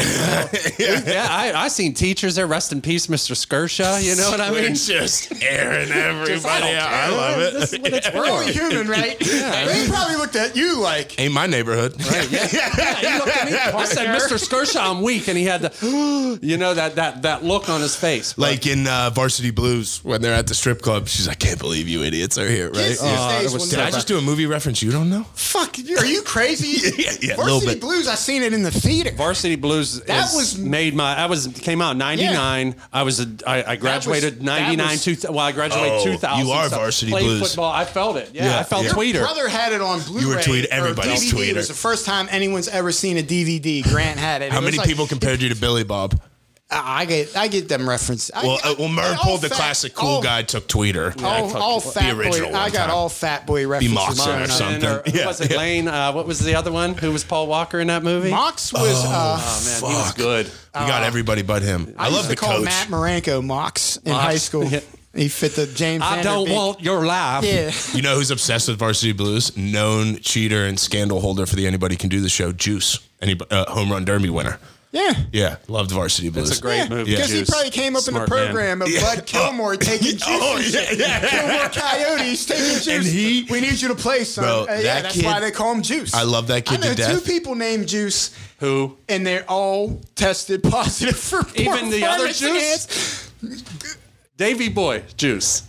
[SPEAKER 6] yeah. I I seen teachers there. Rest in peace, Mr. Skirsha. You know what I
[SPEAKER 4] We're
[SPEAKER 6] mean?
[SPEAKER 4] just airing everybody
[SPEAKER 6] don't
[SPEAKER 4] out. I love it.
[SPEAKER 6] This is what it's
[SPEAKER 5] We're only
[SPEAKER 6] for.
[SPEAKER 5] human, right? They probably looked at you like,
[SPEAKER 4] Ain't my neighborhood.
[SPEAKER 6] Yeah, you looked at me. I said, Mr. Skirsha, I'm weak, and he had the, you know that that that look on his face. But
[SPEAKER 4] Like in uh, Varsity Blues when they're at the strip club, she's like, "Can't believe you idiots are here!" Right? Oh, Uh,
[SPEAKER 5] Kids these days
[SPEAKER 4] Did
[SPEAKER 5] will
[SPEAKER 4] I
[SPEAKER 5] never-
[SPEAKER 4] just do a movie reference you don't know?
[SPEAKER 5] fuck, are you crazy?
[SPEAKER 4] Yeah, yeah, a little
[SPEAKER 5] Varsity
[SPEAKER 4] bit.
[SPEAKER 5] Blues, I seen it in the theater.
[SPEAKER 6] Varsity Blues that was
[SPEAKER 5] was-
[SPEAKER 6] made my. I was came out '99. I was a, I, I graduated
[SPEAKER 5] that
[SPEAKER 6] '99.
[SPEAKER 5] was-
[SPEAKER 6] Two well, I graduated
[SPEAKER 4] Oh,
[SPEAKER 6] 2000.
[SPEAKER 4] you are
[SPEAKER 6] so
[SPEAKER 4] Varsity
[SPEAKER 6] played
[SPEAKER 4] Blues.
[SPEAKER 6] football. I felt it. Yeah,
[SPEAKER 4] Yeah,
[SPEAKER 6] I felt
[SPEAKER 4] yeah.
[SPEAKER 6] tweeter.
[SPEAKER 5] Brother had it on Blu-ray.
[SPEAKER 4] You were tweet-
[SPEAKER 5] or
[SPEAKER 4] everybody's
[SPEAKER 5] DVD. It
[SPEAKER 4] tweeter.
[SPEAKER 5] was the first time anyone's ever seen a DVD. Grant had it.
[SPEAKER 4] How
[SPEAKER 5] It was
[SPEAKER 4] many
[SPEAKER 5] like-
[SPEAKER 4] people compared you to Billy Bob?
[SPEAKER 5] I I get, I get them references. I-
[SPEAKER 4] Well,
[SPEAKER 5] I-
[SPEAKER 4] uh, well, Merv
[SPEAKER 5] all
[SPEAKER 4] pulled the
[SPEAKER 5] fat-
[SPEAKER 4] classic cool
[SPEAKER 5] all-
[SPEAKER 4] guy took tweeter.
[SPEAKER 5] All, all fat
[SPEAKER 4] original
[SPEAKER 5] boy.
[SPEAKER 4] one
[SPEAKER 5] I got
[SPEAKER 4] time.
[SPEAKER 5] all fat boy references.
[SPEAKER 4] Moxon
[SPEAKER 5] growing
[SPEAKER 4] or
[SPEAKER 5] up.
[SPEAKER 6] And
[SPEAKER 4] something.
[SPEAKER 6] then, or who
[SPEAKER 4] Yeah,
[SPEAKER 6] was it?
[SPEAKER 4] yeah.
[SPEAKER 6] Lane. Uh, what was the other one? Who was Paul Walker in that movie? Oh,
[SPEAKER 5] Mox was. uh,
[SPEAKER 6] Man, he was
[SPEAKER 4] Fuck.
[SPEAKER 6] good.
[SPEAKER 4] We got everybody but him. Oh, I,
[SPEAKER 5] I
[SPEAKER 4] love
[SPEAKER 5] used
[SPEAKER 4] the
[SPEAKER 5] to call
[SPEAKER 4] coach.
[SPEAKER 5] Matt Marenko Mox in
[SPEAKER 6] Mox.
[SPEAKER 5] high school.
[SPEAKER 6] Yeah.
[SPEAKER 5] He fit the James.
[SPEAKER 6] I don't
[SPEAKER 5] Vanderbeek.
[SPEAKER 6] want your life.
[SPEAKER 5] Yeah.
[SPEAKER 4] You know who's obsessed with Varsity Blues? Known cheater and scandal holder for the Anybody Can Do the Show, Juice. Any uh, home run derby winner.
[SPEAKER 5] Yeah.
[SPEAKER 4] Yeah, loved Varsity Blues.
[SPEAKER 6] It's a great movie.
[SPEAKER 5] Because he
[SPEAKER 6] Juice.
[SPEAKER 5] probably came up
[SPEAKER 6] Smart
[SPEAKER 5] in the program of Bud Kilmore taking juice.
[SPEAKER 4] Oh,
[SPEAKER 5] and shit.
[SPEAKER 4] yeah, yeah.
[SPEAKER 5] Kilmore Coyotes taking juice.
[SPEAKER 4] And he-
[SPEAKER 5] we need you to play, son.
[SPEAKER 4] Bro,
[SPEAKER 5] Uh, yeah,
[SPEAKER 4] that
[SPEAKER 5] that's
[SPEAKER 4] kid-
[SPEAKER 5] why they call him Juice.
[SPEAKER 4] I love that kid
[SPEAKER 5] I know
[SPEAKER 4] to death.
[SPEAKER 5] two people named Juice,
[SPEAKER 6] Who?
[SPEAKER 5] and they're all tested positive for
[SPEAKER 6] Even the other
[SPEAKER 5] performance
[SPEAKER 6] Juice?
[SPEAKER 5] enhanced-
[SPEAKER 6] Davy Boy Juice.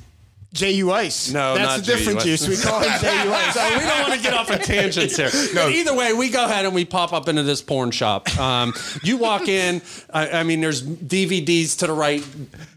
[SPEAKER 5] Ju Ice.
[SPEAKER 6] No,
[SPEAKER 5] that's
[SPEAKER 6] not
[SPEAKER 5] a different
[SPEAKER 6] J.U. Ice.
[SPEAKER 5] juice. We call him Ju Ice.
[SPEAKER 6] So we don't want to get off of tangents here. But either way, we go ahead and we pop up into this porn shop. Um, you walk in. I, I mean, there's DVDs to the right,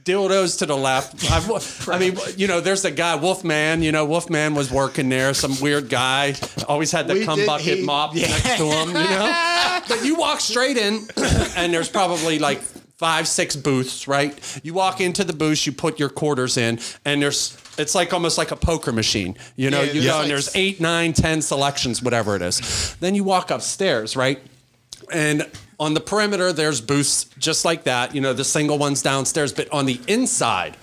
[SPEAKER 6] dildos to the left. I've, I mean, you know, there's the guy Wolfman. You know, Wolfman was working there. Some weird guy always had the
[SPEAKER 5] We
[SPEAKER 6] cum
[SPEAKER 5] did-
[SPEAKER 6] bucket
[SPEAKER 5] he-
[SPEAKER 6] mop
[SPEAKER 5] yeah.
[SPEAKER 6] next to him. You know, but you walk straight in, and there's probably like. Five, six booths, right? You walk into the booth, you put your quarters in, and there's it's like almost like a poker machine. You know,
[SPEAKER 5] Yeah,
[SPEAKER 6] you
[SPEAKER 5] there's
[SPEAKER 6] go
[SPEAKER 5] like
[SPEAKER 6] and there's eight, nine, ten selections, whatever it is. Then you walk upstairs, right? And on the perimeter, there's booths just like that. You know, the single ones downstairs, but on the inside,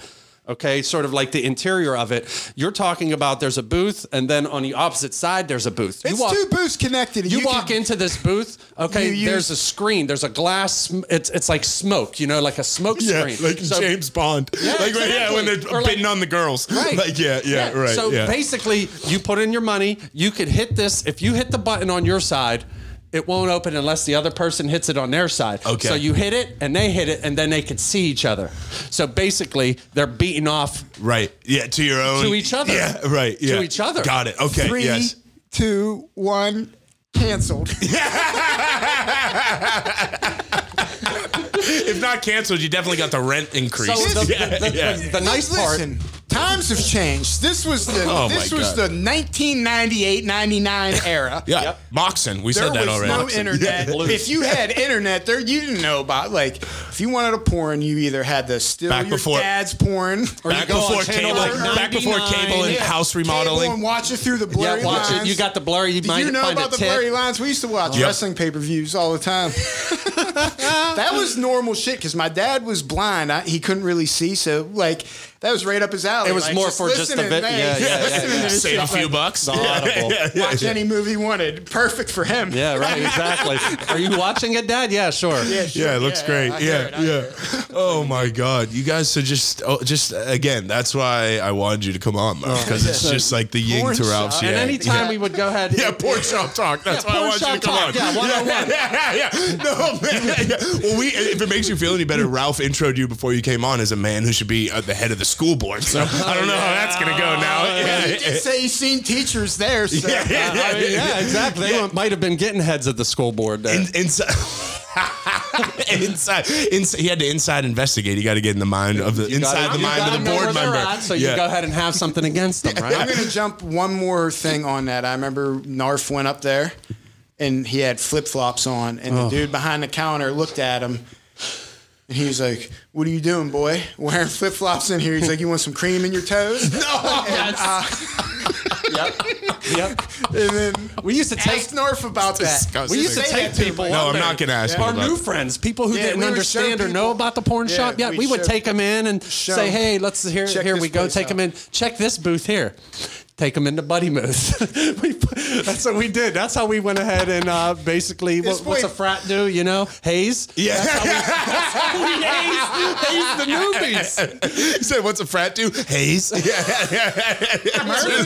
[SPEAKER 6] okay, sort of like the interior of it, you're talking about there's a booth, and then on the opposite side, there's a booth. You
[SPEAKER 5] It's
[SPEAKER 6] walk-
[SPEAKER 5] two booths connected.
[SPEAKER 6] you, walk
[SPEAKER 5] can-
[SPEAKER 6] into this booth, okay?
[SPEAKER 5] You use-
[SPEAKER 6] there's a screen. There's a glass. sm- It's it's like smoke, you know, like a smoke
[SPEAKER 4] Yeah,
[SPEAKER 6] screen.
[SPEAKER 4] like
[SPEAKER 6] So-
[SPEAKER 4] James Bond. like right- yeah, when they're
[SPEAKER 6] exactly. Or like-
[SPEAKER 4] bidding on the girls.
[SPEAKER 6] Right.
[SPEAKER 4] Like yeah, yeah, right.
[SPEAKER 6] So
[SPEAKER 4] yeah.
[SPEAKER 6] basically, you put in your money. You could hit this. If you hit the button on your side, it won't open unless the other person hits it on their side.
[SPEAKER 4] Okay.
[SPEAKER 6] So you hit it, and they hit it, and then they could see each other. So basically, they're beating off.
[SPEAKER 4] right. Yeah, to your own.
[SPEAKER 6] To each other.
[SPEAKER 4] Yeah, right. Yeah.
[SPEAKER 6] each other.
[SPEAKER 4] Got it. Okay.
[SPEAKER 5] three,
[SPEAKER 4] yes.
[SPEAKER 5] two, one, canceled.
[SPEAKER 4] If not canceled, you definitely got the rent
[SPEAKER 6] So
[SPEAKER 4] increase.
[SPEAKER 6] the,
[SPEAKER 4] yeah,
[SPEAKER 6] the, the,
[SPEAKER 4] yeah.
[SPEAKER 6] the nice part.
[SPEAKER 5] Listen, times have changed. This was the
[SPEAKER 4] Oh,
[SPEAKER 5] this
[SPEAKER 4] my
[SPEAKER 5] was
[SPEAKER 4] God.
[SPEAKER 5] the 1998-99 era.
[SPEAKER 4] yeah. Moxon, we
[SPEAKER 5] There
[SPEAKER 4] said that
[SPEAKER 5] was
[SPEAKER 4] already.
[SPEAKER 5] no internet. if you had internet, there you didn't know about like if you wanted a porn, you either had to steal
[SPEAKER 4] Back
[SPEAKER 5] your
[SPEAKER 4] before-
[SPEAKER 5] dad's porn or
[SPEAKER 4] back
[SPEAKER 5] you go on
[SPEAKER 4] before
[SPEAKER 5] channel
[SPEAKER 4] cable,
[SPEAKER 5] nine,
[SPEAKER 4] back before cable and
[SPEAKER 6] Yeah.
[SPEAKER 4] house
[SPEAKER 5] cable
[SPEAKER 4] remodeling.
[SPEAKER 5] and watch it through the blurry
[SPEAKER 6] Yeah, watch
[SPEAKER 5] lines.
[SPEAKER 6] it. You got the blurry. You
[SPEAKER 5] Did
[SPEAKER 6] might
[SPEAKER 5] you know
[SPEAKER 6] find
[SPEAKER 5] about
[SPEAKER 6] a
[SPEAKER 5] the
[SPEAKER 6] tit.
[SPEAKER 5] blurry lines? We used to watch wrestling pay per views all the time. that was normal shit because my dad was blind. I, he couldn't really see, so like that was right up his alley.
[SPEAKER 6] It was
[SPEAKER 5] Like,
[SPEAKER 6] more
[SPEAKER 5] just
[SPEAKER 6] for just the
[SPEAKER 5] listening,
[SPEAKER 6] bit.
[SPEAKER 5] man,
[SPEAKER 6] Yeah, yeah, yeah.
[SPEAKER 5] listening to this
[SPEAKER 4] Save
[SPEAKER 5] shit,
[SPEAKER 4] a few
[SPEAKER 5] like,
[SPEAKER 4] bucks.
[SPEAKER 6] The audible.
[SPEAKER 5] Watch any movie he wanted. Perfect for him.
[SPEAKER 6] Yeah, right. Exactly. Are you watching it, Dad? Yeah, sure.
[SPEAKER 4] yeah, it looks great. Yeah, yeah. Oh my God, you guys! So just, oh, just again, that's why I wanted you to come on because it's just like the yin
[SPEAKER 5] Porn
[SPEAKER 4] to Ralph's.
[SPEAKER 5] shop.
[SPEAKER 4] Yeah,
[SPEAKER 6] And anytime
[SPEAKER 4] yeah.
[SPEAKER 6] we would go ahead.
[SPEAKER 4] Yeah, porn shop talk. That's
[SPEAKER 6] Yeah,
[SPEAKER 4] why I
[SPEAKER 6] porn
[SPEAKER 4] wanted you
[SPEAKER 6] shop
[SPEAKER 4] to come
[SPEAKER 6] talk.
[SPEAKER 4] on.
[SPEAKER 6] Yeah, 101.
[SPEAKER 4] Yeah, yeah, yeah. No, man. Yeah. Well, we, if it makes you feel any better, Ralph introed you before you came on as a man who should be at the head of the school board. So I don't know how that's going to go now.
[SPEAKER 5] He
[SPEAKER 4] Yeah.
[SPEAKER 5] did say he's seen teachers there. So.
[SPEAKER 4] Yeah, yeah, yeah.
[SPEAKER 6] I mean, yeah, exactly. They might have been getting heads at the school board. there.
[SPEAKER 4] In, inside. inside, inside, he had to inside investigate. He got to get in the mind of the
[SPEAKER 6] You gotta-
[SPEAKER 4] inside the
[SPEAKER 6] you
[SPEAKER 4] mind
[SPEAKER 6] gotta
[SPEAKER 4] of the
[SPEAKER 6] know
[SPEAKER 4] board
[SPEAKER 6] where they're
[SPEAKER 4] member.
[SPEAKER 6] at, so
[SPEAKER 4] yeah.
[SPEAKER 6] you go ahead and have something against them, right?
[SPEAKER 5] I'm gonna jump one more thing on that. I remember Narf went up there and he had flip flops on, and
[SPEAKER 6] Oh.
[SPEAKER 5] the dude behind the counter looked at him. And he was like, "What are you doing, boy? Wearing flip flops in here?" He's like, "You want some cream in your toes?" no. And, uh,
[SPEAKER 6] yep.
[SPEAKER 5] and then
[SPEAKER 6] We used to take
[SPEAKER 5] asked Narf about that.
[SPEAKER 4] disgusting.
[SPEAKER 6] we used to
[SPEAKER 5] say
[SPEAKER 6] take
[SPEAKER 5] that to
[SPEAKER 6] people.
[SPEAKER 5] him.
[SPEAKER 4] No,
[SPEAKER 6] up
[SPEAKER 4] I'm
[SPEAKER 6] there.
[SPEAKER 4] not gonna ask
[SPEAKER 6] Our
[SPEAKER 4] you about
[SPEAKER 6] new
[SPEAKER 4] that.
[SPEAKER 6] friends, people who
[SPEAKER 5] Yeah,
[SPEAKER 6] didn't
[SPEAKER 5] we would
[SPEAKER 6] understand
[SPEAKER 5] show
[SPEAKER 6] or know
[SPEAKER 5] people-
[SPEAKER 6] about the porn
[SPEAKER 5] Yeah,
[SPEAKER 6] shop. Yeah,
[SPEAKER 5] we'd
[SPEAKER 6] we would
[SPEAKER 5] show-
[SPEAKER 6] take them in and
[SPEAKER 5] show
[SPEAKER 6] say,
[SPEAKER 5] them.
[SPEAKER 6] "Hey, let's here
[SPEAKER 5] Check
[SPEAKER 6] here
[SPEAKER 5] this
[SPEAKER 6] we go.
[SPEAKER 5] place
[SPEAKER 6] Take
[SPEAKER 5] out.
[SPEAKER 6] them in. Check this booth here." Take them into Buddy Moose. we, that's what we did. That's how we went ahead and uh, basically, what,
[SPEAKER 5] This
[SPEAKER 6] what's a
[SPEAKER 5] boy-
[SPEAKER 6] frat do? You know, haze.
[SPEAKER 4] Yeah.
[SPEAKER 6] haze the newbies.
[SPEAKER 4] he said, "What's a frat do?" Hayes. Yeah, yeah, yeah.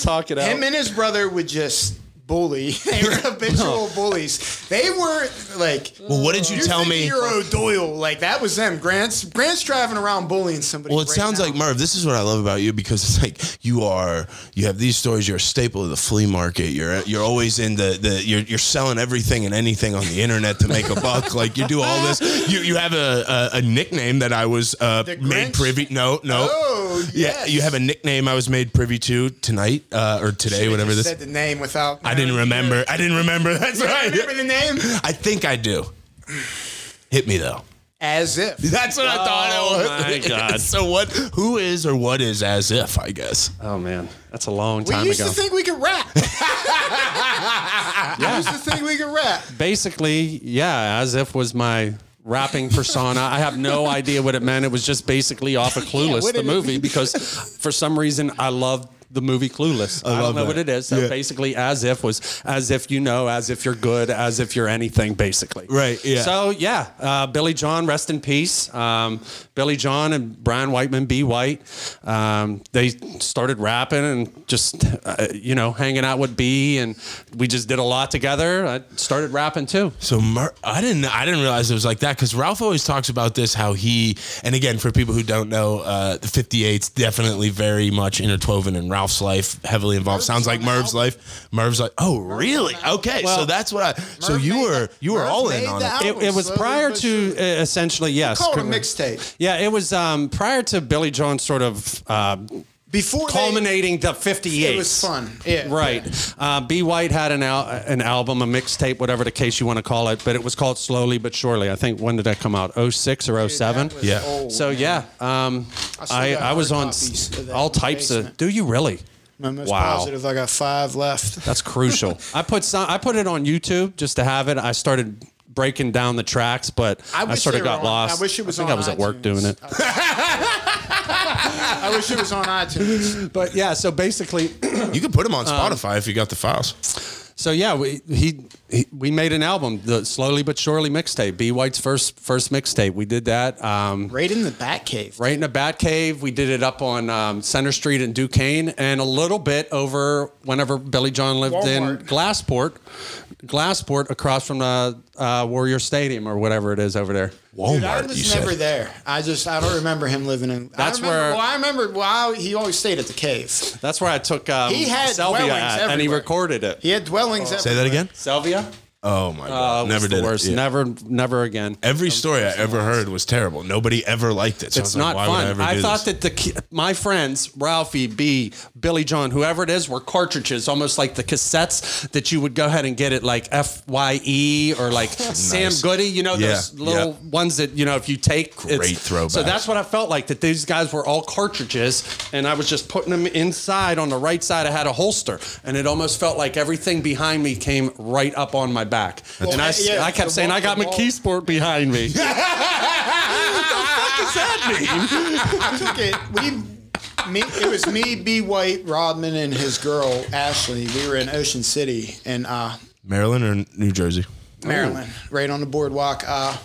[SPEAKER 6] Talk it out.
[SPEAKER 5] Him and his brother would just bully. They were habitual bullies. They were like.
[SPEAKER 4] Well, what did you
[SPEAKER 5] You're
[SPEAKER 4] tell
[SPEAKER 5] thinking
[SPEAKER 4] me?
[SPEAKER 5] You're O'Doyle. Like, that was them. Grant's, Grant's driving around bullying somebody.
[SPEAKER 4] Well, it
[SPEAKER 5] right
[SPEAKER 4] sounds
[SPEAKER 5] now.
[SPEAKER 4] like Merv. This is what I love about you because it's like you are you have these stories. You're a staple of the flea market. You're you're always in the the you're, you're selling everything and anything on the internet to make a buck. Like you do all this. You you have a a, a nickname that I was uh,
[SPEAKER 5] The
[SPEAKER 4] made
[SPEAKER 5] Grinch?
[SPEAKER 4] privy. No, no.
[SPEAKER 5] Oh,
[SPEAKER 4] yeah.
[SPEAKER 5] yes.
[SPEAKER 4] You have a nickname I was made privy to tonight uh, or today,
[SPEAKER 5] Should've
[SPEAKER 4] whatever
[SPEAKER 5] just
[SPEAKER 4] this.
[SPEAKER 5] Said the name without.
[SPEAKER 4] I didn't remember. I didn't remember. That's
[SPEAKER 5] You don't
[SPEAKER 4] right.
[SPEAKER 5] remember the name?
[SPEAKER 4] I think I do. Hit me though. Oh,
[SPEAKER 5] As if.
[SPEAKER 4] That's what I thought it was.
[SPEAKER 6] Oh my God.
[SPEAKER 4] so what? Who is or what is as if? I guess.
[SPEAKER 6] oh man, that's a long
[SPEAKER 5] We
[SPEAKER 6] time
[SPEAKER 5] used
[SPEAKER 6] ago.
[SPEAKER 5] to think we could rap. We used to think we could rap.
[SPEAKER 6] basically, yeah, as if was my rapping persona. I have no idea what it meant. It was just basically off of Clueless,
[SPEAKER 5] what
[SPEAKER 6] the
[SPEAKER 5] did it
[SPEAKER 6] movie, because for some reason I love the movie Clueless. I,
[SPEAKER 4] love
[SPEAKER 6] don't know
[SPEAKER 4] that.
[SPEAKER 6] what it is. So
[SPEAKER 4] Yeah.
[SPEAKER 6] basically, as if was as if you know, as if you're good, as if you're anything, basically.
[SPEAKER 4] Right, yeah.
[SPEAKER 6] So yeah, uh, Billy John, rest in peace. Um, Billy John and Brian Whiteman, B White, um, they started rapping and just uh, you know hanging out with B, and we just did a lot together. I started rapping too.
[SPEAKER 4] So Mur- I didn't I didn't realize it was like that because Ralph always talks about this how he and again for people who don't know uh, the 58's definitely very much interwoven in Ralph's life heavily involved sounds like Merv's life Merv's like oh really okay so that's what I so you were you were
[SPEAKER 5] Merv
[SPEAKER 4] all in
[SPEAKER 5] made
[SPEAKER 4] on
[SPEAKER 5] the
[SPEAKER 4] it
[SPEAKER 5] album.
[SPEAKER 6] It, it was
[SPEAKER 5] Slowly
[SPEAKER 6] prior
[SPEAKER 5] Oh, but
[SPEAKER 6] to uh, essentially yes,
[SPEAKER 5] Call it a
[SPEAKER 6] correct.
[SPEAKER 5] mixtape.
[SPEAKER 6] Yeah, it was um, prior to Billy John sort of uh,
[SPEAKER 5] Before they-
[SPEAKER 6] culminating the 58.
[SPEAKER 5] It was fun. Yeah.
[SPEAKER 6] Right. Uh, B. White had an al- an album, a mixtape, whatever the case you want to call it, but it was called Slowly But Surely. I think when did that come out? 06 or 07?
[SPEAKER 5] was
[SPEAKER 4] Yeah.
[SPEAKER 5] old,
[SPEAKER 6] so
[SPEAKER 5] man.
[SPEAKER 6] yeah, um,
[SPEAKER 5] still
[SPEAKER 6] I,
[SPEAKER 5] got
[SPEAKER 6] I was
[SPEAKER 5] hard
[SPEAKER 6] on
[SPEAKER 5] copies
[SPEAKER 6] s-
[SPEAKER 5] of that
[SPEAKER 6] all
[SPEAKER 5] in the
[SPEAKER 6] types of.
[SPEAKER 5] basement.
[SPEAKER 6] Do you really?
[SPEAKER 5] I'm most
[SPEAKER 6] Wow.
[SPEAKER 5] positive I got five left.
[SPEAKER 6] That's crucial. I put some, I put it on YouTube just to have it. I started breaking down the tracks, but I,
[SPEAKER 5] wish
[SPEAKER 6] sort
[SPEAKER 5] they
[SPEAKER 6] of
[SPEAKER 5] were
[SPEAKER 6] got
[SPEAKER 5] on-
[SPEAKER 6] lost.
[SPEAKER 5] I wish it was
[SPEAKER 6] I think
[SPEAKER 5] on
[SPEAKER 6] I was at work
[SPEAKER 5] iTunes.
[SPEAKER 6] doing it.
[SPEAKER 5] I wish it was on iTunes.
[SPEAKER 6] But yeah, so basically,
[SPEAKER 4] you could put him on
[SPEAKER 6] Um,
[SPEAKER 4] Spotify if you got the files
[SPEAKER 6] so yeah, we he, he we made an album, the slowly but surely mixtape, B White's first first mixtape. We did that. Um,
[SPEAKER 5] Right in the Batcave. cave.
[SPEAKER 6] right in the Bat Cave. We did it up on um, Center Street in Duquesne, and a little bit over whenever Billy John lived in
[SPEAKER 5] Walmart.
[SPEAKER 6] Glassport, Glassport across from the uh, Warrior Stadium or whatever it is over there.
[SPEAKER 4] Walmart
[SPEAKER 5] Dude, I
[SPEAKER 4] you
[SPEAKER 5] was
[SPEAKER 4] said.
[SPEAKER 5] never there. I just I don't remember him living in.
[SPEAKER 6] That's
[SPEAKER 5] I remember,
[SPEAKER 6] where-
[SPEAKER 5] Well, I remember. Wow, he always stayed at the cave.
[SPEAKER 6] That's where I took um,
[SPEAKER 5] He had
[SPEAKER 6] Selvia
[SPEAKER 5] dwellings
[SPEAKER 6] at, and he
[SPEAKER 5] everywhere.
[SPEAKER 6] recorded it.
[SPEAKER 5] He had dwellings. Oh,
[SPEAKER 4] say that again
[SPEAKER 6] Selvia
[SPEAKER 4] oh my god
[SPEAKER 6] uh,
[SPEAKER 4] never
[SPEAKER 6] was the
[SPEAKER 4] did
[SPEAKER 6] worst.
[SPEAKER 4] it Yeah.
[SPEAKER 6] Never, never again.
[SPEAKER 4] every story I ever heard was terrible nobody ever liked it so I
[SPEAKER 6] It's
[SPEAKER 4] was like,
[SPEAKER 6] not
[SPEAKER 4] why would
[SPEAKER 6] fun.
[SPEAKER 4] ever
[SPEAKER 6] I,
[SPEAKER 4] do
[SPEAKER 6] thought
[SPEAKER 4] this?
[SPEAKER 6] that the ki- my friends Ralphie, B, Billy John, whoever it is, were cartridges, almost like the cassettes that you would go ahead and get at like Fye or like Sam Goody. You know
[SPEAKER 4] Yeah,
[SPEAKER 6] those little
[SPEAKER 4] yeah.
[SPEAKER 6] ones that you know if you take it's-
[SPEAKER 4] Great throwbacks.
[SPEAKER 6] So that's what I felt like that these guys were all cartridges, and I was just putting them inside on the right side. I had a holster, and it almost felt like everything behind me came right up on my back, and I, s-
[SPEAKER 5] yeah,
[SPEAKER 6] I kept
[SPEAKER 5] the
[SPEAKER 6] saying
[SPEAKER 5] wall-
[SPEAKER 6] I got
[SPEAKER 5] the wall-
[SPEAKER 6] McKee Sport behind me.
[SPEAKER 5] I took it. We, me, it was me, B. White, Rodman, and his girl Ashley. We were in Ocean City in uh,
[SPEAKER 4] Maryland or New Jersey
[SPEAKER 5] Maryland, right on the boardwalk. Uh,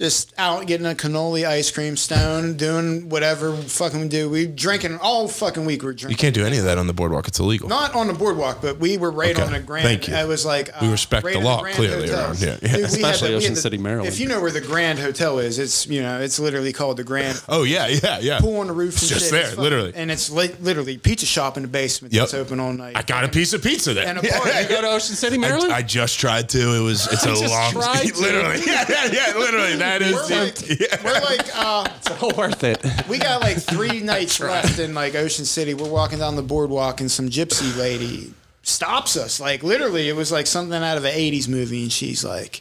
[SPEAKER 5] just out getting a cannoli ice cream stone, doing whatever fucking we do. We drinking all fucking week. We're
[SPEAKER 4] you
[SPEAKER 5] drinking.
[SPEAKER 4] can't do any of that on the boardwalk it's illegal
[SPEAKER 5] Not on the boardwalk, but we were right
[SPEAKER 4] Okay,
[SPEAKER 5] on the Grand.
[SPEAKER 4] thank you.
[SPEAKER 5] It was like uh,
[SPEAKER 4] We respect
[SPEAKER 5] right
[SPEAKER 4] the
[SPEAKER 5] in
[SPEAKER 4] law,
[SPEAKER 5] Grand
[SPEAKER 4] clearly,
[SPEAKER 5] Hotel.
[SPEAKER 4] around here. Yeah.
[SPEAKER 5] Dude, we had
[SPEAKER 6] Especially
[SPEAKER 5] the- we had
[SPEAKER 6] Ocean
[SPEAKER 5] the-
[SPEAKER 6] City, Maryland.
[SPEAKER 5] If you know where the Grand Hotel is, it's you know it's literally called the Grand.
[SPEAKER 4] oh yeah yeah yeah
[SPEAKER 5] Pool on the roof, and
[SPEAKER 4] Just
[SPEAKER 5] shit.
[SPEAKER 4] there,
[SPEAKER 5] It's fucking-
[SPEAKER 4] literally.
[SPEAKER 5] and it's li- literally pizza shop in the basement.
[SPEAKER 4] Yep.
[SPEAKER 5] that's open all night.
[SPEAKER 4] I got a piece of pizza there.
[SPEAKER 5] And a bar.
[SPEAKER 6] You go to Ocean City, Maryland.
[SPEAKER 4] I, I just tried to. It was. It's a
[SPEAKER 6] just
[SPEAKER 4] long.
[SPEAKER 6] tried to.
[SPEAKER 4] literally. Yeah, yeah, yeah. Literally. That is.
[SPEAKER 5] We're
[SPEAKER 4] the-
[SPEAKER 5] like,
[SPEAKER 4] yeah.
[SPEAKER 5] we're like uh,
[SPEAKER 6] all worth it.
[SPEAKER 5] we got like three nights left in like Ocean City. We're walking down the boardwalk and some gypsy lady stops us. Like literally, it was like something out of an '80s movie, and she's like,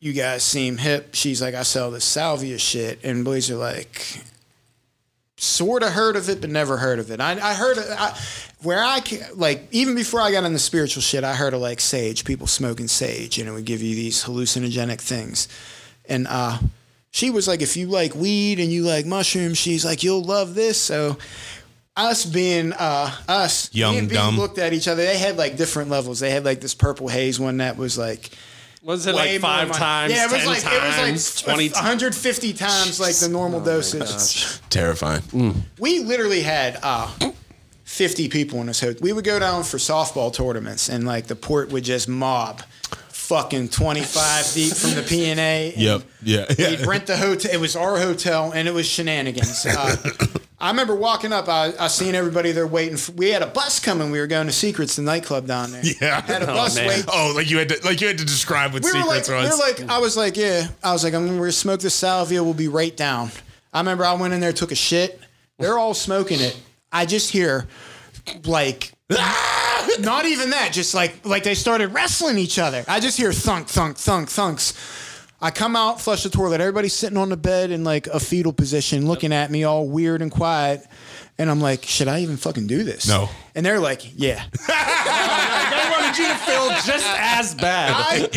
[SPEAKER 5] "You guys seem hip." She's like, "I sell this salvia shit," and boys are like. Sort of heard of it, but never heard of it. I, I heard of, I, where I ca- like even before I got into spiritual shit, I heard of like sage, people smoking sage, and it would give you these hallucinogenic things and uh she was like if you like weed and you like mushrooms she's like you'll love this so us being uh us
[SPEAKER 4] Young,
[SPEAKER 5] me and B
[SPEAKER 4] dumb.
[SPEAKER 5] looked at each other they had like different levels they had like this purple haze one that was like
[SPEAKER 6] Was it
[SPEAKER 5] way
[SPEAKER 6] like five
[SPEAKER 5] more money.
[SPEAKER 6] times?
[SPEAKER 5] yeah it was
[SPEAKER 6] 10
[SPEAKER 5] like
[SPEAKER 6] times,
[SPEAKER 5] it was like
[SPEAKER 6] 20
[SPEAKER 5] 150 times like the normal dosage
[SPEAKER 4] Terrifying.
[SPEAKER 5] we literally had uh, 50 people in this hotel. We would go down for softball tournaments, and like the port would just mob fucking 25 deep from the PNA. and
[SPEAKER 4] Yep. Yeah.
[SPEAKER 5] We'd rent the hotel. It was our hotel, and it was shenanigans. Uh, I remember walking up. I, I seen everybody there waiting. For, we had a bus coming. We were going to Secrets, the nightclub down there.
[SPEAKER 4] Yeah.
[SPEAKER 5] Had a bus
[SPEAKER 6] man.
[SPEAKER 5] wait
[SPEAKER 4] Oh, like you had to, like you had to describe what
[SPEAKER 5] we were like,
[SPEAKER 4] secrets
[SPEAKER 5] we were
[SPEAKER 4] was.
[SPEAKER 5] like, I was like, yeah, I was like, I'm gonna smoke the salvia. We'll be right down. I remember I went in there, took a shit. They're all smoking it. I just hear, like, not even that. Just like, like they started wrestling each other. I just hear thunk, thunk, thunk, thunks. I come out, flush the toilet. Everybody's sitting on the bed in like a fetal position, looking at me all weird and quiet. And I'm like, should I even fucking do this?
[SPEAKER 4] No.
[SPEAKER 5] And they're like, yeah.
[SPEAKER 6] I wanted you to feel just as bad.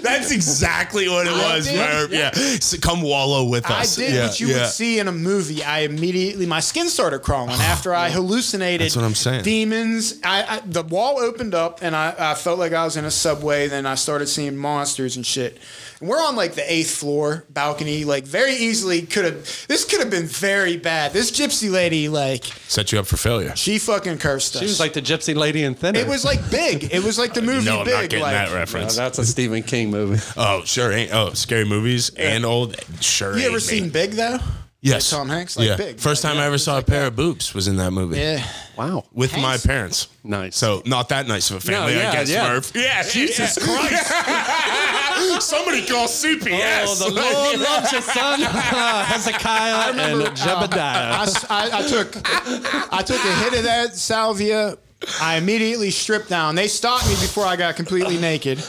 [SPEAKER 4] That's exactly what it
[SPEAKER 5] I
[SPEAKER 4] was.
[SPEAKER 5] did.
[SPEAKER 4] Merv. Yeah, So come wallow with
[SPEAKER 5] I
[SPEAKER 4] us.
[SPEAKER 5] did
[SPEAKER 4] yeah,
[SPEAKER 5] what you
[SPEAKER 4] yeah.
[SPEAKER 5] would see in a movie. I immediately my skin started crawling after I hallucinated.
[SPEAKER 4] That's what I'm saying.
[SPEAKER 5] Demons. I, I the wall opened up and I, I felt like I was in a subway. Then I started seeing monsters and shit. And we're on like the eighth floor balcony. Like very easily could have this could have been very bad. This gypsy lady like
[SPEAKER 4] Set you up for failure.
[SPEAKER 5] she fucking cursed us.
[SPEAKER 6] She was like the gypsy lady in Thinner.
[SPEAKER 5] it was like big. It was like the movie.
[SPEAKER 4] No, I'm
[SPEAKER 5] big,
[SPEAKER 4] not getting
[SPEAKER 5] like,
[SPEAKER 4] that
[SPEAKER 6] Now,
[SPEAKER 4] reference.
[SPEAKER 6] that's a Stephen King movie.
[SPEAKER 4] Oh, sure ain't. Oh, scary movies and old. Sure.
[SPEAKER 5] You
[SPEAKER 4] ain't
[SPEAKER 5] ever
[SPEAKER 4] me.
[SPEAKER 5] seen Big though?
[SPEAKER 4] Yes.
[SPEAKER 5] Like Tom Hanks, like
[SPEAKER 4] yeah.
[SPEAKER 5] Big.
[SPEAKER 4] First
[SPEAKER 5] Like,
[SPEAKER 4] time
[SPEAKER 5] yeah,
[SPEAKER 4] I ever
[SPEAKER 5] it's
[SPEAKER 4] saw a
[SPEAKER 5] like
[SPEAKER 4] pair
[SPEAKER 5] that.
[SPEAKER 4] of boobs was in that movie.
[SPEAKER 5] Yeah.
[SPEAKER 6] Wow.
[SPEAKER 4] With my
[SPEAKER 5] Hanks?
[SPEAKER 4] parents.
[SPEAKER 6] Nice.
[SPEAKER 4] So not that nice of a family,
[SPEAKER 6] yeah,
[SPEAKER 4] I guess,
[SPEAKER 6] yeah.
[SPEAKER 4] Murph. Yeah. Jesus Christ. Somebody call CPS.
[SPEAKER 6] Oh, the Lord loves your son, Hezekiah and
[SPEAKER 5] I,
[SPEAKER 6] Jebediah.
[SPEAKER 5] s- I- I took I took a hit of that salvia. I immediately stripped down. They stopped me before I got completely naked.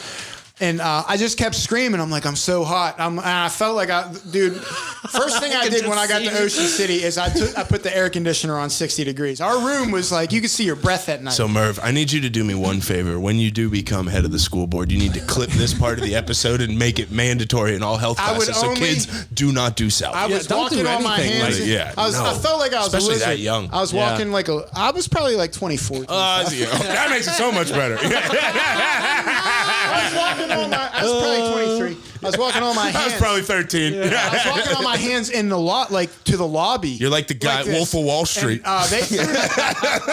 [SPEAKER 5] And uh, I just kept screaming. I'm like, I'm so hot. I'm, and I felt like I, dude. First thing I,
[SPEAKER 6] can
[SPEAKER 5] did when
[SPEAKER 6] just
[SPEAKER 5] I got
[SPEAKER 6] see
[SPEAKER 5] to
[SPEAKER 6] you.
[SPEAKER 5] Ocean City is I took, I put the air conditioner on 60 degrees. Our room was like, you could see your breath at night.
[SPEAKER 4] So Merv, I need you to do me one favor. When you do become head of the school board, you need to clip this part of the episode and make it mandatory in all health
[SPEAKER 5] I would
[SPEAKER 4] classes. So
[SPEAKER 5] only-
[SPEAKER 4] kids do not do salad.
[SPEAKER 5] I was
[SPEAKER 6] don't
[SPEAKER 5] walking
[SPEAKER 6] do
[SPEAKER 5] on my
[SPEAKER 6] anything
[SPEAKER 5] hands.
[SPEAKER 6] like-
[SPEAKER 5] and-
[SPEAKER 4] yeah,
[SPEAKER 5] I was. I
[SPEAKER 4] no.
[SPEAKER 5] felt like I was
[SPEAKER 4] Especially
[SPEAKER 5] a
[SPEAKER 4] that
[SPEAKER 5] lizard.
[SPEAKER 4] young.
[SPEAKER 5] I was
[SPEAKER 6] Yeah.
[SPEAKER 5] walking like a. I was probably like 24.
[SPEAKER 4] Uh, yeah. that makes it so much better.
[SPEAKER 5] I was walking on my. I was probably 23. I was walking on my
[SPEAKER 4] I
[SPEAKER 5] hands.
[SPEAKER 4] was probably 13.
[SPEAKER 5] I was walking on my hands in the lot, like to the lobby.
[SPEAKER 4] You're like the guy
[SPEAKER 5] this.
[SPEAKER 4] Wolf of Wall Street.
[SPEAKER 5] And, uh, they, threw,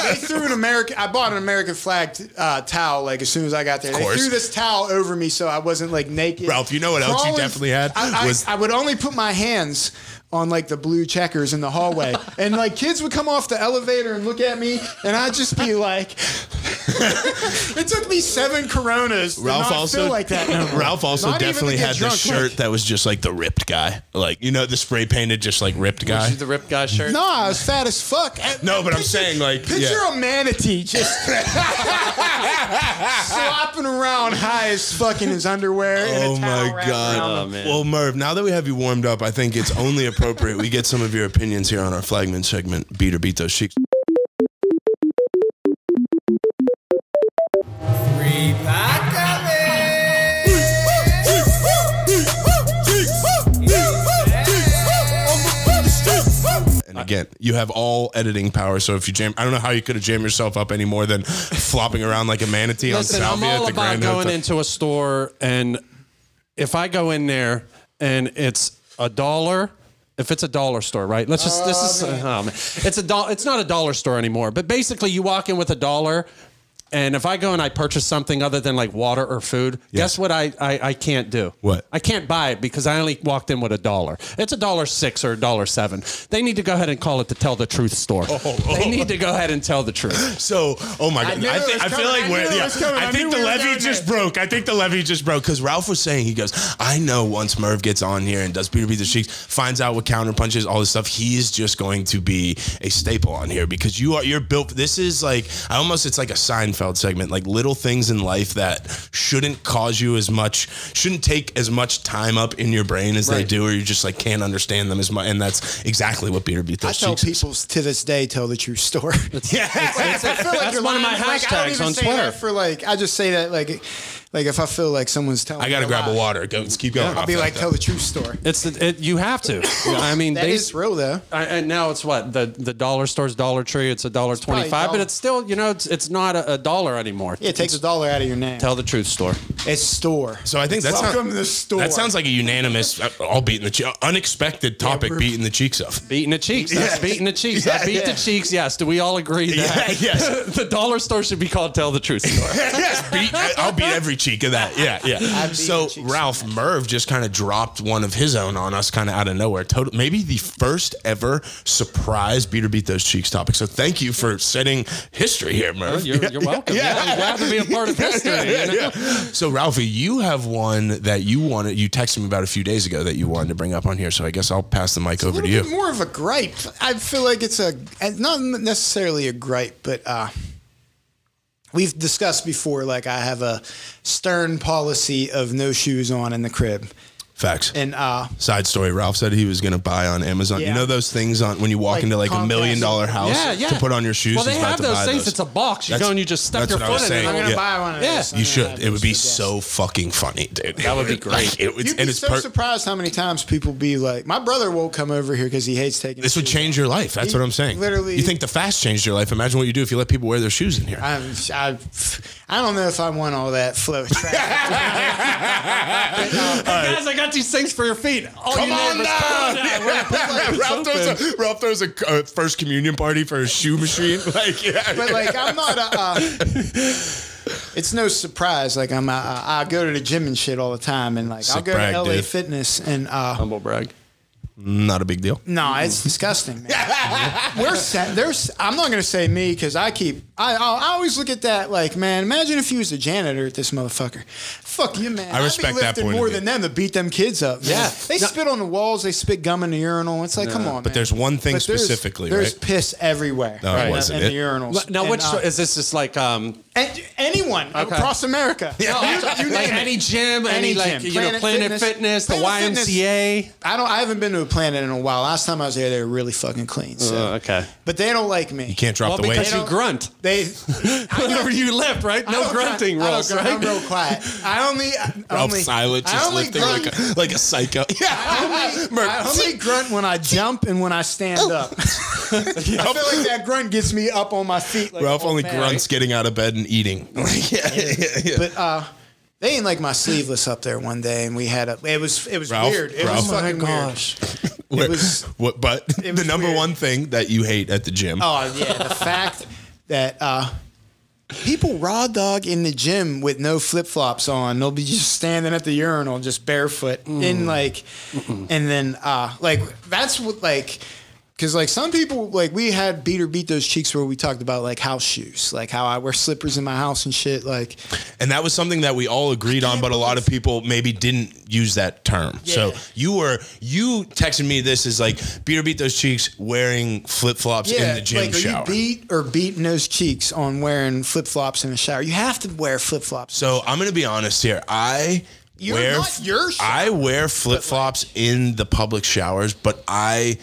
[SPEAKER 5] they threw an American. I bought an American flag uh, towel. Like as soon as I got there,
[SPEAKER 4] Of
[SPEAKER 5] they
[SPEAKER 4] course.
[SPEAKER 5] threw this towel over me so I wasn't like naked.
[SPEAKER 4] Ralph, you know what else you definitely had?
[SPEAKER 5] I, I,
[SPEAKER 4] Was-
[SPEAKER 5] I would only put my hands on like the blue checkers in the hallway, and like kids would come off the elevator and look at me, and I'd just be like. it took me seven Coronas. To
[SPEAKER 4] Ralph
[SPEAKER 5] not
[SPEAKER 4] also
[SPEAKER 5] feel like that. no more.
[SPEAKER 4] Ralph also
[SPEAKER 5] Not even to
[SPEAKER 4] definitely
[SPEAKER 5] get
[SPEAKER 4] had
[SPEAKER 5] drunk,
[SPEAKER 4] this shirt
[SPEAKER 5] like-
[SPEAKER 4] that was just like the ripped guy, like you know the spray painted just like ripped guy.
[SPEAKER 6] the Rip Guy shirt.
[SPEAKER 5] No, I was fat as fuck.
[SPEAKER 4] No, but I'm saying, like,
[SPEAKER 5] picture
[SPEAKER 4] yeah.
[SPEAKER 5] a manatee just slopping around high as fucking his underwear. in a
[SPEAKER 4] Oh
[SPEAKER 5] towel
[SPEAKER 4] my
[SPEAKER 5] wrapped
[SPEAKER 4] God!
[SPEAKER 5] around
[SPEAKER 6] Oh,
[SPEAKER 5] him.
[SPEAKER 6] man.
[SPEAKER 4] Well, Merv, now that we have you warmed up, I think it's only appropriate we get some of your opinions here on our flagman segment, "Beat or Beat Those Chicks." And again, you have all editing power. So if you jam, I don't know how you could have jammed yourself up any more than flopping around like a manatee
[SPEAKER 6] Listen,
[SPEAKER 4] on
[SPEAKER 6] I'm
[SPEAKER 4] salvia at
[SPEAKER 6] all
[SPEAKER 4] the
[SPEAKER 6] about
[SPEAKER 4] Grand
[SPEAKER 6] going
[SPEAKER 4] Hotel.
[SPEAKER 6] into a store, and if I go in there and it's a dollar, if it's a dollar store, right? Let's just this is oh, man. it's a dollar. It's not a dollar store anymore, but basically, you walk in with a dollar. And if I go and I purchase something other than like water or food, guess what I, I I can't do?
[SPEAKER 4] What?
[SPEAKER 6] I can't buy it because I only walked in with a dollar. It's a dollar six or a dollar seven. They need to go ahead and call it the Tell the Truth store.
[SPEAKER 4] Oh,
[SPEAKER 6] They need to go ahead and tell the truth.
[SPEAKER 4] So, oh my god,
[SPEAKER 5] knew
[SPEAKER 4] I,
[SPEAKER 5] it
[SPEAKER 4] thi-
[SPEAKER 5] was
[SPEAKER 4] I feel
[SPEAKER 5] coming.
[SPEAKER 4] like
[SPEAKER 5] I
[SPEAKER 4] we're.
[SPEAKER 5] knew it
[SPEAKER 4] yeah,
[SPEAKER 5] was coming.
[SPEAKER 4] I
[SPEAKER 5] I
[SPEAKER 4] think
[SPEAKER 5] knew
[SPEAKER 4] the
[SPEAKER 5] we were
[SPEAKER 4] levy
[SPEAKER 5] down
[SPEAKER 4] just
[SPEAKER 5] there.
[SPEAKER 4] broke. I think the levy just broke because Ralph was saying he goes, I know once Merv gets on here and does Peter Beat the Cheeks, finds out what counter punches, all this stuff, he is just going to be a staple on here because you are you're built. This is like I almost it's like a Seinfeld segment, like little things in life that shouldn't cause you as much, shouldn't take as much time up in your brain as they
[SPEAKER 6] Right.
[SPEAKER 4] do, or you just like can't understand them as much. And that's exactly what Peter Beat the
[SPEAKER 5] I tell
[SPEAKER 4] Cheeks.
[SPEAKER 5] people to this day tell the true story. I feel like
[SPEAKER 6] That's
[SPEAKER 5] you're
[SPEAKER 6] one of
[SPEAKER 5] lying.
[SPEAKER 6] my
[SPEAKER 5] Like, I don't
[SPEAKER 6] hashtags
[SPEAKER 5] even
[SPEAKER 6] on
[SPEAKER 5] say
[SPEAKER 6] Twitter.
[SPEAKER 5] that for like I just say that like like if I feel like someone's telling
[SPEAKER 4] I gotta
[SPEAKER 5] me
[SPEAKER 4] grab a
[SPEAKER 5] lie,
[SPEAKER 4] water. Go, let's keep going.
[SPEAKER 5] I'll be like tell the true story.
[SPEAKER 6] It's it, you have to. I mean,
[SPEAKER 5] That
[SPEAKER 6] they,
[SPEAKER 5] is real though.
[SPEAKER 6] I, and now it's what the the dollar store's Dollar Tree. It's a dollar
[SPEAKER 5] probably
[SPEAKER 6] twenty five, but
[SPEAKER 5] dollar-
[SPEAKER 6] it's still you know it's it's not a, a dollar anymore.
[SPEAKER 5] Yeah, it takes a dollar out of your name.
[SPEAKER 6] Tell the truth store.
[SPEAKER 5] it's store.
[SPEAKER 4] So I think that's
[SPEAKER 5] welcome
[SPEAKER 4] not-
[SPEAKER 5] to the store.
[SPEAKER 4] That sounds like a unanimous, uh, all beating the che- unexpected topic,
[SPEAKER 5] we're-
[SPEAKER 4] beating the cheeks off.
[SPEAKER 6] Beating the cheeks. That's
[SPEAKER 4] Yeah.
[SPEAKER 6] beating the cheeks.
[SPEAKER 4] Yeah,
[SPEAKER 6] I beat
[SPEAKER 5] yeah.
[SPEAKER 6] the cheeks. Yes. Do we all agree that
[SPEAKER 4] Yeah, yes.
[SPEAKER 6] the dollar store should be called Tell the Truth Store?
[SPEAKER 4] yes, beat, uh, I'll beat every cheek of that. Yeah, yeah. So Ralph Merv just kind of dropped one of his own on us, kind of out of nowhere. Total, maybe the first ever surprise beat or beat those cheeks topic. So thank you for setting history here, Merv.
[SPEAKER 6] Oh, You're, you're welcome. Yeah. I'm glad to be a part of history. you know?
[SPEAKER 4] Yeah. So Ralphie, you have one that you wanted. You texted me about a few days ago that you wanted to bring up on here. So I guess I'll pass the mic over to
[SPEAKER 5] little
[SPEAKER 4] you.
[SPEAKER 5] bit more of a gripe. I feel like it's a it's not necessarily a gripe, but uh, we've discussed before. Like I have a stern policy of no shoes on in the crib.
[SPEAKER 4] Facts.
[SPEAKER 5] And uh,
[SPEAKER 4] Side story: Ralph said he was going to buy on Amazon. You
[SPEAKER 5] Yeah.
[SPEAKER 4] know those things on when you walk
[SPEAKER 5] Like
[SPEAKER 4] into like a
[SPEAKER 5] Comcast.
[SPEAKER 4] million dollar house
[SPEAKER 6] Yeah, yeah.
[SPEAKER 4] to put on your shoes.
[SPEAKER 6] Well, they
[SPEAKER 4] he's about
[SPEAKER 6] have
[SPEAKER 4] to
[SPEAKER 6] those
[SPEAKER 4] buy
[SPEAKER 6] things.
[SPEAKER 4] those.
[SPEAKER 6] It's a box. You
[SPEAKER 4] That's-
[SPEAKER 6] go and you just stuck
[SPEAKER 4] that's
[SPEAKER 6] your
[SPEAKER 4] what I was
[SPEAKER 6] foot in it.
[SPEAKER 4] saying.
[SPEAKER 5] I'm gonna
[SPEAKER 4] Yeah.
[SPEAKER 5] buy one of
[SPEAKER 6] Yeah.
[SPEAKER 5] those. I'm
[SPEAKER 4] You
[SPEAKER 5] gonna
[SPEAKER 4] should.
[SPEAKER 5] have
[SPEAKER 4] It would
[SPEAKER 5] those
[SPEAKER 4] be
[SPEAKER 5] for guests.
[SPEAKER 4] so fucking funny, dude. That
[SPEAKER 6] would be great.
[SPEAKER 4] it, it's,
[SPEAKER 5] You'd be
[SPEAKER 4] and it's
[SPEAKER 5] so
[SPEAKER 4] per-
[SPEAKER 5] surprised how many times people be like, "My brother won't come over here because he hates taking."
[SPEAKER 4] This would
[SPEAKER 5] shit."
[SPEAKER 4] change your life. That's
[SPEAKER 5] He
[SPEAKER 4] what I'm saying.
[SPEAKER 5] literally-
[SPEAKER 4] you think the fast changed your life? Imagine what you do if you let people wear their shoes in here.
[SPEAKER 5] I'm, I, I don't know if I want all that flow. traffic.
[SPEAKER 6] Hey, guys, I got these things for your feet. All
[SPEAKER 4] Come
[SPEAKER 6] you need
[SPEAKER 4] on
[SPEAKER 6] was-
[SPEAKER 4] down.
[SPEAKER 6] We're gonna put like this
[SPEAKER 4] Ralph
[SPEAKER 6] open.
[SPEAKER 4] throws a, Ralph throws a uh, first communion party for a shoe machine. Like, yeah.
[SPEAKER 5] but like, I'm not a. Uh, it's no surprise. Like I'm, a, uh, I go to the gym and shit all the time, and like I'll
[SPEAKER 4] Sick
[SPEAKER 5] go
[SPEAKER 4] brag,
[SPEAKER 5] to LA
[SPEAKER 4] dude.
[SPEAKER 5] Fitness, and uh,
[SPEAKER 6] Humble brag.
[SPEAKER 4] not a big deal.
[SPEAKER 5] no, it's disgusting. Man. We're set. There's. I'm not gonna say me because I keep. I, I I always look at that like, man. Imagine if you was a janitor at this motherfucker. Fuck you, man.
[SPEAKER 4] I
[SPEAKER 5] I'd be
[SPEAKER 4] respect that
[SPEAKER 5] lifting
[SPEAKER 4] point of
[SPEAKER 5] more
[SPEAKER 4] view.
[SPEAKER 5] than them to beat them kids up. man.
[SPEAKER 6] Yeah.
[SPEAKER 5] they spit on the walls. They spit gum in the urinal. It's like, come on.
[SPEAKER 4] But there's one thing specifically,
[SPEAKER 5] there's
[SPEAKER 4] right?
[SPEAKER 5] piss everywhere
[SPEAKER 4] No, it
[SPEAKER 5] right,
[SPEAKER 4] wasn't
[SPEAKER 5] in
[SPEAKER 4] it.
[SPEAKER 5] the urinals.
[SPEAKER 6] Now,
[SPEAKER 5] And,
[SPEAKER 6] which
[SPEAKER 5] uh,
[SPEAKER 6] is this? Just like um,
[SPEAKER 5] and anyone
[SPEAKER 6] Okay.
[SPEAKER 5] across America.
[SPEAKER 6] no,
[SPEAKER 5] You, you
[SPEAKER 6] like
[SPEAKER 5] name
[SPEAKER 6] any
[SPEAKER 5] it.
[SPEAKER 6] gym, any,
[SPEAKER 5] Any
[SPEAKER 6] like
[SPEAKER 5] gym.
[SPEAKER 6] you know,
[SPEAKER 5] Planet
[SPEAKER 6] Planet Fitness,
[SPEAKER 5] Fitness.
[SPEAKER 6] the
[SPEAKER 5] Planet Fitness.
[SPEAKER 6] YMCA.
[SPEAKER 5] I don't. I haven't been to a planet in a while. Last time I was there, they were really fucking clean. So.
[SPEAKER 6] Uh, okay.
[SPEAKER 5] But they don't like me.
[SPEAKER 4] Can't drop
[SPEAKER 6] Well,
[SPEAKER 4] the weight.
[SPEAKER 6] because you grunt.
[SPEAKER 5] They.
[SPEAKER 6] Whenever you lift, right?
[SPEAKER 5] I
[SPEAKER 6] No
[SPEAKER 5] don't
[SPEAKER 6] grunting
[SPEAKER 5] grunt. I
[SPEAKER 6] rules,
[SPEAKER 5] don't grunt.
[SPEAKER 6] right?
[SPEAKER 5] I'm real quiet. I only. I
[SPEAKER 4] Ralph
[SPEAKER 5] only
[SPEAKER 4] Silent
[SPEAKER 5] I
[SPEAKER 4] just
[SPEAKER 5] only
[SPEAKER 4] lifting
[SPEAKER 5] grunt-
[SPEAKER 4] like a, like a psycho.
[SPEAKER 5] I
[SPEAKER 4] Yeah.
[SPEAKER 5] only, I only grunt when I jump and when I
[SPEAKER 4] Oh.
[SPEAKER 5] stand up. I feel like that grunt gets me up on my feet. Like,
[SPEAKER 4] Ralph
[SPEAKER 5] oh,
[SPEAKER 4] only
[SPEAKER 5] man.
[SPEAKER 4] grunts getting out of bed and eating. Like, yeah, yeah, yeah.
[SPEAKER 5] But uh, they ain't like my sleeveless up there one day, and we had a. It was it was
[SPEAKER 4] Ralph,
[SPEAKER 5] weird. It
[SPEAKER 4] Ralph.
[SPEAKER 5] was
[SPEAKER 4] Oh my
[SPEAKER 5] fucking weird.
[SPEAKER 4] Where-
[SPEAKER 5] was-
[SPEAKER 4] what, but
[SPEAKER 5] it
[SPEAKER 4] the
[SPEAKER 5] was
[SPEAKER 4] number
[SPEAKER 5] weird.
[SPEAKER 4] one thing that you hate at the gym.
[SPEAKER 5] Oh yeah, the fact that uh, people raw dog in the gym with no flip flops on, they'll be just standing at the urinal, just barefoot,
[SPEAKER 4] Mm.
[SPEAKER 5] in like, and then uh, like that's what like. Cause like some people like we had beat or beat those cheeks where we talked about like house shoes, like how I wear slippers in my house and shit. Like
[SPEAKER 4] And that was something that we all agreed on, but a lot of people maybe didn't use that term. So
[SPEAKER 5] Yeah.
[SPEAKER 4] you were you texted me this is like beater beat those cheeks wearing flip flops in the gym
[SPEAKER 5] like,
[SPEAKER 4] shower.
[SPEAKER 5] Are you beat or beating those cheeks on wearing flip flops in the shower? You have to wear flip flops.
[SPEAKER 4] so I'm gonna be honest here. I
[SPEAKER 5] You're
[SPEAKER 4] wear
[SPEAKER 5] not your shower,
[SPEAKER 4] I wear flip flops in the public showers, but I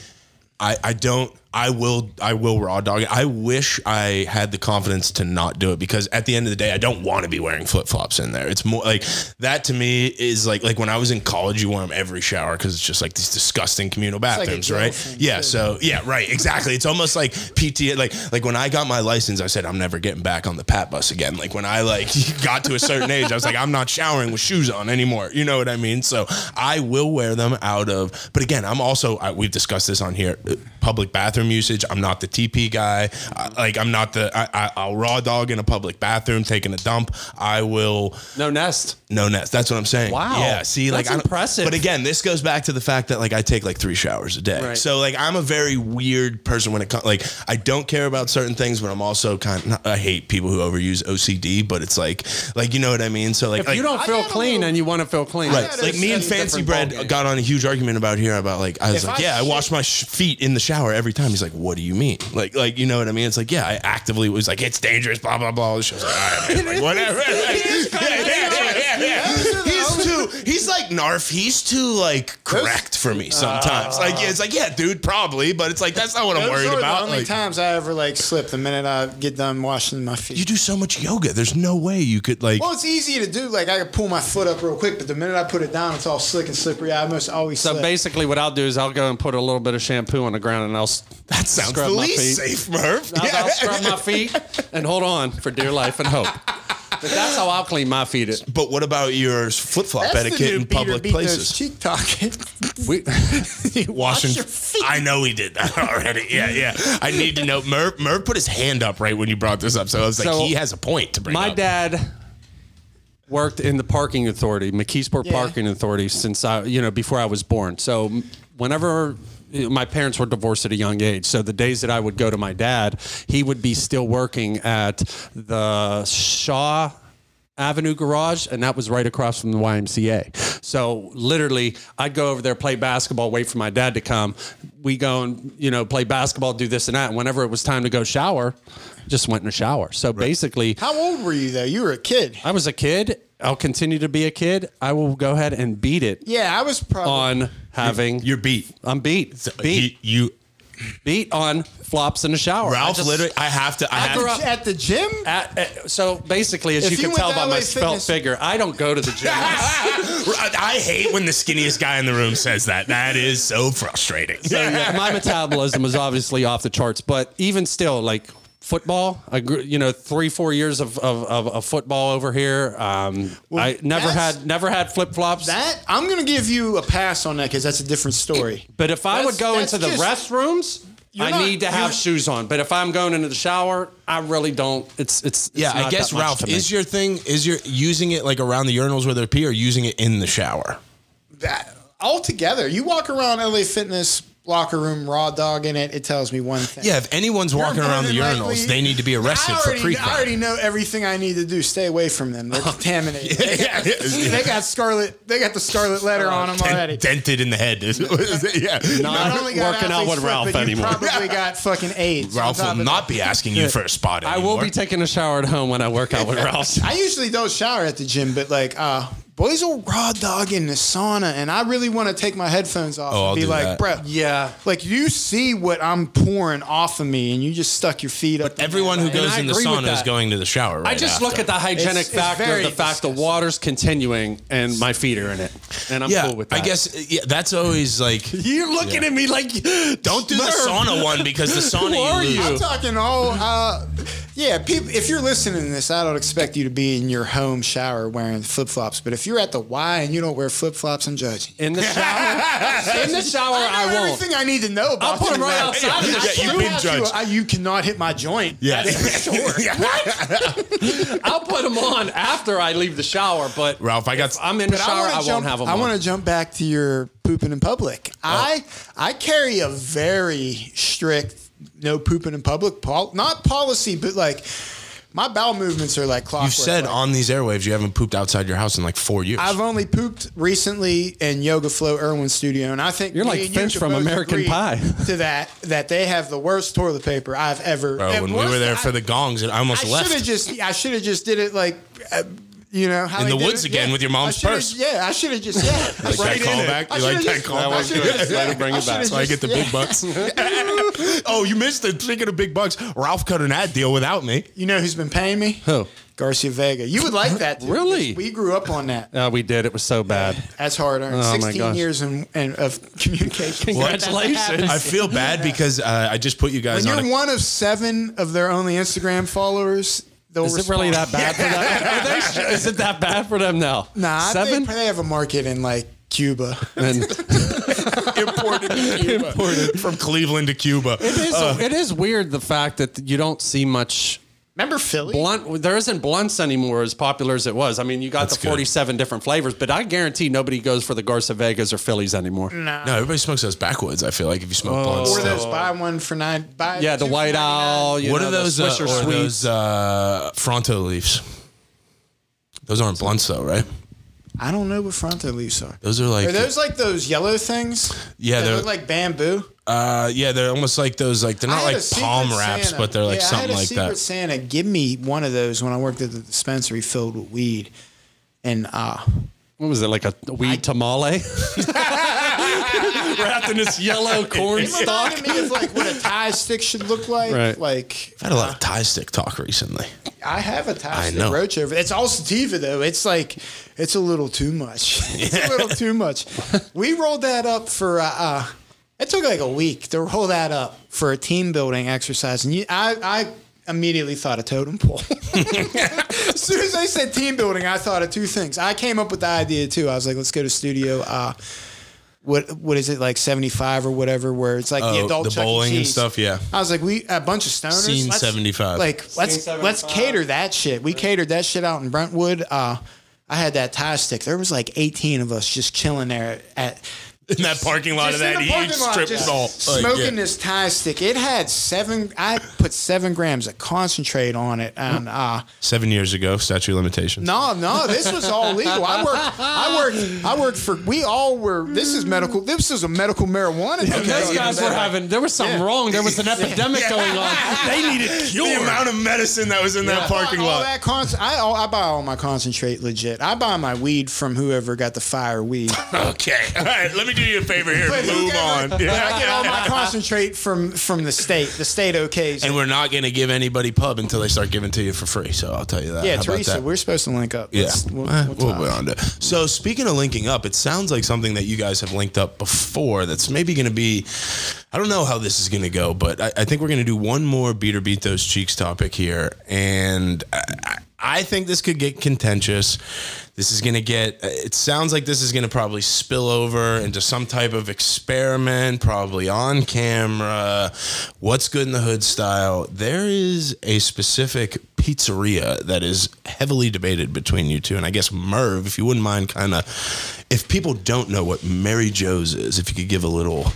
[SPEAKER 4] I I don't I will I will raw dog it. I wish I had the confidence to not do it because at the end of the day I don't want to be wearing flip flops in there. It's more like that to me is like like when I was in college you wore them every shower because it's just like these disgusting communal
[SPEAKER 5] like a
[SPEAKER 4] bathrooms,
[SPEAKER 5] jail
[SPEAKER 4] right?
[SPEAKER 5] thing,
[SPEAKER 4] Yeah.
[SPEAKER 5] too.
[SPEAKER 4] So yeah, right, exactly. It's almost like PTA. Like like when I got my license, I said I'm never getting back on the pat bus again. Like when I like got to a certain age, I was like I'm not showering with shoes on anymore. You know what I mean? So I will wear them out of. But again, I'm also I, we've discussed this on here. uh, Public bathroom usage. I'm not the TP guy. I, like I'm not the. I, I, I'll raw dog in a public bathroom taking a dump. I will.
[SPEAKER 6] No nest.
[SPEAKER 4] No nets. That's what I'm saying.
[SPEAKER 6] Wow.
[SPEAKER 4] Yeah. See, like
[SPEAKER 6] That's
[SPEAKER 4] I don't-
[SPEAKER 6] impressive.
[SPEAKER 4] But again, this goes back to the fact that like I take like three showers a day.
[SPEAKER 6] Right.
[SPEAKER 4] So like I'm a very weird person when it comes. Like I don't care about certain things, but I'm also kind. Of, I hate people who overuse OCD, but it's like like you know what I mean. So like
[SPEAKER 6] If
[SPEAKER 4] like,
[SPEAKER 6] you don't
[SPEAKER 5] I
[SPEAKER 6] feel
[SPEAKER 5] got a
[SPEAKER 6] clean
[SPEAKER 5] little-
[SPEAKER 6] and you want to feel clean,
[SPEAKER 4] Right.
[SPEAKER 5] got
[SPEAKER 4] Like me and
[SPEAKER 6] It's a
[SPEAKER 4] Fancy
[SPEAKER 6] different
[SPEAKER 4] Bread
[SPEAKER 6] ballgame.
[SPEAKER 4] got on a huge argument about here about like I was
[SPEAKER 5] If
[SPEAKER 4] like,
[SPEAKER 5] I
[SPEAKER 4] yeah, I
[SPEAKER 5] shit-
[SPEAKER 4] wash my sh- feet in the shower every time. He's like, what do you mean? Like, like you know what I mean? It's like, yeah, I actively was like, it's dangerous, blah blah blah. She was like, all right, man, like, whatever. Like, yeah, yeah, yeah, yeah, yeah. He's too. He's like Narf. He's too like correct for me sometimes. Like, yeah, it's like, yeah, dude, probably, but it's like that's not what I'm
[SPEAKER 5] Ah. Those
[SPEAKER 4] worried
[SPEAKER 5] are
[SPEAKER 4] about.
[SPEAKER 5] The only
[SPEAKER 4] like-
[SPEAKER 5] times I ever like slip the minute I get done washing my feet.
[SPEAKER 4] you do so much yoga. There's no way you could like.
[SPEAKER 5] well, it's easy to do. Like I can pull my foot up real quick, but the minute I put it down, it's all slick and slippery. I almost always
[SPEAKER 6] So
[SPEAKER 5] slip.
[SPEAKER 6] basically, what I'll do is I'll go and put a little bit of shampoo on the ground, and I'll s-
[SPEAKER 4] that sounds the
[SPEAKER 6] scrub my
[SPEAKER 4] least
[SPEAKER 6] feet.
[SPEAKER 4] safe, Murph.
[SPEAKER 6] I'll, I'll scrub my feet and hold on for dear life and hope. But that's how I'll clean my feet. It-
[SPEAKER 4] But what about your flip flop
[SPEAKER 5] That's the
[SPEAKER 4] etiquette
[SPEAKER 5] new
[SPEAKER 4] in
[SPEAKER 5] beat or
[SPEAKER 4] public
[SPEAKER 5] beat those
[SPEAKER 4] places?
[SPEAKER 5] Cheek talking.
[SPEAKER 6] We,
[SPEAKER 4] washing. I know he did that already. Yeah, yeah. I need to know. Merv, Merv put his hand up right when you brought this up, so I was like,
[SPEAKER 6] So,
[SPEAKER 4] he has a point to bring
[SPEAKER 6] my
[SPEAKER 4] up.
[SPEAKER 6] dad worked in the parking authority, McKeesport
[SPEAKER 5] Yeah.
[SPEAKER 6] Parking Authority, since I, you know, before I was born. So m- whenever you know, my parents were divorced at a young age, so the days that I would go to my dad, he would be still working at the Shaw. Avenue Garage, and that was right across from the YMCA. So literally, I'd go over there, play basketball, wait for my dad to come. We go and you know play basketball, do this and that. And whenever it was time to go shower, just went in the shower. So basically,
[SPEAKER 5] How old were you though? You were a kid.
[SPEAKER 6] I was a kid I'll continue to be a kid. I will go ahead and beat it
[SPEAKER 5] Yeah, I was probably.
[SPEAKER 6] on having
[SPEAKER 4] You're beat.
[SPEAKER 6] I'm beat.
[SPEAKER 4] You,
[SPEAKER 6] beat.
[SPEAKER 4] you
[SPEAKER 6] beat on flops in the shower.
[SPEAKER 4] Ralph.
[SPEAKER 6] I just-
[SPEAKER 4] literally, I have to. I,
[SPEAKER 6] I
[SPEAKER 4] have
[SPEAKER 6] grew
[SPEAKER 4] to,
[SPEAKER 6] up-
[SPEAKER 5] at the gym.
[SPEAKER 6] At, at- so basically, as
[SPEAKER 5] If
[SPEAKER 6] you
[SPEAKER 5] you
[SPEAKER 6] can
[SPEAKER 5] went
[SPEAKER 6] tell
[SPEAKER 5] to
[SPEAKER 6] by my
[SPEAKER 5] LA
[SPEAKER 6] spelt
[SPEAKER 5] Fitness-
[SPEAKER 6] figure, I don't go to the gym.
[SPEAKER 4] I hate when the skinniest guy in the room says that. That is so frustrating.
[SPEAKER 6] So, yeah, my metabolism was obviously off the charts, but even still, like football, I grew, you know, three four years of of, of, of football over here. Um, I never
[SPEAKER 5] that's-
[SPEAKER 6] had never had flip flops.
[SPEAKER 5] That I'm gonna give you a pass on that because that's a different story.
[SPEAKER 6] But if I would
[SPEAKER 5] That's-
[SPEAKER 6] go
[SPEAKER 5] that's
[SPEAKER 6] into the
[SPEAKER 5] just-
[SPEAKER 6] restrooms,
[SPEAKER 5] You're
[SPEAKER 6] I
[SPEAKER 5] not-
[SPEAKER 6] need to have
[SPEAKER 5] you're-
[SPEAKER 6] shoes on. But if I'm going into the shower, I really don't. It's it's, it's
[SPEAKER 4] Yeah, I
[SPEAKER 6] not
[SPEAKER 4] guess
[SPEAKER 6] that much
[SPEAKER 4] Ralph
[SPEAKER 6] to me.
[SPEAKER 4] is your thing. Is your using it like around the urinals where they pee, or using it in the shower?
[SPEAKER 5] That altogether, you walk around LA Fitness locker room raw dog in it. It tells me one thing.
[SPEAKER 4] Yeah, if anyone's
[SPEAKER 5] You're
[SPEAKER 4] walking
[SPEAKER 5] more
[SPEAKER 4] around the
[SPEAKER 5] than
[SPEAKER 4] urinals,
[SPEAKER 5] likely-
[SPEAKER 4] they need to be arrested
[SPEAKER 5] I already,
[SPEAKER 4] for pre-crime. Oh,
[SPEAKER 5] I already know everything I need to do. Stay away from them. They're contaminated. They got- They got scarlet. They got the scarlet letter
[SPEAKER 4] Oh,
[SPEAKER 5] on them already.
[SPEAKER 4] dented in the head. yeah,
[SPEAKER 5] Not only got
[SPEAKER 6] working out
[SPEAKER 5] athlete's
[SPEAKER 6] with
[SPEAKER 5] foot, but
[SPEAKER 6] Ralph
[SPEAKER 5] you
[SPEAKER 6] anymore.
[SPEAKER 5] Probably got fucking AIDS. on
[SPEAKER 4] Ralph
[SPEAKER 5] top
[SPEAKER 4] will
[SPEAKER 5] of
[SPEAKER 4] not be asking you for a spot.
[SPEAKER 6] I will be taking a shower at home when I work out with Ralph.
[SPEAKER 5] I usually don't shower at the gym, but like, uh, boys will raw dog in the sauna, and I really want to take my headphones off
[SPEAKER 4] Oh,
[SPEAKER 5] and
[SPEAKER 4] I'll
[SPEAKER 5] be
[SPEAKER 4] do
[SPEAKER 5] like,
[SPEAKER 4] that.
[SPEAKER 5] bro,
[SPEAKER 6] Yeah.
[SPEAKER 5] like you see what I'm pouring off of me, and you just stuck your feet up.
[SPEAKER 4] Everyone who
[SPEAKER 6] And
[SPEAKER 4] goes
[SPEAKER 6] I
[SPEAKER 4] in the
[SPEAKER 6] agree with
[SPEAKER 4] sauna is
[SPEAKER 6] that.
[SPEAKER 4] going to the shower.
[SPEAKER 6] I
[SPEAKER 4] right
[SPEAKER 6] just look
[SPEAKER 4] after.
[SPEAKER 6] at the hygienic
[SPEAKER 5] It's- it's
[SPEAKER 6] factor
[SPEAKER 5] very
[SPEAKER 6] of the fact the
[SPEAKER 5] disgusting.
[SPEAKER 6] water's continuing and my feet are in it, and I'm
[SPEAKER 4] Yeah,
[SPEAKER 6] cool with that.
[SPEAKER 4] I guess yeah, that's always like
[SPEAKER 6] you're looking at me like
[SPEAKER 4] don't do the sauna one because the sauna
[SPEAKER 6] Who are
[SPEAKER 4] you lose.
[SPEAKER 6] you?
[SPEAKER 5] I'm talking all, uh, yeah. People, if you're listening to this, I don't expect you to be in your home shower wearing flip flops. But if you're at the Y and you don't wear flip flops, I'm judging. you.
[SPEAKER 6] in the shower. in the shower, I,
[SPEAKER 5] know
[SPEAKER 6] won't.
[SPEAKER 5] Everything I need to know. About
[SPEAKER 6] put 'em
[SPEAKER 5] you,
[SPEAKER 6] right
[SPEAKER 5] man.
[SPEAKER 6] outside of the
[SPEAKER 5] I
[SPEAKER 6] shower.
[SPEAKER 5] can't
[SPEAKER 4] You've been
[SPEAKER 5] have
[SPEAKER 4] judged.
[SPEAKER 5] You, I- you cannot hit my joint.
[SPEAKER 4] Yeah. Yeah.
[SPEAKER 6] I'll put them on after I leave the shower. But
[SPEAKER 4] Ralph, I got-
[SPEAKER 6] if I'm in the
[SPEAKER 5] But
[SPEAKER 6] shower.
[SPEAKER 5] wanna
[SPEAKER 6] I,
[SPEAKER 5] jump-
[SPEAKER 6] won't have them.
[SPEAKER 5] I
[SPEAKER 6] on. Uh.
[SPEAKER 5] want to jump back to your pooping in public. I I carry a very strict no pooping in public pol- not policy, but like my bowel movements are like clockwork.
[SPEAKER 4] You've said
[SPEAKER 5] Like,
[SPEAKER 4] on these airwaves you haven't pooped outside your house in like four years.
[SPEAKER 5] I've only pooped recently in Yoga Flow Irwin Studio, and I think
[SPEAKER 6] You're
[SPEAKER 5] me
[SPEAKER 6] like
[SPEAKER 5] and you
[SPEAKER 6] Finch
[SPEAKER 5] could
[SPEAKER 6] from
[SPEAKER 5] both
[SPEAKER 6] American
[SPEAKER 5] agree
[SPEAKER 6] Pie.
[SPEAKER 5] to that that they have the worst toilet paper I've ever.
[SPEAKER 4] Bro,
[SPEAKER 5] and
[SPEAKER 4] when we
[SPEAKER 5] worse,
[SPEAKER 4] were there
[SPEAKER 5] I-
[SPEAKER 4] for the gongs, and I almost
[SPEAKER 5] I
[SPEAKER 4] left.
[SPEAKER 5] should have just I should have just did it like uh, you know how
[SPEAKER 4] In
[SPEAKER 5] they
[SPEAKER 4] the
[SPEAKER 5] did
[SPEAKER 4] woods
[SPEAKER 5] it.
[SPEAKER 4] again with your mom's
[SPEAKER 5] I should've-
[SPEAKER 4] purse.
[SPEAKER 5] Yeah, I should have just yeah.
[SPEAKER 4] Like that callback? You like that callback?
[SPEAKER 6] was good. Let him bring it back.
[SPEAKER 4] That's why I get the big bucks. oh, you missed it. Speaking of big bucks, Ralph cut an ad deal without me.
[SPEAKER 5] You know who's been paying me?
[SPEAKER 6] Who?
[SPEAKER 5] Garcia Vega. You would like that. Dude.
[SPEAKER 6] Really?
[SPEAKER 5] We grew up on that.
[SPEAKER 6] Uh, we did. It was so bad.
[SPEAKER 5] That's hard earned.
[SPEAKER 6] Oh, my
[SPEAKER 5] 16
[SPEAKER 6] gosh.
[SPEAKER 5] years in, in, of communication.
[SPEAKER 6] Congratulations.
[SPEAKER 4] I feel bad because uh, I just put you guys
[SPEAKER 5] When
[SPEAKER 4] on.
[SPEAKER 5] you're
[SPEAKER 4] a-
[SPEAKER 5] one of seven of their only Instagram followers, they'll
[SPEAKER 6] Is it really that
[SPEAKER 5] respond.
[SPEAKER 6] bad for them? Are they- Is it that bad for them now?
[SPEAKER 5] Nah,
[SPEAKER 6] seven.
[SPEAKER 5] They, they have a market in like Cuba.
[SPEAKER 4] imported, to Cuba. from Cleveland to Cuba.
[SPEAKER 6] It is, it is weird the fact that you don't see much
[SPEAKER 5] Remember Philly?
[SPEAKER 6] blunt. There isn't blunts anymore as popular as it was. I mean, you got
[SPEAKER 4] That's
[SPEAKER 6] the 47 different flavors, but I guarantee nobody goes for the Garza Vegas or Phillies anymore.
[SPEAKER 4] No, everybody smokes those backwoods. I feel like if you smoke blunts,
[SPEAKER 5] Or those buy one for nine. Buy
[SPEAKER 6] Yeah, the
[SPEAKER 5] two for
[SPEAKER 6] White
[SPEAKER 5] 99.
[SPEAKER 6] Owl. You
[SPEAKER 4] what
[SPEAKER 6] know,
[SPEAKER 4] are those?
[SPEAKER 6] The
[SPEAKER 4] Uh,
[SPEAKER 6] Swisher
[SPEAKER 4] or
[SPEAKER 6] Sweets.
[SPEAKER 4] those uh, Fronto leaves? Those aren't blunts though, right?
[SPEAKER 5] I don't know what Fronto leaves are.
[SPEAKER 4] Those are like
[SPEAKER 5] Are those like those yellow things?
[SPEAKER 4] Yeah,
[SPEAKER 5] they
[SPEAKER 4] they're-
[SPEAKER 5] look like bamboo.
[SPEAKER 4] uh, yeah, they're almost like those like they're
[SPEAKER 5] I
[SPEAKER 4] not
[SPEAKER 5] had
[SPEAKER 4] like
[SPEAKER 5] a Secret
[SPEAKER 4] palm wraps,
[SPEAKER 5] Santa.
[SPEAKER 4] but they're like
[SPEAKER 5] Yeah,
[SPEAKER 4] something
[SPEAKER 5] I had a
[SPEAKER 4] like
[SPEAKER 5] Secret
[SPEAKER 4] that.
[SPEAKER 5] Santa, give me one of those when I worked at the dispensary filled with weed, and uh,
[SPEAKER 6] What was it like a weed tamale? Wrapped in this yellow corn
[SPEAKER 5] it
[SPEAKER 6] stalk.
[SPEAKER 5] reminded me of like what a tie stick should look like.
[SPEAKER 6] Right.
[SPEAKER 5] Like
[SPEAKER 4] I've had a lot of tie stick talk recently.
[SPEAKER 5] I have a tie
[SPEAKER 4] I
[SPEAKER 5] stick
[SPEAKER 4] know.
[SPEAKER 5] roach over. It's all sativa though. It's like it's a little too much. it's a little too much. We rolled that up for. Uh, uh, it took like a week to roll that up for a team building exercise, and you, I, I immediately thought of totem pole. as soon as I said team building, I thought of two things. I came up with the idea too. I was like, let's go to studio. Uh, what what is it like seventy five or whatever? Where it's like the
[SPEAKER 4] Oh,
[SPEAKER 5] adult
[SPEAKER 4] the
[SPEAKER 5] Chuck E.
[SPEAKER 4] bowling and
[SPEAKER 5] Cheese.
[SPEAKER 4] stuff, yeah.
[SPEAKER 5] I was like, we a bunch of stoners.
[SPEAKER 4] Scene
[SPEAKER 5] let's-
[SPEAKER 4] 75.
[SPEAKER 5] Like let's let's cater that shit. We catered that shit out in Brentwood. Uh, I had that tie stick. There was like eighteen of us just chilling there at.
[SPEAKER 4] in that parking lot of
[SPEAKER 5] Just
[SPEAKER 4] that
[SPEAKER 5] in the parking
[SPEAKER 4] huge
[SPEAKER 5] lot,
[SPEAKER 4] strip
[SPEAKER 5] just
[SPEAKER 4] mall. Like,
[SPEAKER 5] Smoking
[SPEAKER 4] yeah.
[SPEAKER 5] this tie stick. It had seven. I put seven grams of concentrate on it, and uh,
[SPEAKER 4] Seven years ago, statute of limitations.
[SPEAKER 5] no, no, this was all legal. I worked. I worked. I worked for. We all were. This is medical. This is a medical marijuana.
[SPEAKER 6] Those
[SPEAKER 5] drug.
[SPEAKER 6] guys were having. There was something wrong. There was an epidemic going on. They needed cure.
[SPEAKER 4] The amount of medicine that was in that parking
[SPEAKER 5] all
[SPEAKER 4] lot.
[SPEAKER 5] that con- I, all, I buy all my concentrate legit. I buy my weed from whoever got the fire weed.
[SPEAKER 4] Okay. All right. Let me do you a favor here.
[SPEAKER 5] But who
[SPEAKER 4] Move
[SPEAKER 5] got
[SPEAKER 4] on.
[SPEAKER 5] my- but I get all my concentrate from from the state. The state okays.
[SPEAKER 4] And
[SPEAKER 5] it.
[SPEAKER 4] we're not going to give anybody pub until they start giving to you for free. So I'll tell you that. How
[SPEAKER 5] yeah,
[SPEAKER 4] about
[SPEAKER 5] Teresa,
[SPEAKER 4] that?
[SPEAKER 5] we're supposed to link up.
[SPEAKER 4] Yeah.
[SPEAKER 5] Let's- we'll-
[SPEAKER 4] Eh,
[SPEAKER 5] we'll
[SPEAKER 4] we'll
[SPEAKER 5] talk.
[SPEAKER 4] be on to- So speaking of linking up, it sounds like something that you guys have linked up before that's maybe going to be, I don't know how this is going to go, but I, I think we're going to do one more beat or beat those cheeks topic here. And I, I- I think this could get contentious. This is going to get, it sounds like this is going to probably spill over into some type of experiment, probably on camera. What's good in the hood style? There is a specific pizzeria that is heavily debated between you two. And I guess Merv, if you wouldn't mind, kind of, if people don't know what Mary Joe's is, if you could give a little.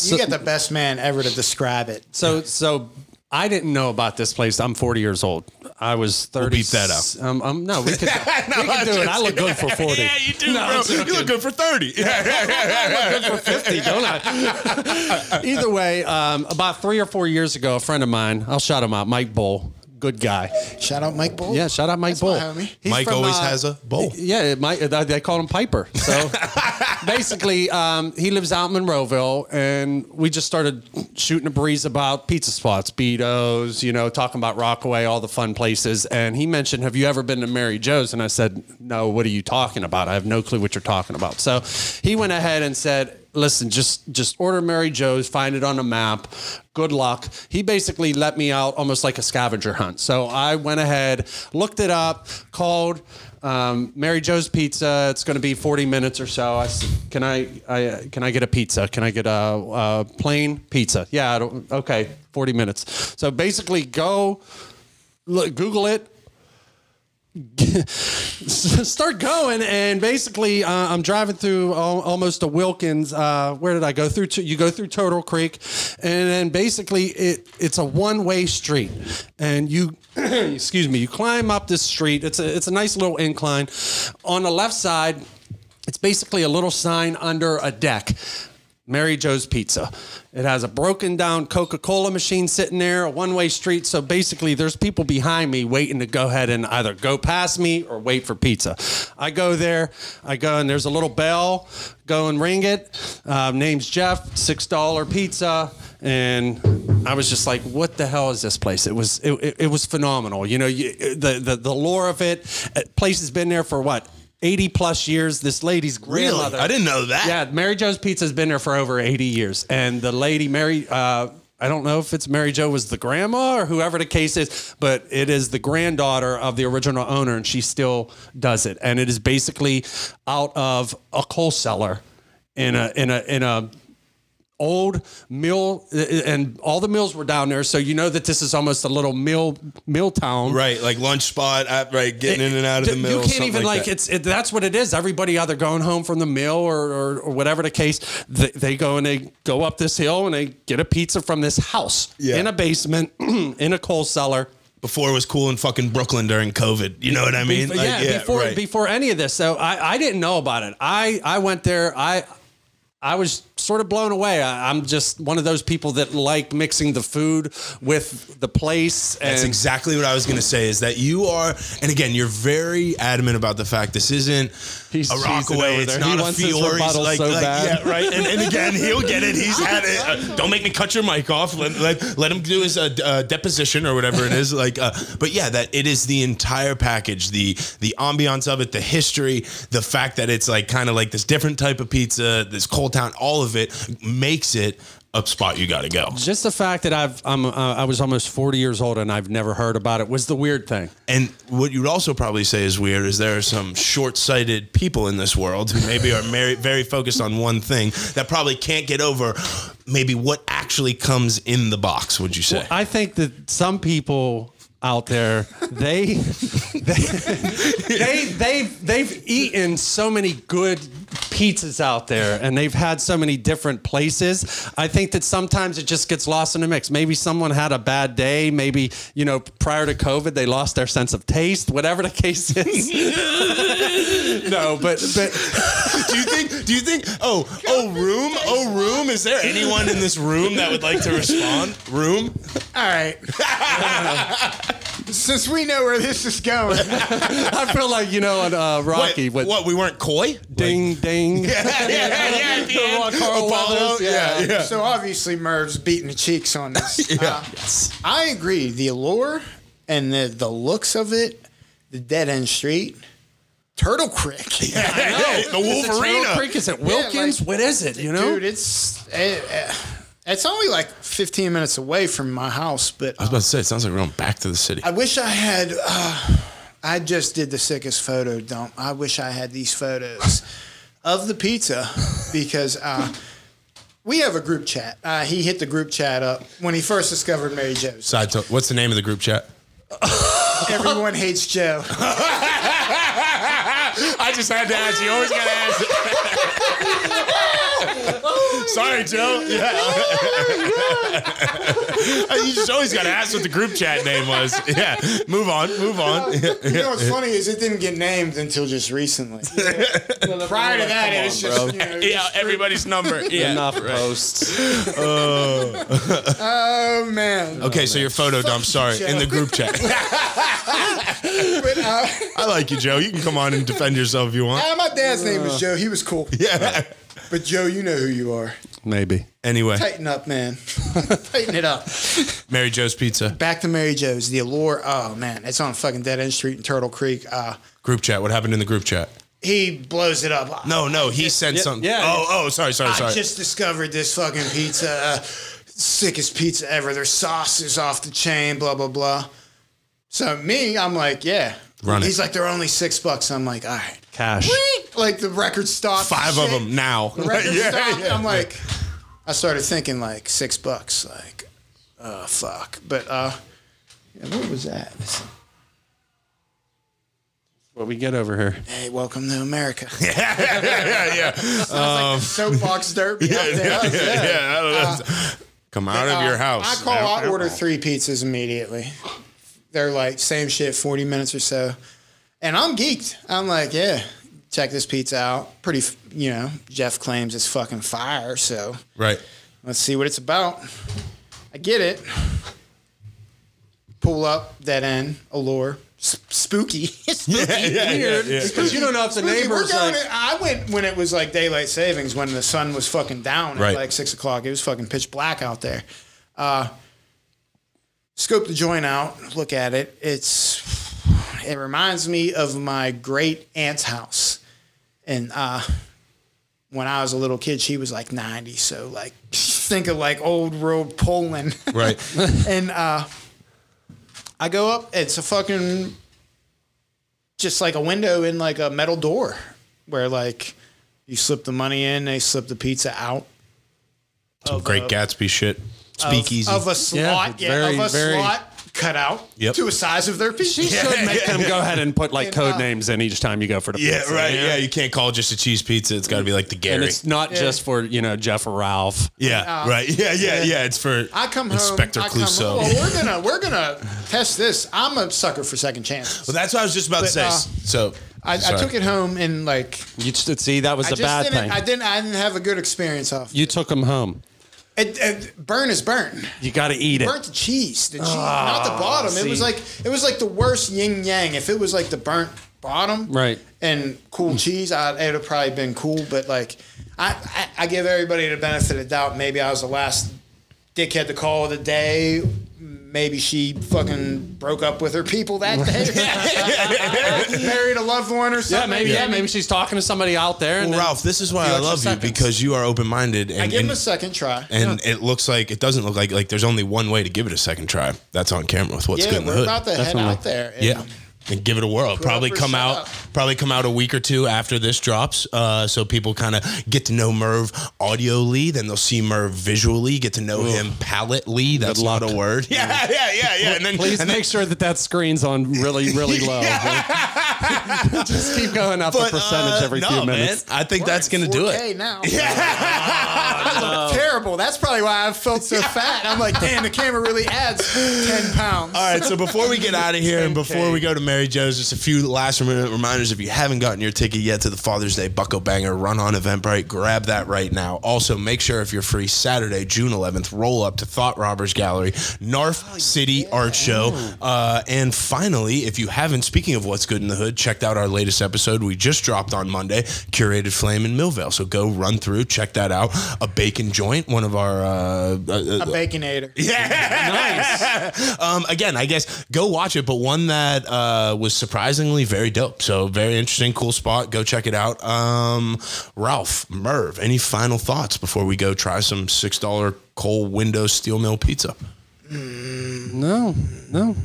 [SPEAKER 5] You get the best man ever to describe it.
[SPEAKER 6] So so I didn't know about this place. I'm 40 years old. I was 30.
[SPEAKER 4] beep that out.
[SPEAKER 6] Um, um, no, we could, we could
[SPEAKER 4] I'm
[SPEAKER 6] do it. I
[SPEAKER 4] just-
[SPEAKER 6] look good for 40.
[SPEAKER 4] Yeah, you do,
[SPEAKER 6] No, I'm
[SPEAKER 4] bro. You look
[SPEAKER 6] joking.
[SPEAKER 4] good for 30.
[SPEAKER 6] I look good for 50, don't I? Either way, um, about three or four years ago, a friend of mine, I'll shout him out, Mike Bull, good guy.
[SPEAKER 5] Shout out Mike Bull.
[SPEAKER 6] Yeah, shout out Mike
[SPEAKER 5] That's my
[SPEAKER 6] Bull.
[SPEAKER 5] homie.
[SPEAKER 6] He's
[SPEAKER 4] Mike
[SPEAKER 6] from,
[SPEAKER 4] always
[SPEAKER 6] uh,
[SPEAKER 4] has a bowl.
[SPEAKER 6] Yeah, Mike, they they called him Piper. So basically, um, he lives out in Monroeville, and we just started shooting a breeze about pizza spots, Betos, you know, talking about Rockaway, all the fun places. And he mentioned, "Have you ever been to Mary Joe's?" And I said, "No. What are you talking about? I have no clue what you're talking about." So he went ahead and said. Listen, just just order Mary Joe's, find it on a map. Good luck. He basically let me out almost like a scavenger hunt. So I went ahead, looked it up, called um, Mary Joe's Pizza. It's going to be 40 minutes or so. I s can I, I uh, can I get a pizza? Can I get a, uh plain pizza? Yeah. I don't, okay. 40 minutes. So basically, go look, Google it. Start going, and basically, uh, I'm driving through al- almost to Wilkins. Uh, where did I go through? To, you go through Turtle Creek, and then basically, it it's a one way street, and you excuse me, you climb up this street. It's a it's a nice little incline. On the left side, it's basically a little sign under a deck. Mary Joe's Pizza. It has a broken down Coca Cola machine sitting there, a one way street. So basically, there's people behind me waiting to go ahead and either go past me or wait for pizza. I go there, I go, and there's a little bell. Go and ring it. Um, name's Jeff, $6 pizza. And I was just like, what the hell is this place? It was it, it, it was phenomenal. You know, you, the, the, the lore of it, uh, place has been there for what? 80 plus years. This lady's grandmother.
[SPEAKER 4] I didn't know that.
[SPEAKER 6] Yeah, Mary Joe's Pizza's been there for over 80 years. And the lady, Mary, uh, I don't know if it's Mary Joe was the grandma or whoever the case is, but it is the granddaughter of the original owner, and she still does it. And it is basically out of a coal cellar in a in a in a old mill, and all the mills were down there. So you know that this is almost a little mill mill town,
[SPEAKER 4] Right, like lunch spot, uh, right, getting in and out of the
[SPEAKER 6] you
[SPEAKER 4] mill.
[SPEAKER 6] can't
[SPEAKER 4] something
[SPEAKER 6] even like,
[SPEAKER 4] that.
[SPEAKER 6] it's it, that's what it is. Everybody either going home from the mill or or, or whatever the case, they, they go and they go up this hill and they get a pizza from this house
[SPEAKER 4] Yeah.
[SPEAKER 6] in a basement in a coal cellar.
[SPEAKER 4] before it was cool in fucking Brooklyn during COVID. You know what I mean?
[SPEAKER 6] But
[SPEAKER 4] Like,
[SPEAKER 6] yeah, before
[SPEAKER 4] uh, right.
[SPEAKER 6] before any of this. So I, I didn't know about it. I, I went there. I I was sort of blown away. I, I'm just one of those people that like mixing the food with the place. And
[SPEAKER 4] That's exactly what I was going to say is that you are, and again, you're very adamant about the fact this isn't
[SPEAKER 6] He's
[SPEAKER 4] a
[SPEAKER 6] cheesing
[SPEAKER 4] Rockaway.
[SPEAKER 6] over
[SPEAKER 4] It's
[SPEAKER 6] there.
[SPEAKER 4] not
[SPEAKER 6] He
[SPEAKER 4] a
[SPEAKER 6] wants his
[SPEAKER 4] Fiore's.
[SPEAKER 6] rebuttal
[SPEAKER 4] like,
[SPEAKER 6] so
[SPEAKER 4] like,
[SPEAKER 6] bad.
[SPEAKER 4] yeah, right. And, and again, he'll get it. He's had it. Uh, don't make me cut your mic off. Let, let, let him do his uh, d- uh, deposition or whatever it is. Like, uh, but yeah, that it is the entire package, the the ambiance of it, the history, the fact that it's like kind of like this different type of pizza, this cold town, all of it makes it a spot you got to go.
[SPEAKER 6] just the fact that I've I'm, uh, I was almost 40 years old and I've never heard about it was the weird thing.
[SPEAKER 4] And what you'd also probably say is weird is there are some short-sighted people in this world who maybe are very, very focused on one thing that probably can't get over maybe what actually comes in the box. Would you say?
[SPEAKER 6] I think that some people out there they they they they've, they've eaten so many good pizzas out there and they've had so many different places. I think that sometimes it just gets lost in the mix. Maybe someone had a bad day. Maybe, you know, prior to COVID, they lost their sense of taste, whatever the case is. no, but, but
[SPEAKER 4] do you think? Do you think? Oh, oh, room, oh, room. Is there anyone in this room that would like to respond? Room.
[SPEAKER 5] All right. Since we know where this is going,
[SPEAKER 6] I feel like, you know, on uh, Rocky,
[SPEAKER 4] what,
[SPEAKER 6] what,
[SPEAKER 4] what? We weren't coy.
[SPEAKER 6] ding, ding.
[SPEAKER 4] yeah, yeah, yeah.
[SPEAKER 6] Carl
[SPEAKER 4] Apollo,
[SPEAKER 6] Weathers,
[SPEAKER 4] yeah,
[SPEAKER 6] yeah.
[SPEAKER 4] yeah.
[SPEAKER 5] so obviously Merv's beating the cheeks on this. Uh, I agree. The allure and the, the looks of it, the dead end street, Turtle Creek.
[SPEAKER 4] the
[SPEAKER 6] Is it Turtle
[SPEAKER 4] Wolverine.
[SPEAKER 6] Creek? Is it Wilkins?
[SPEAKER 5] like-
[SPEAKER 6] what is it? You know,
[SPEAKER 5] Dude, it's eh, eh, it's only like 15 minutes away from my house, but uh,
[SPEAKER 4] I was about to say, it sounds like we're going back to the city.
[SPEAKER 5] I wish I had. Uh, I just did the sickest photo dump. I wish I had these photos of the pizza because uh, we have a group chat. Uh, he hit the group chat up when he first discovered Mary Joe's.
[SPEAKER 4] Side to, what's the name of the group chat?
[SPEAKER 5] Everyone hates Joe.
[SPEAKER 4] I just had to ask. You always got to ask. Sorry, Joe. Yeah. you just always got to ask what the group chat name was. Yeah. Move on. Move on.
[SPEAKER 5] You know what's funny is it didn't get named until just recently. Prior to that, it was just you know,
[SPEAKER 4] Yeah. Everybody's number. Yeah.
[SPEAKER 6] enough posts.
[SPEAKER 5] oh man.
[SPEAKER 4] Okay, so your photo dump. Sorry, in the group chat.
[SPEAKER 5] But, uh,
[SPEAKER 4] I like you, Joe. You can come on and defend yourself if you want.
[SPEAKER 5] my dad's name was Joe. He was cool.
[SPEAKER 4] Uh. Yeah.
[SPEAKER 5] But Joe, you know who you are.
[SPEAKER 6] Maybe.
[SPEAKER 4] Anyway,
[SPEAKER 5] Tighten up, man. Tighten it up.
[SPEAKER 4] Mary Joe's Pizza
[SPEAKER 5] Back to Mary Joe's, the allure. Oh man, it's on fucking dead end street in Turtle Creek. Uh,
[SPEAKER 4] group chat. What happened in the group chat?
[SPEAKER 5] he blows it up.
[SPEAKER 4] No, no, he sent something.
[SPEAKER 6] yeah.
[SPEAKER 4] Oh, oh, sorry, sorry,
[SPEAKER 5] I
[SPEAKER 4] sorry.
[SPEAKER 5] just discovered this fucking pizza, uh, sickest pizza ever. Their sauce is off the chain. Blah blah blah. So me, I'm like, yeah.
[SPEAKER 4] Run it.
[SPEAKER 5] He's like, they're only six bucks. I'm like, all right.
[SPEAKER 6] Cash.
[SPEAKER 5] Like the record stopped.
[SPEAKER 4] Five of
[SPEAKER 5] shit.
[SPEAKER 4] them now.
[SPEAKER 5] The record stopped. I'm like, I started thinking like six bucks. Like, oh fuck. But uh, yeah, what was that?
[SPEAKER 6] What we get over here?
[SPEAKER 5] Hey, welcome to America.
[SPEAKER 4] yeah, yeah,
[SPEAKER 5] soapbox derby. out there.
[SPEAKER 4] Um, yeah, yeah, yeah. I don't know. Come out of your house.
[SPEAKER 5] Uh, I call. I order three pizzas immediately. They're like same shit, forty minutes or so, and I'm geeked. I'm like, yeah, check this pizza out. Pretty, f- you know. Jeff claims it's fucking fire, so
[SPEAKER 4] Right.
[SPEAKER 5] let's see what it's about. I get it. Pull up dead end allure. S- spooky. Spooky.
[SPEAKER 6] Weird. Because you don't know if the
[SPEAKER 5] Spooky. We're
[SPEAKER 6] neighbors
[SPEAKER 5] going
[SPEAKER 6] like.
[SPEAKER 5] in- I went when it was like daylight savings, when the sun was fucking down
[SPEAKER 4] Right.
[SPEAKER 5] at like six o'clock. It was fucking pitch black out there. Uh, scope the joint out, look at it. It's it reminds me of my great aunt's house, and uh, when I was a little kid, she was like ninety. So like, think of like old world Poland.
[SPEAKER 4] Right.
[SPEAKER 5] and uh, I go up. It's a fucking just like a window in like a metal door where like you slip the money in, they slip the pizza out
[SPEAKER 4] Some great Gatsby shit. Speakeasy.
[SPEAKER 5] uh, of a slot, yeah,
[SPEAKER 6] Yeah, very,
[SPEAKER 5] of a
[SPEAKER 6] very-
[SPEAKER 5] slot cut out
[SPEAKER 4] Yep.
[SPEAKER 5] to a size of their pizza.
[SPEAKER 6] You should make them go ahead and put like code names in each time you go for the
[SPEAKER 4] yeah,
[SPEAKER 6] pizza,
[SPEAKER 4] right.
[SPEAKER 6] you know?
[SPEAKER 4] Yeah, you can't call it just a cheese pizza. It's got to be like the Gary.
[SPEAKER 6] And it's not just for you know Jeff or Ralph.
[SPEAKER 4] yeah, right. Yeah, yeah, yeah. It's for
[SPEAKER 5] I come home.
[SPEAKER 4] Inspector
[SPEAKER 5] I come
[SPEAKER 4] Clouseau.
[SPEAKER 5] home. Oh, Well, we're gonna we're gonna test this. I'm a sucker for second chances.
[SPEAKER 4] Well, that's what I was just about to say.
[SPEAKER 5] But, uh,
[SPEAKER 4] so
[SPEAKER 5] I, I took it home and like
[SPEAKER 6] You just, see that was
[SPEAKER 5] I
[SPEAKER 6] the
[SPEAKER 5] just
[SPEAKER 6] bad
[SPEAKER 5] didn't
[SPEAKER 6] thing.
[SPEAKER 5] I didn't I didn't have a good experience off.
[SPEAKER 6] you took them home.
[SPEAKER 5] It, it, burn is burn.
[SPEAKER 6] You got to eat it.
[SPEAKER 5] burnt the cheese, the cheese, not the bottom. It was
[SPEAKER 6] Ah, see.
[SPEAKER 5] like it was like the worst yin yang. If it was like the burnt bottom,
[SPEAKER 6] Right. Mm.
[SPEAKER 5] and cool cheese, I, it'd have probably been cool. But like, I, I I give everybody the benefit of the doubt. Maybe I was the last dickhead to call of the day. Maybe she fucking broke up with her people that day, married a loved one or
[SPEAKER 6] Yeah,
[SPEAKER 5] something.
[SPEAKER 6] maybe. Yeah. maybe she's talking to somebody out there. And
[SPEAKER 4] Well,
[SPEAKER 6] then-
[SPEAKER 4] Ralph, this is why
[SPEAKER 6] few
[SPEAKER 4] I
[SPEAKER 6] extra
[SPEAKER 4] love you
[SPEAKER 6] seconds.
[SPEAKER 4] because you are open minded and
[SPEAKER 5] I give
[SPEAKER 4] and,
[SPEAKER 5] him a second try.
[SPEAKER 4] and it looks like it doesn't look like like there's only one way to give it a second try. That's on camera with what's
[SPEAKER 5] yeah,
[SPEAKER 4] good in the
[SPEAKER 5] we're
[SPEAKER 4] hood.
[SPEAKER 5] about to head out there. and-
[SPEAKER 4] yeah. And give it a whirl. Probably
[SPEAKER 5] or
[SPEAKER 4] come
[SPEAKER 5] shut
[SPEAKER 4] out.
[SPEAKER 5] up.
[SPEAKER 4] Probably come out a week or two after this drops, uh, so people kind of get to know Merv audioly. Then they'll see Merv visually, get to know him palately. That's not a word. Yeah, yeah, yeah, yeah. And then
[SPEAKER 6] please
[SPEAKER 4] and then-
[SPEAKER 6] make sure that that screen's on really, really low. Just keep going up a
[SPEAKER 4] But,
[SPEAKER 6] percentage
[SPEAKER 4] uh,
[SPEAKER 6] every
[SPEAKER 4] no,
[SPEAKER 6] few
[SPEAKER 4] man.
[SPEAKER 6] minutes.
[SPEAKER 4] I think that's going to do it.
[SPEAKER 5] Hey, now. I look terrible. That's probably why I felt so fat. I'm like, damn, the camera really adds 10 pounds.
[SPEAKER 4] All right, so before we get out of here and before we go to Mary Joe's, just a few last minute reminders. If you haven't gotten your ticket yet to the Father's Day Bucko Banger, run on Eventbrite. Grab that right now. Also, make sure if you're free Saturday, June 11th, roll up to Thought Robbers Gallery, Narf City Art Show. Uh, and finally, if you haven't, speaking of what's good in the hood, checked out our latest episode we just dropped on Monday, Curated Flame in Millvale. So go run through, check that out. A bacon joint, one of our. Uh, uh,
[SPEAKER 5] A baconator.
[SPEAKER 4] um, again, I guess go watch it, but one that uh, was surprisingly very dope. So very interesting, cool spot. Go check it out. Um, Ralph, Merv, any final thoughts before we go try some six dollar coal window steel mill pizza?
[SPEAKER 6] No, no.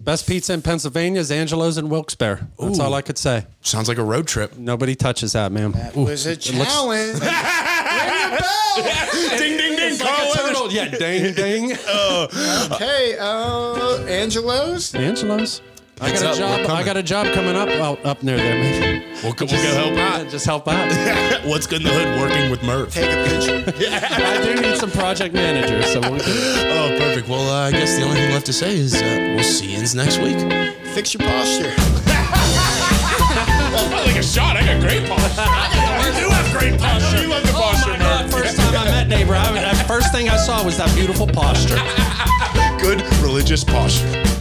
[SPEAKER 6] Best pizza in Pennsylvania is Angelo's and Wilkes-Barre. That's all I could say.
[SPEAKER 4] Sounds like a road trip.
[SPEAKER 6] Nobody touches that, man.
[SPEAKER 5] That was a
[SPEAKER 6] looks-
[SPEAKER 5] challenge. Ring the bell.
[SPEAKER 4] ding ding ding.
[SPEAKER 6] Like a turtle. Oh, Yeah, dang, dang.
[SPEAKER 5] Okay, uh, Angelo's.
[SPEAKER 6] Angelo's. I
[SPEAKER 4] It's
[SPEAKER 6] got a
[SPEAKER 4] up, we're
[SPEAKER 6] job.
[SPEAKER 4] coming.
[SPEAKER 6] I got a job coming up. Well, up near there, maybe.
[SPEAKER 4] We'll, go- we'll go help
[SPEAKER 6] Yeah, just help out.
[SPEAKER 4] out. What's good in the hood? Working with Merv.
[SPEAKER 5] Take a picture.
[SPEAKER 6] I do need some project managers. So we'll,
[SPEAKER 4] Oh, perfect. Well, uh, I guess the only thing left to say is uh, we'll see you next week.
[SPEAKER 5] Fix your posture.
[SPEAKER 4] like a shot. I got great posture. you do have great posture. You have the
[SPEAKER 6] oh my God! First time I met neighbor, I, the first thing I saw was that beautiful posture.
[SPEAKER 4] Good religious posture.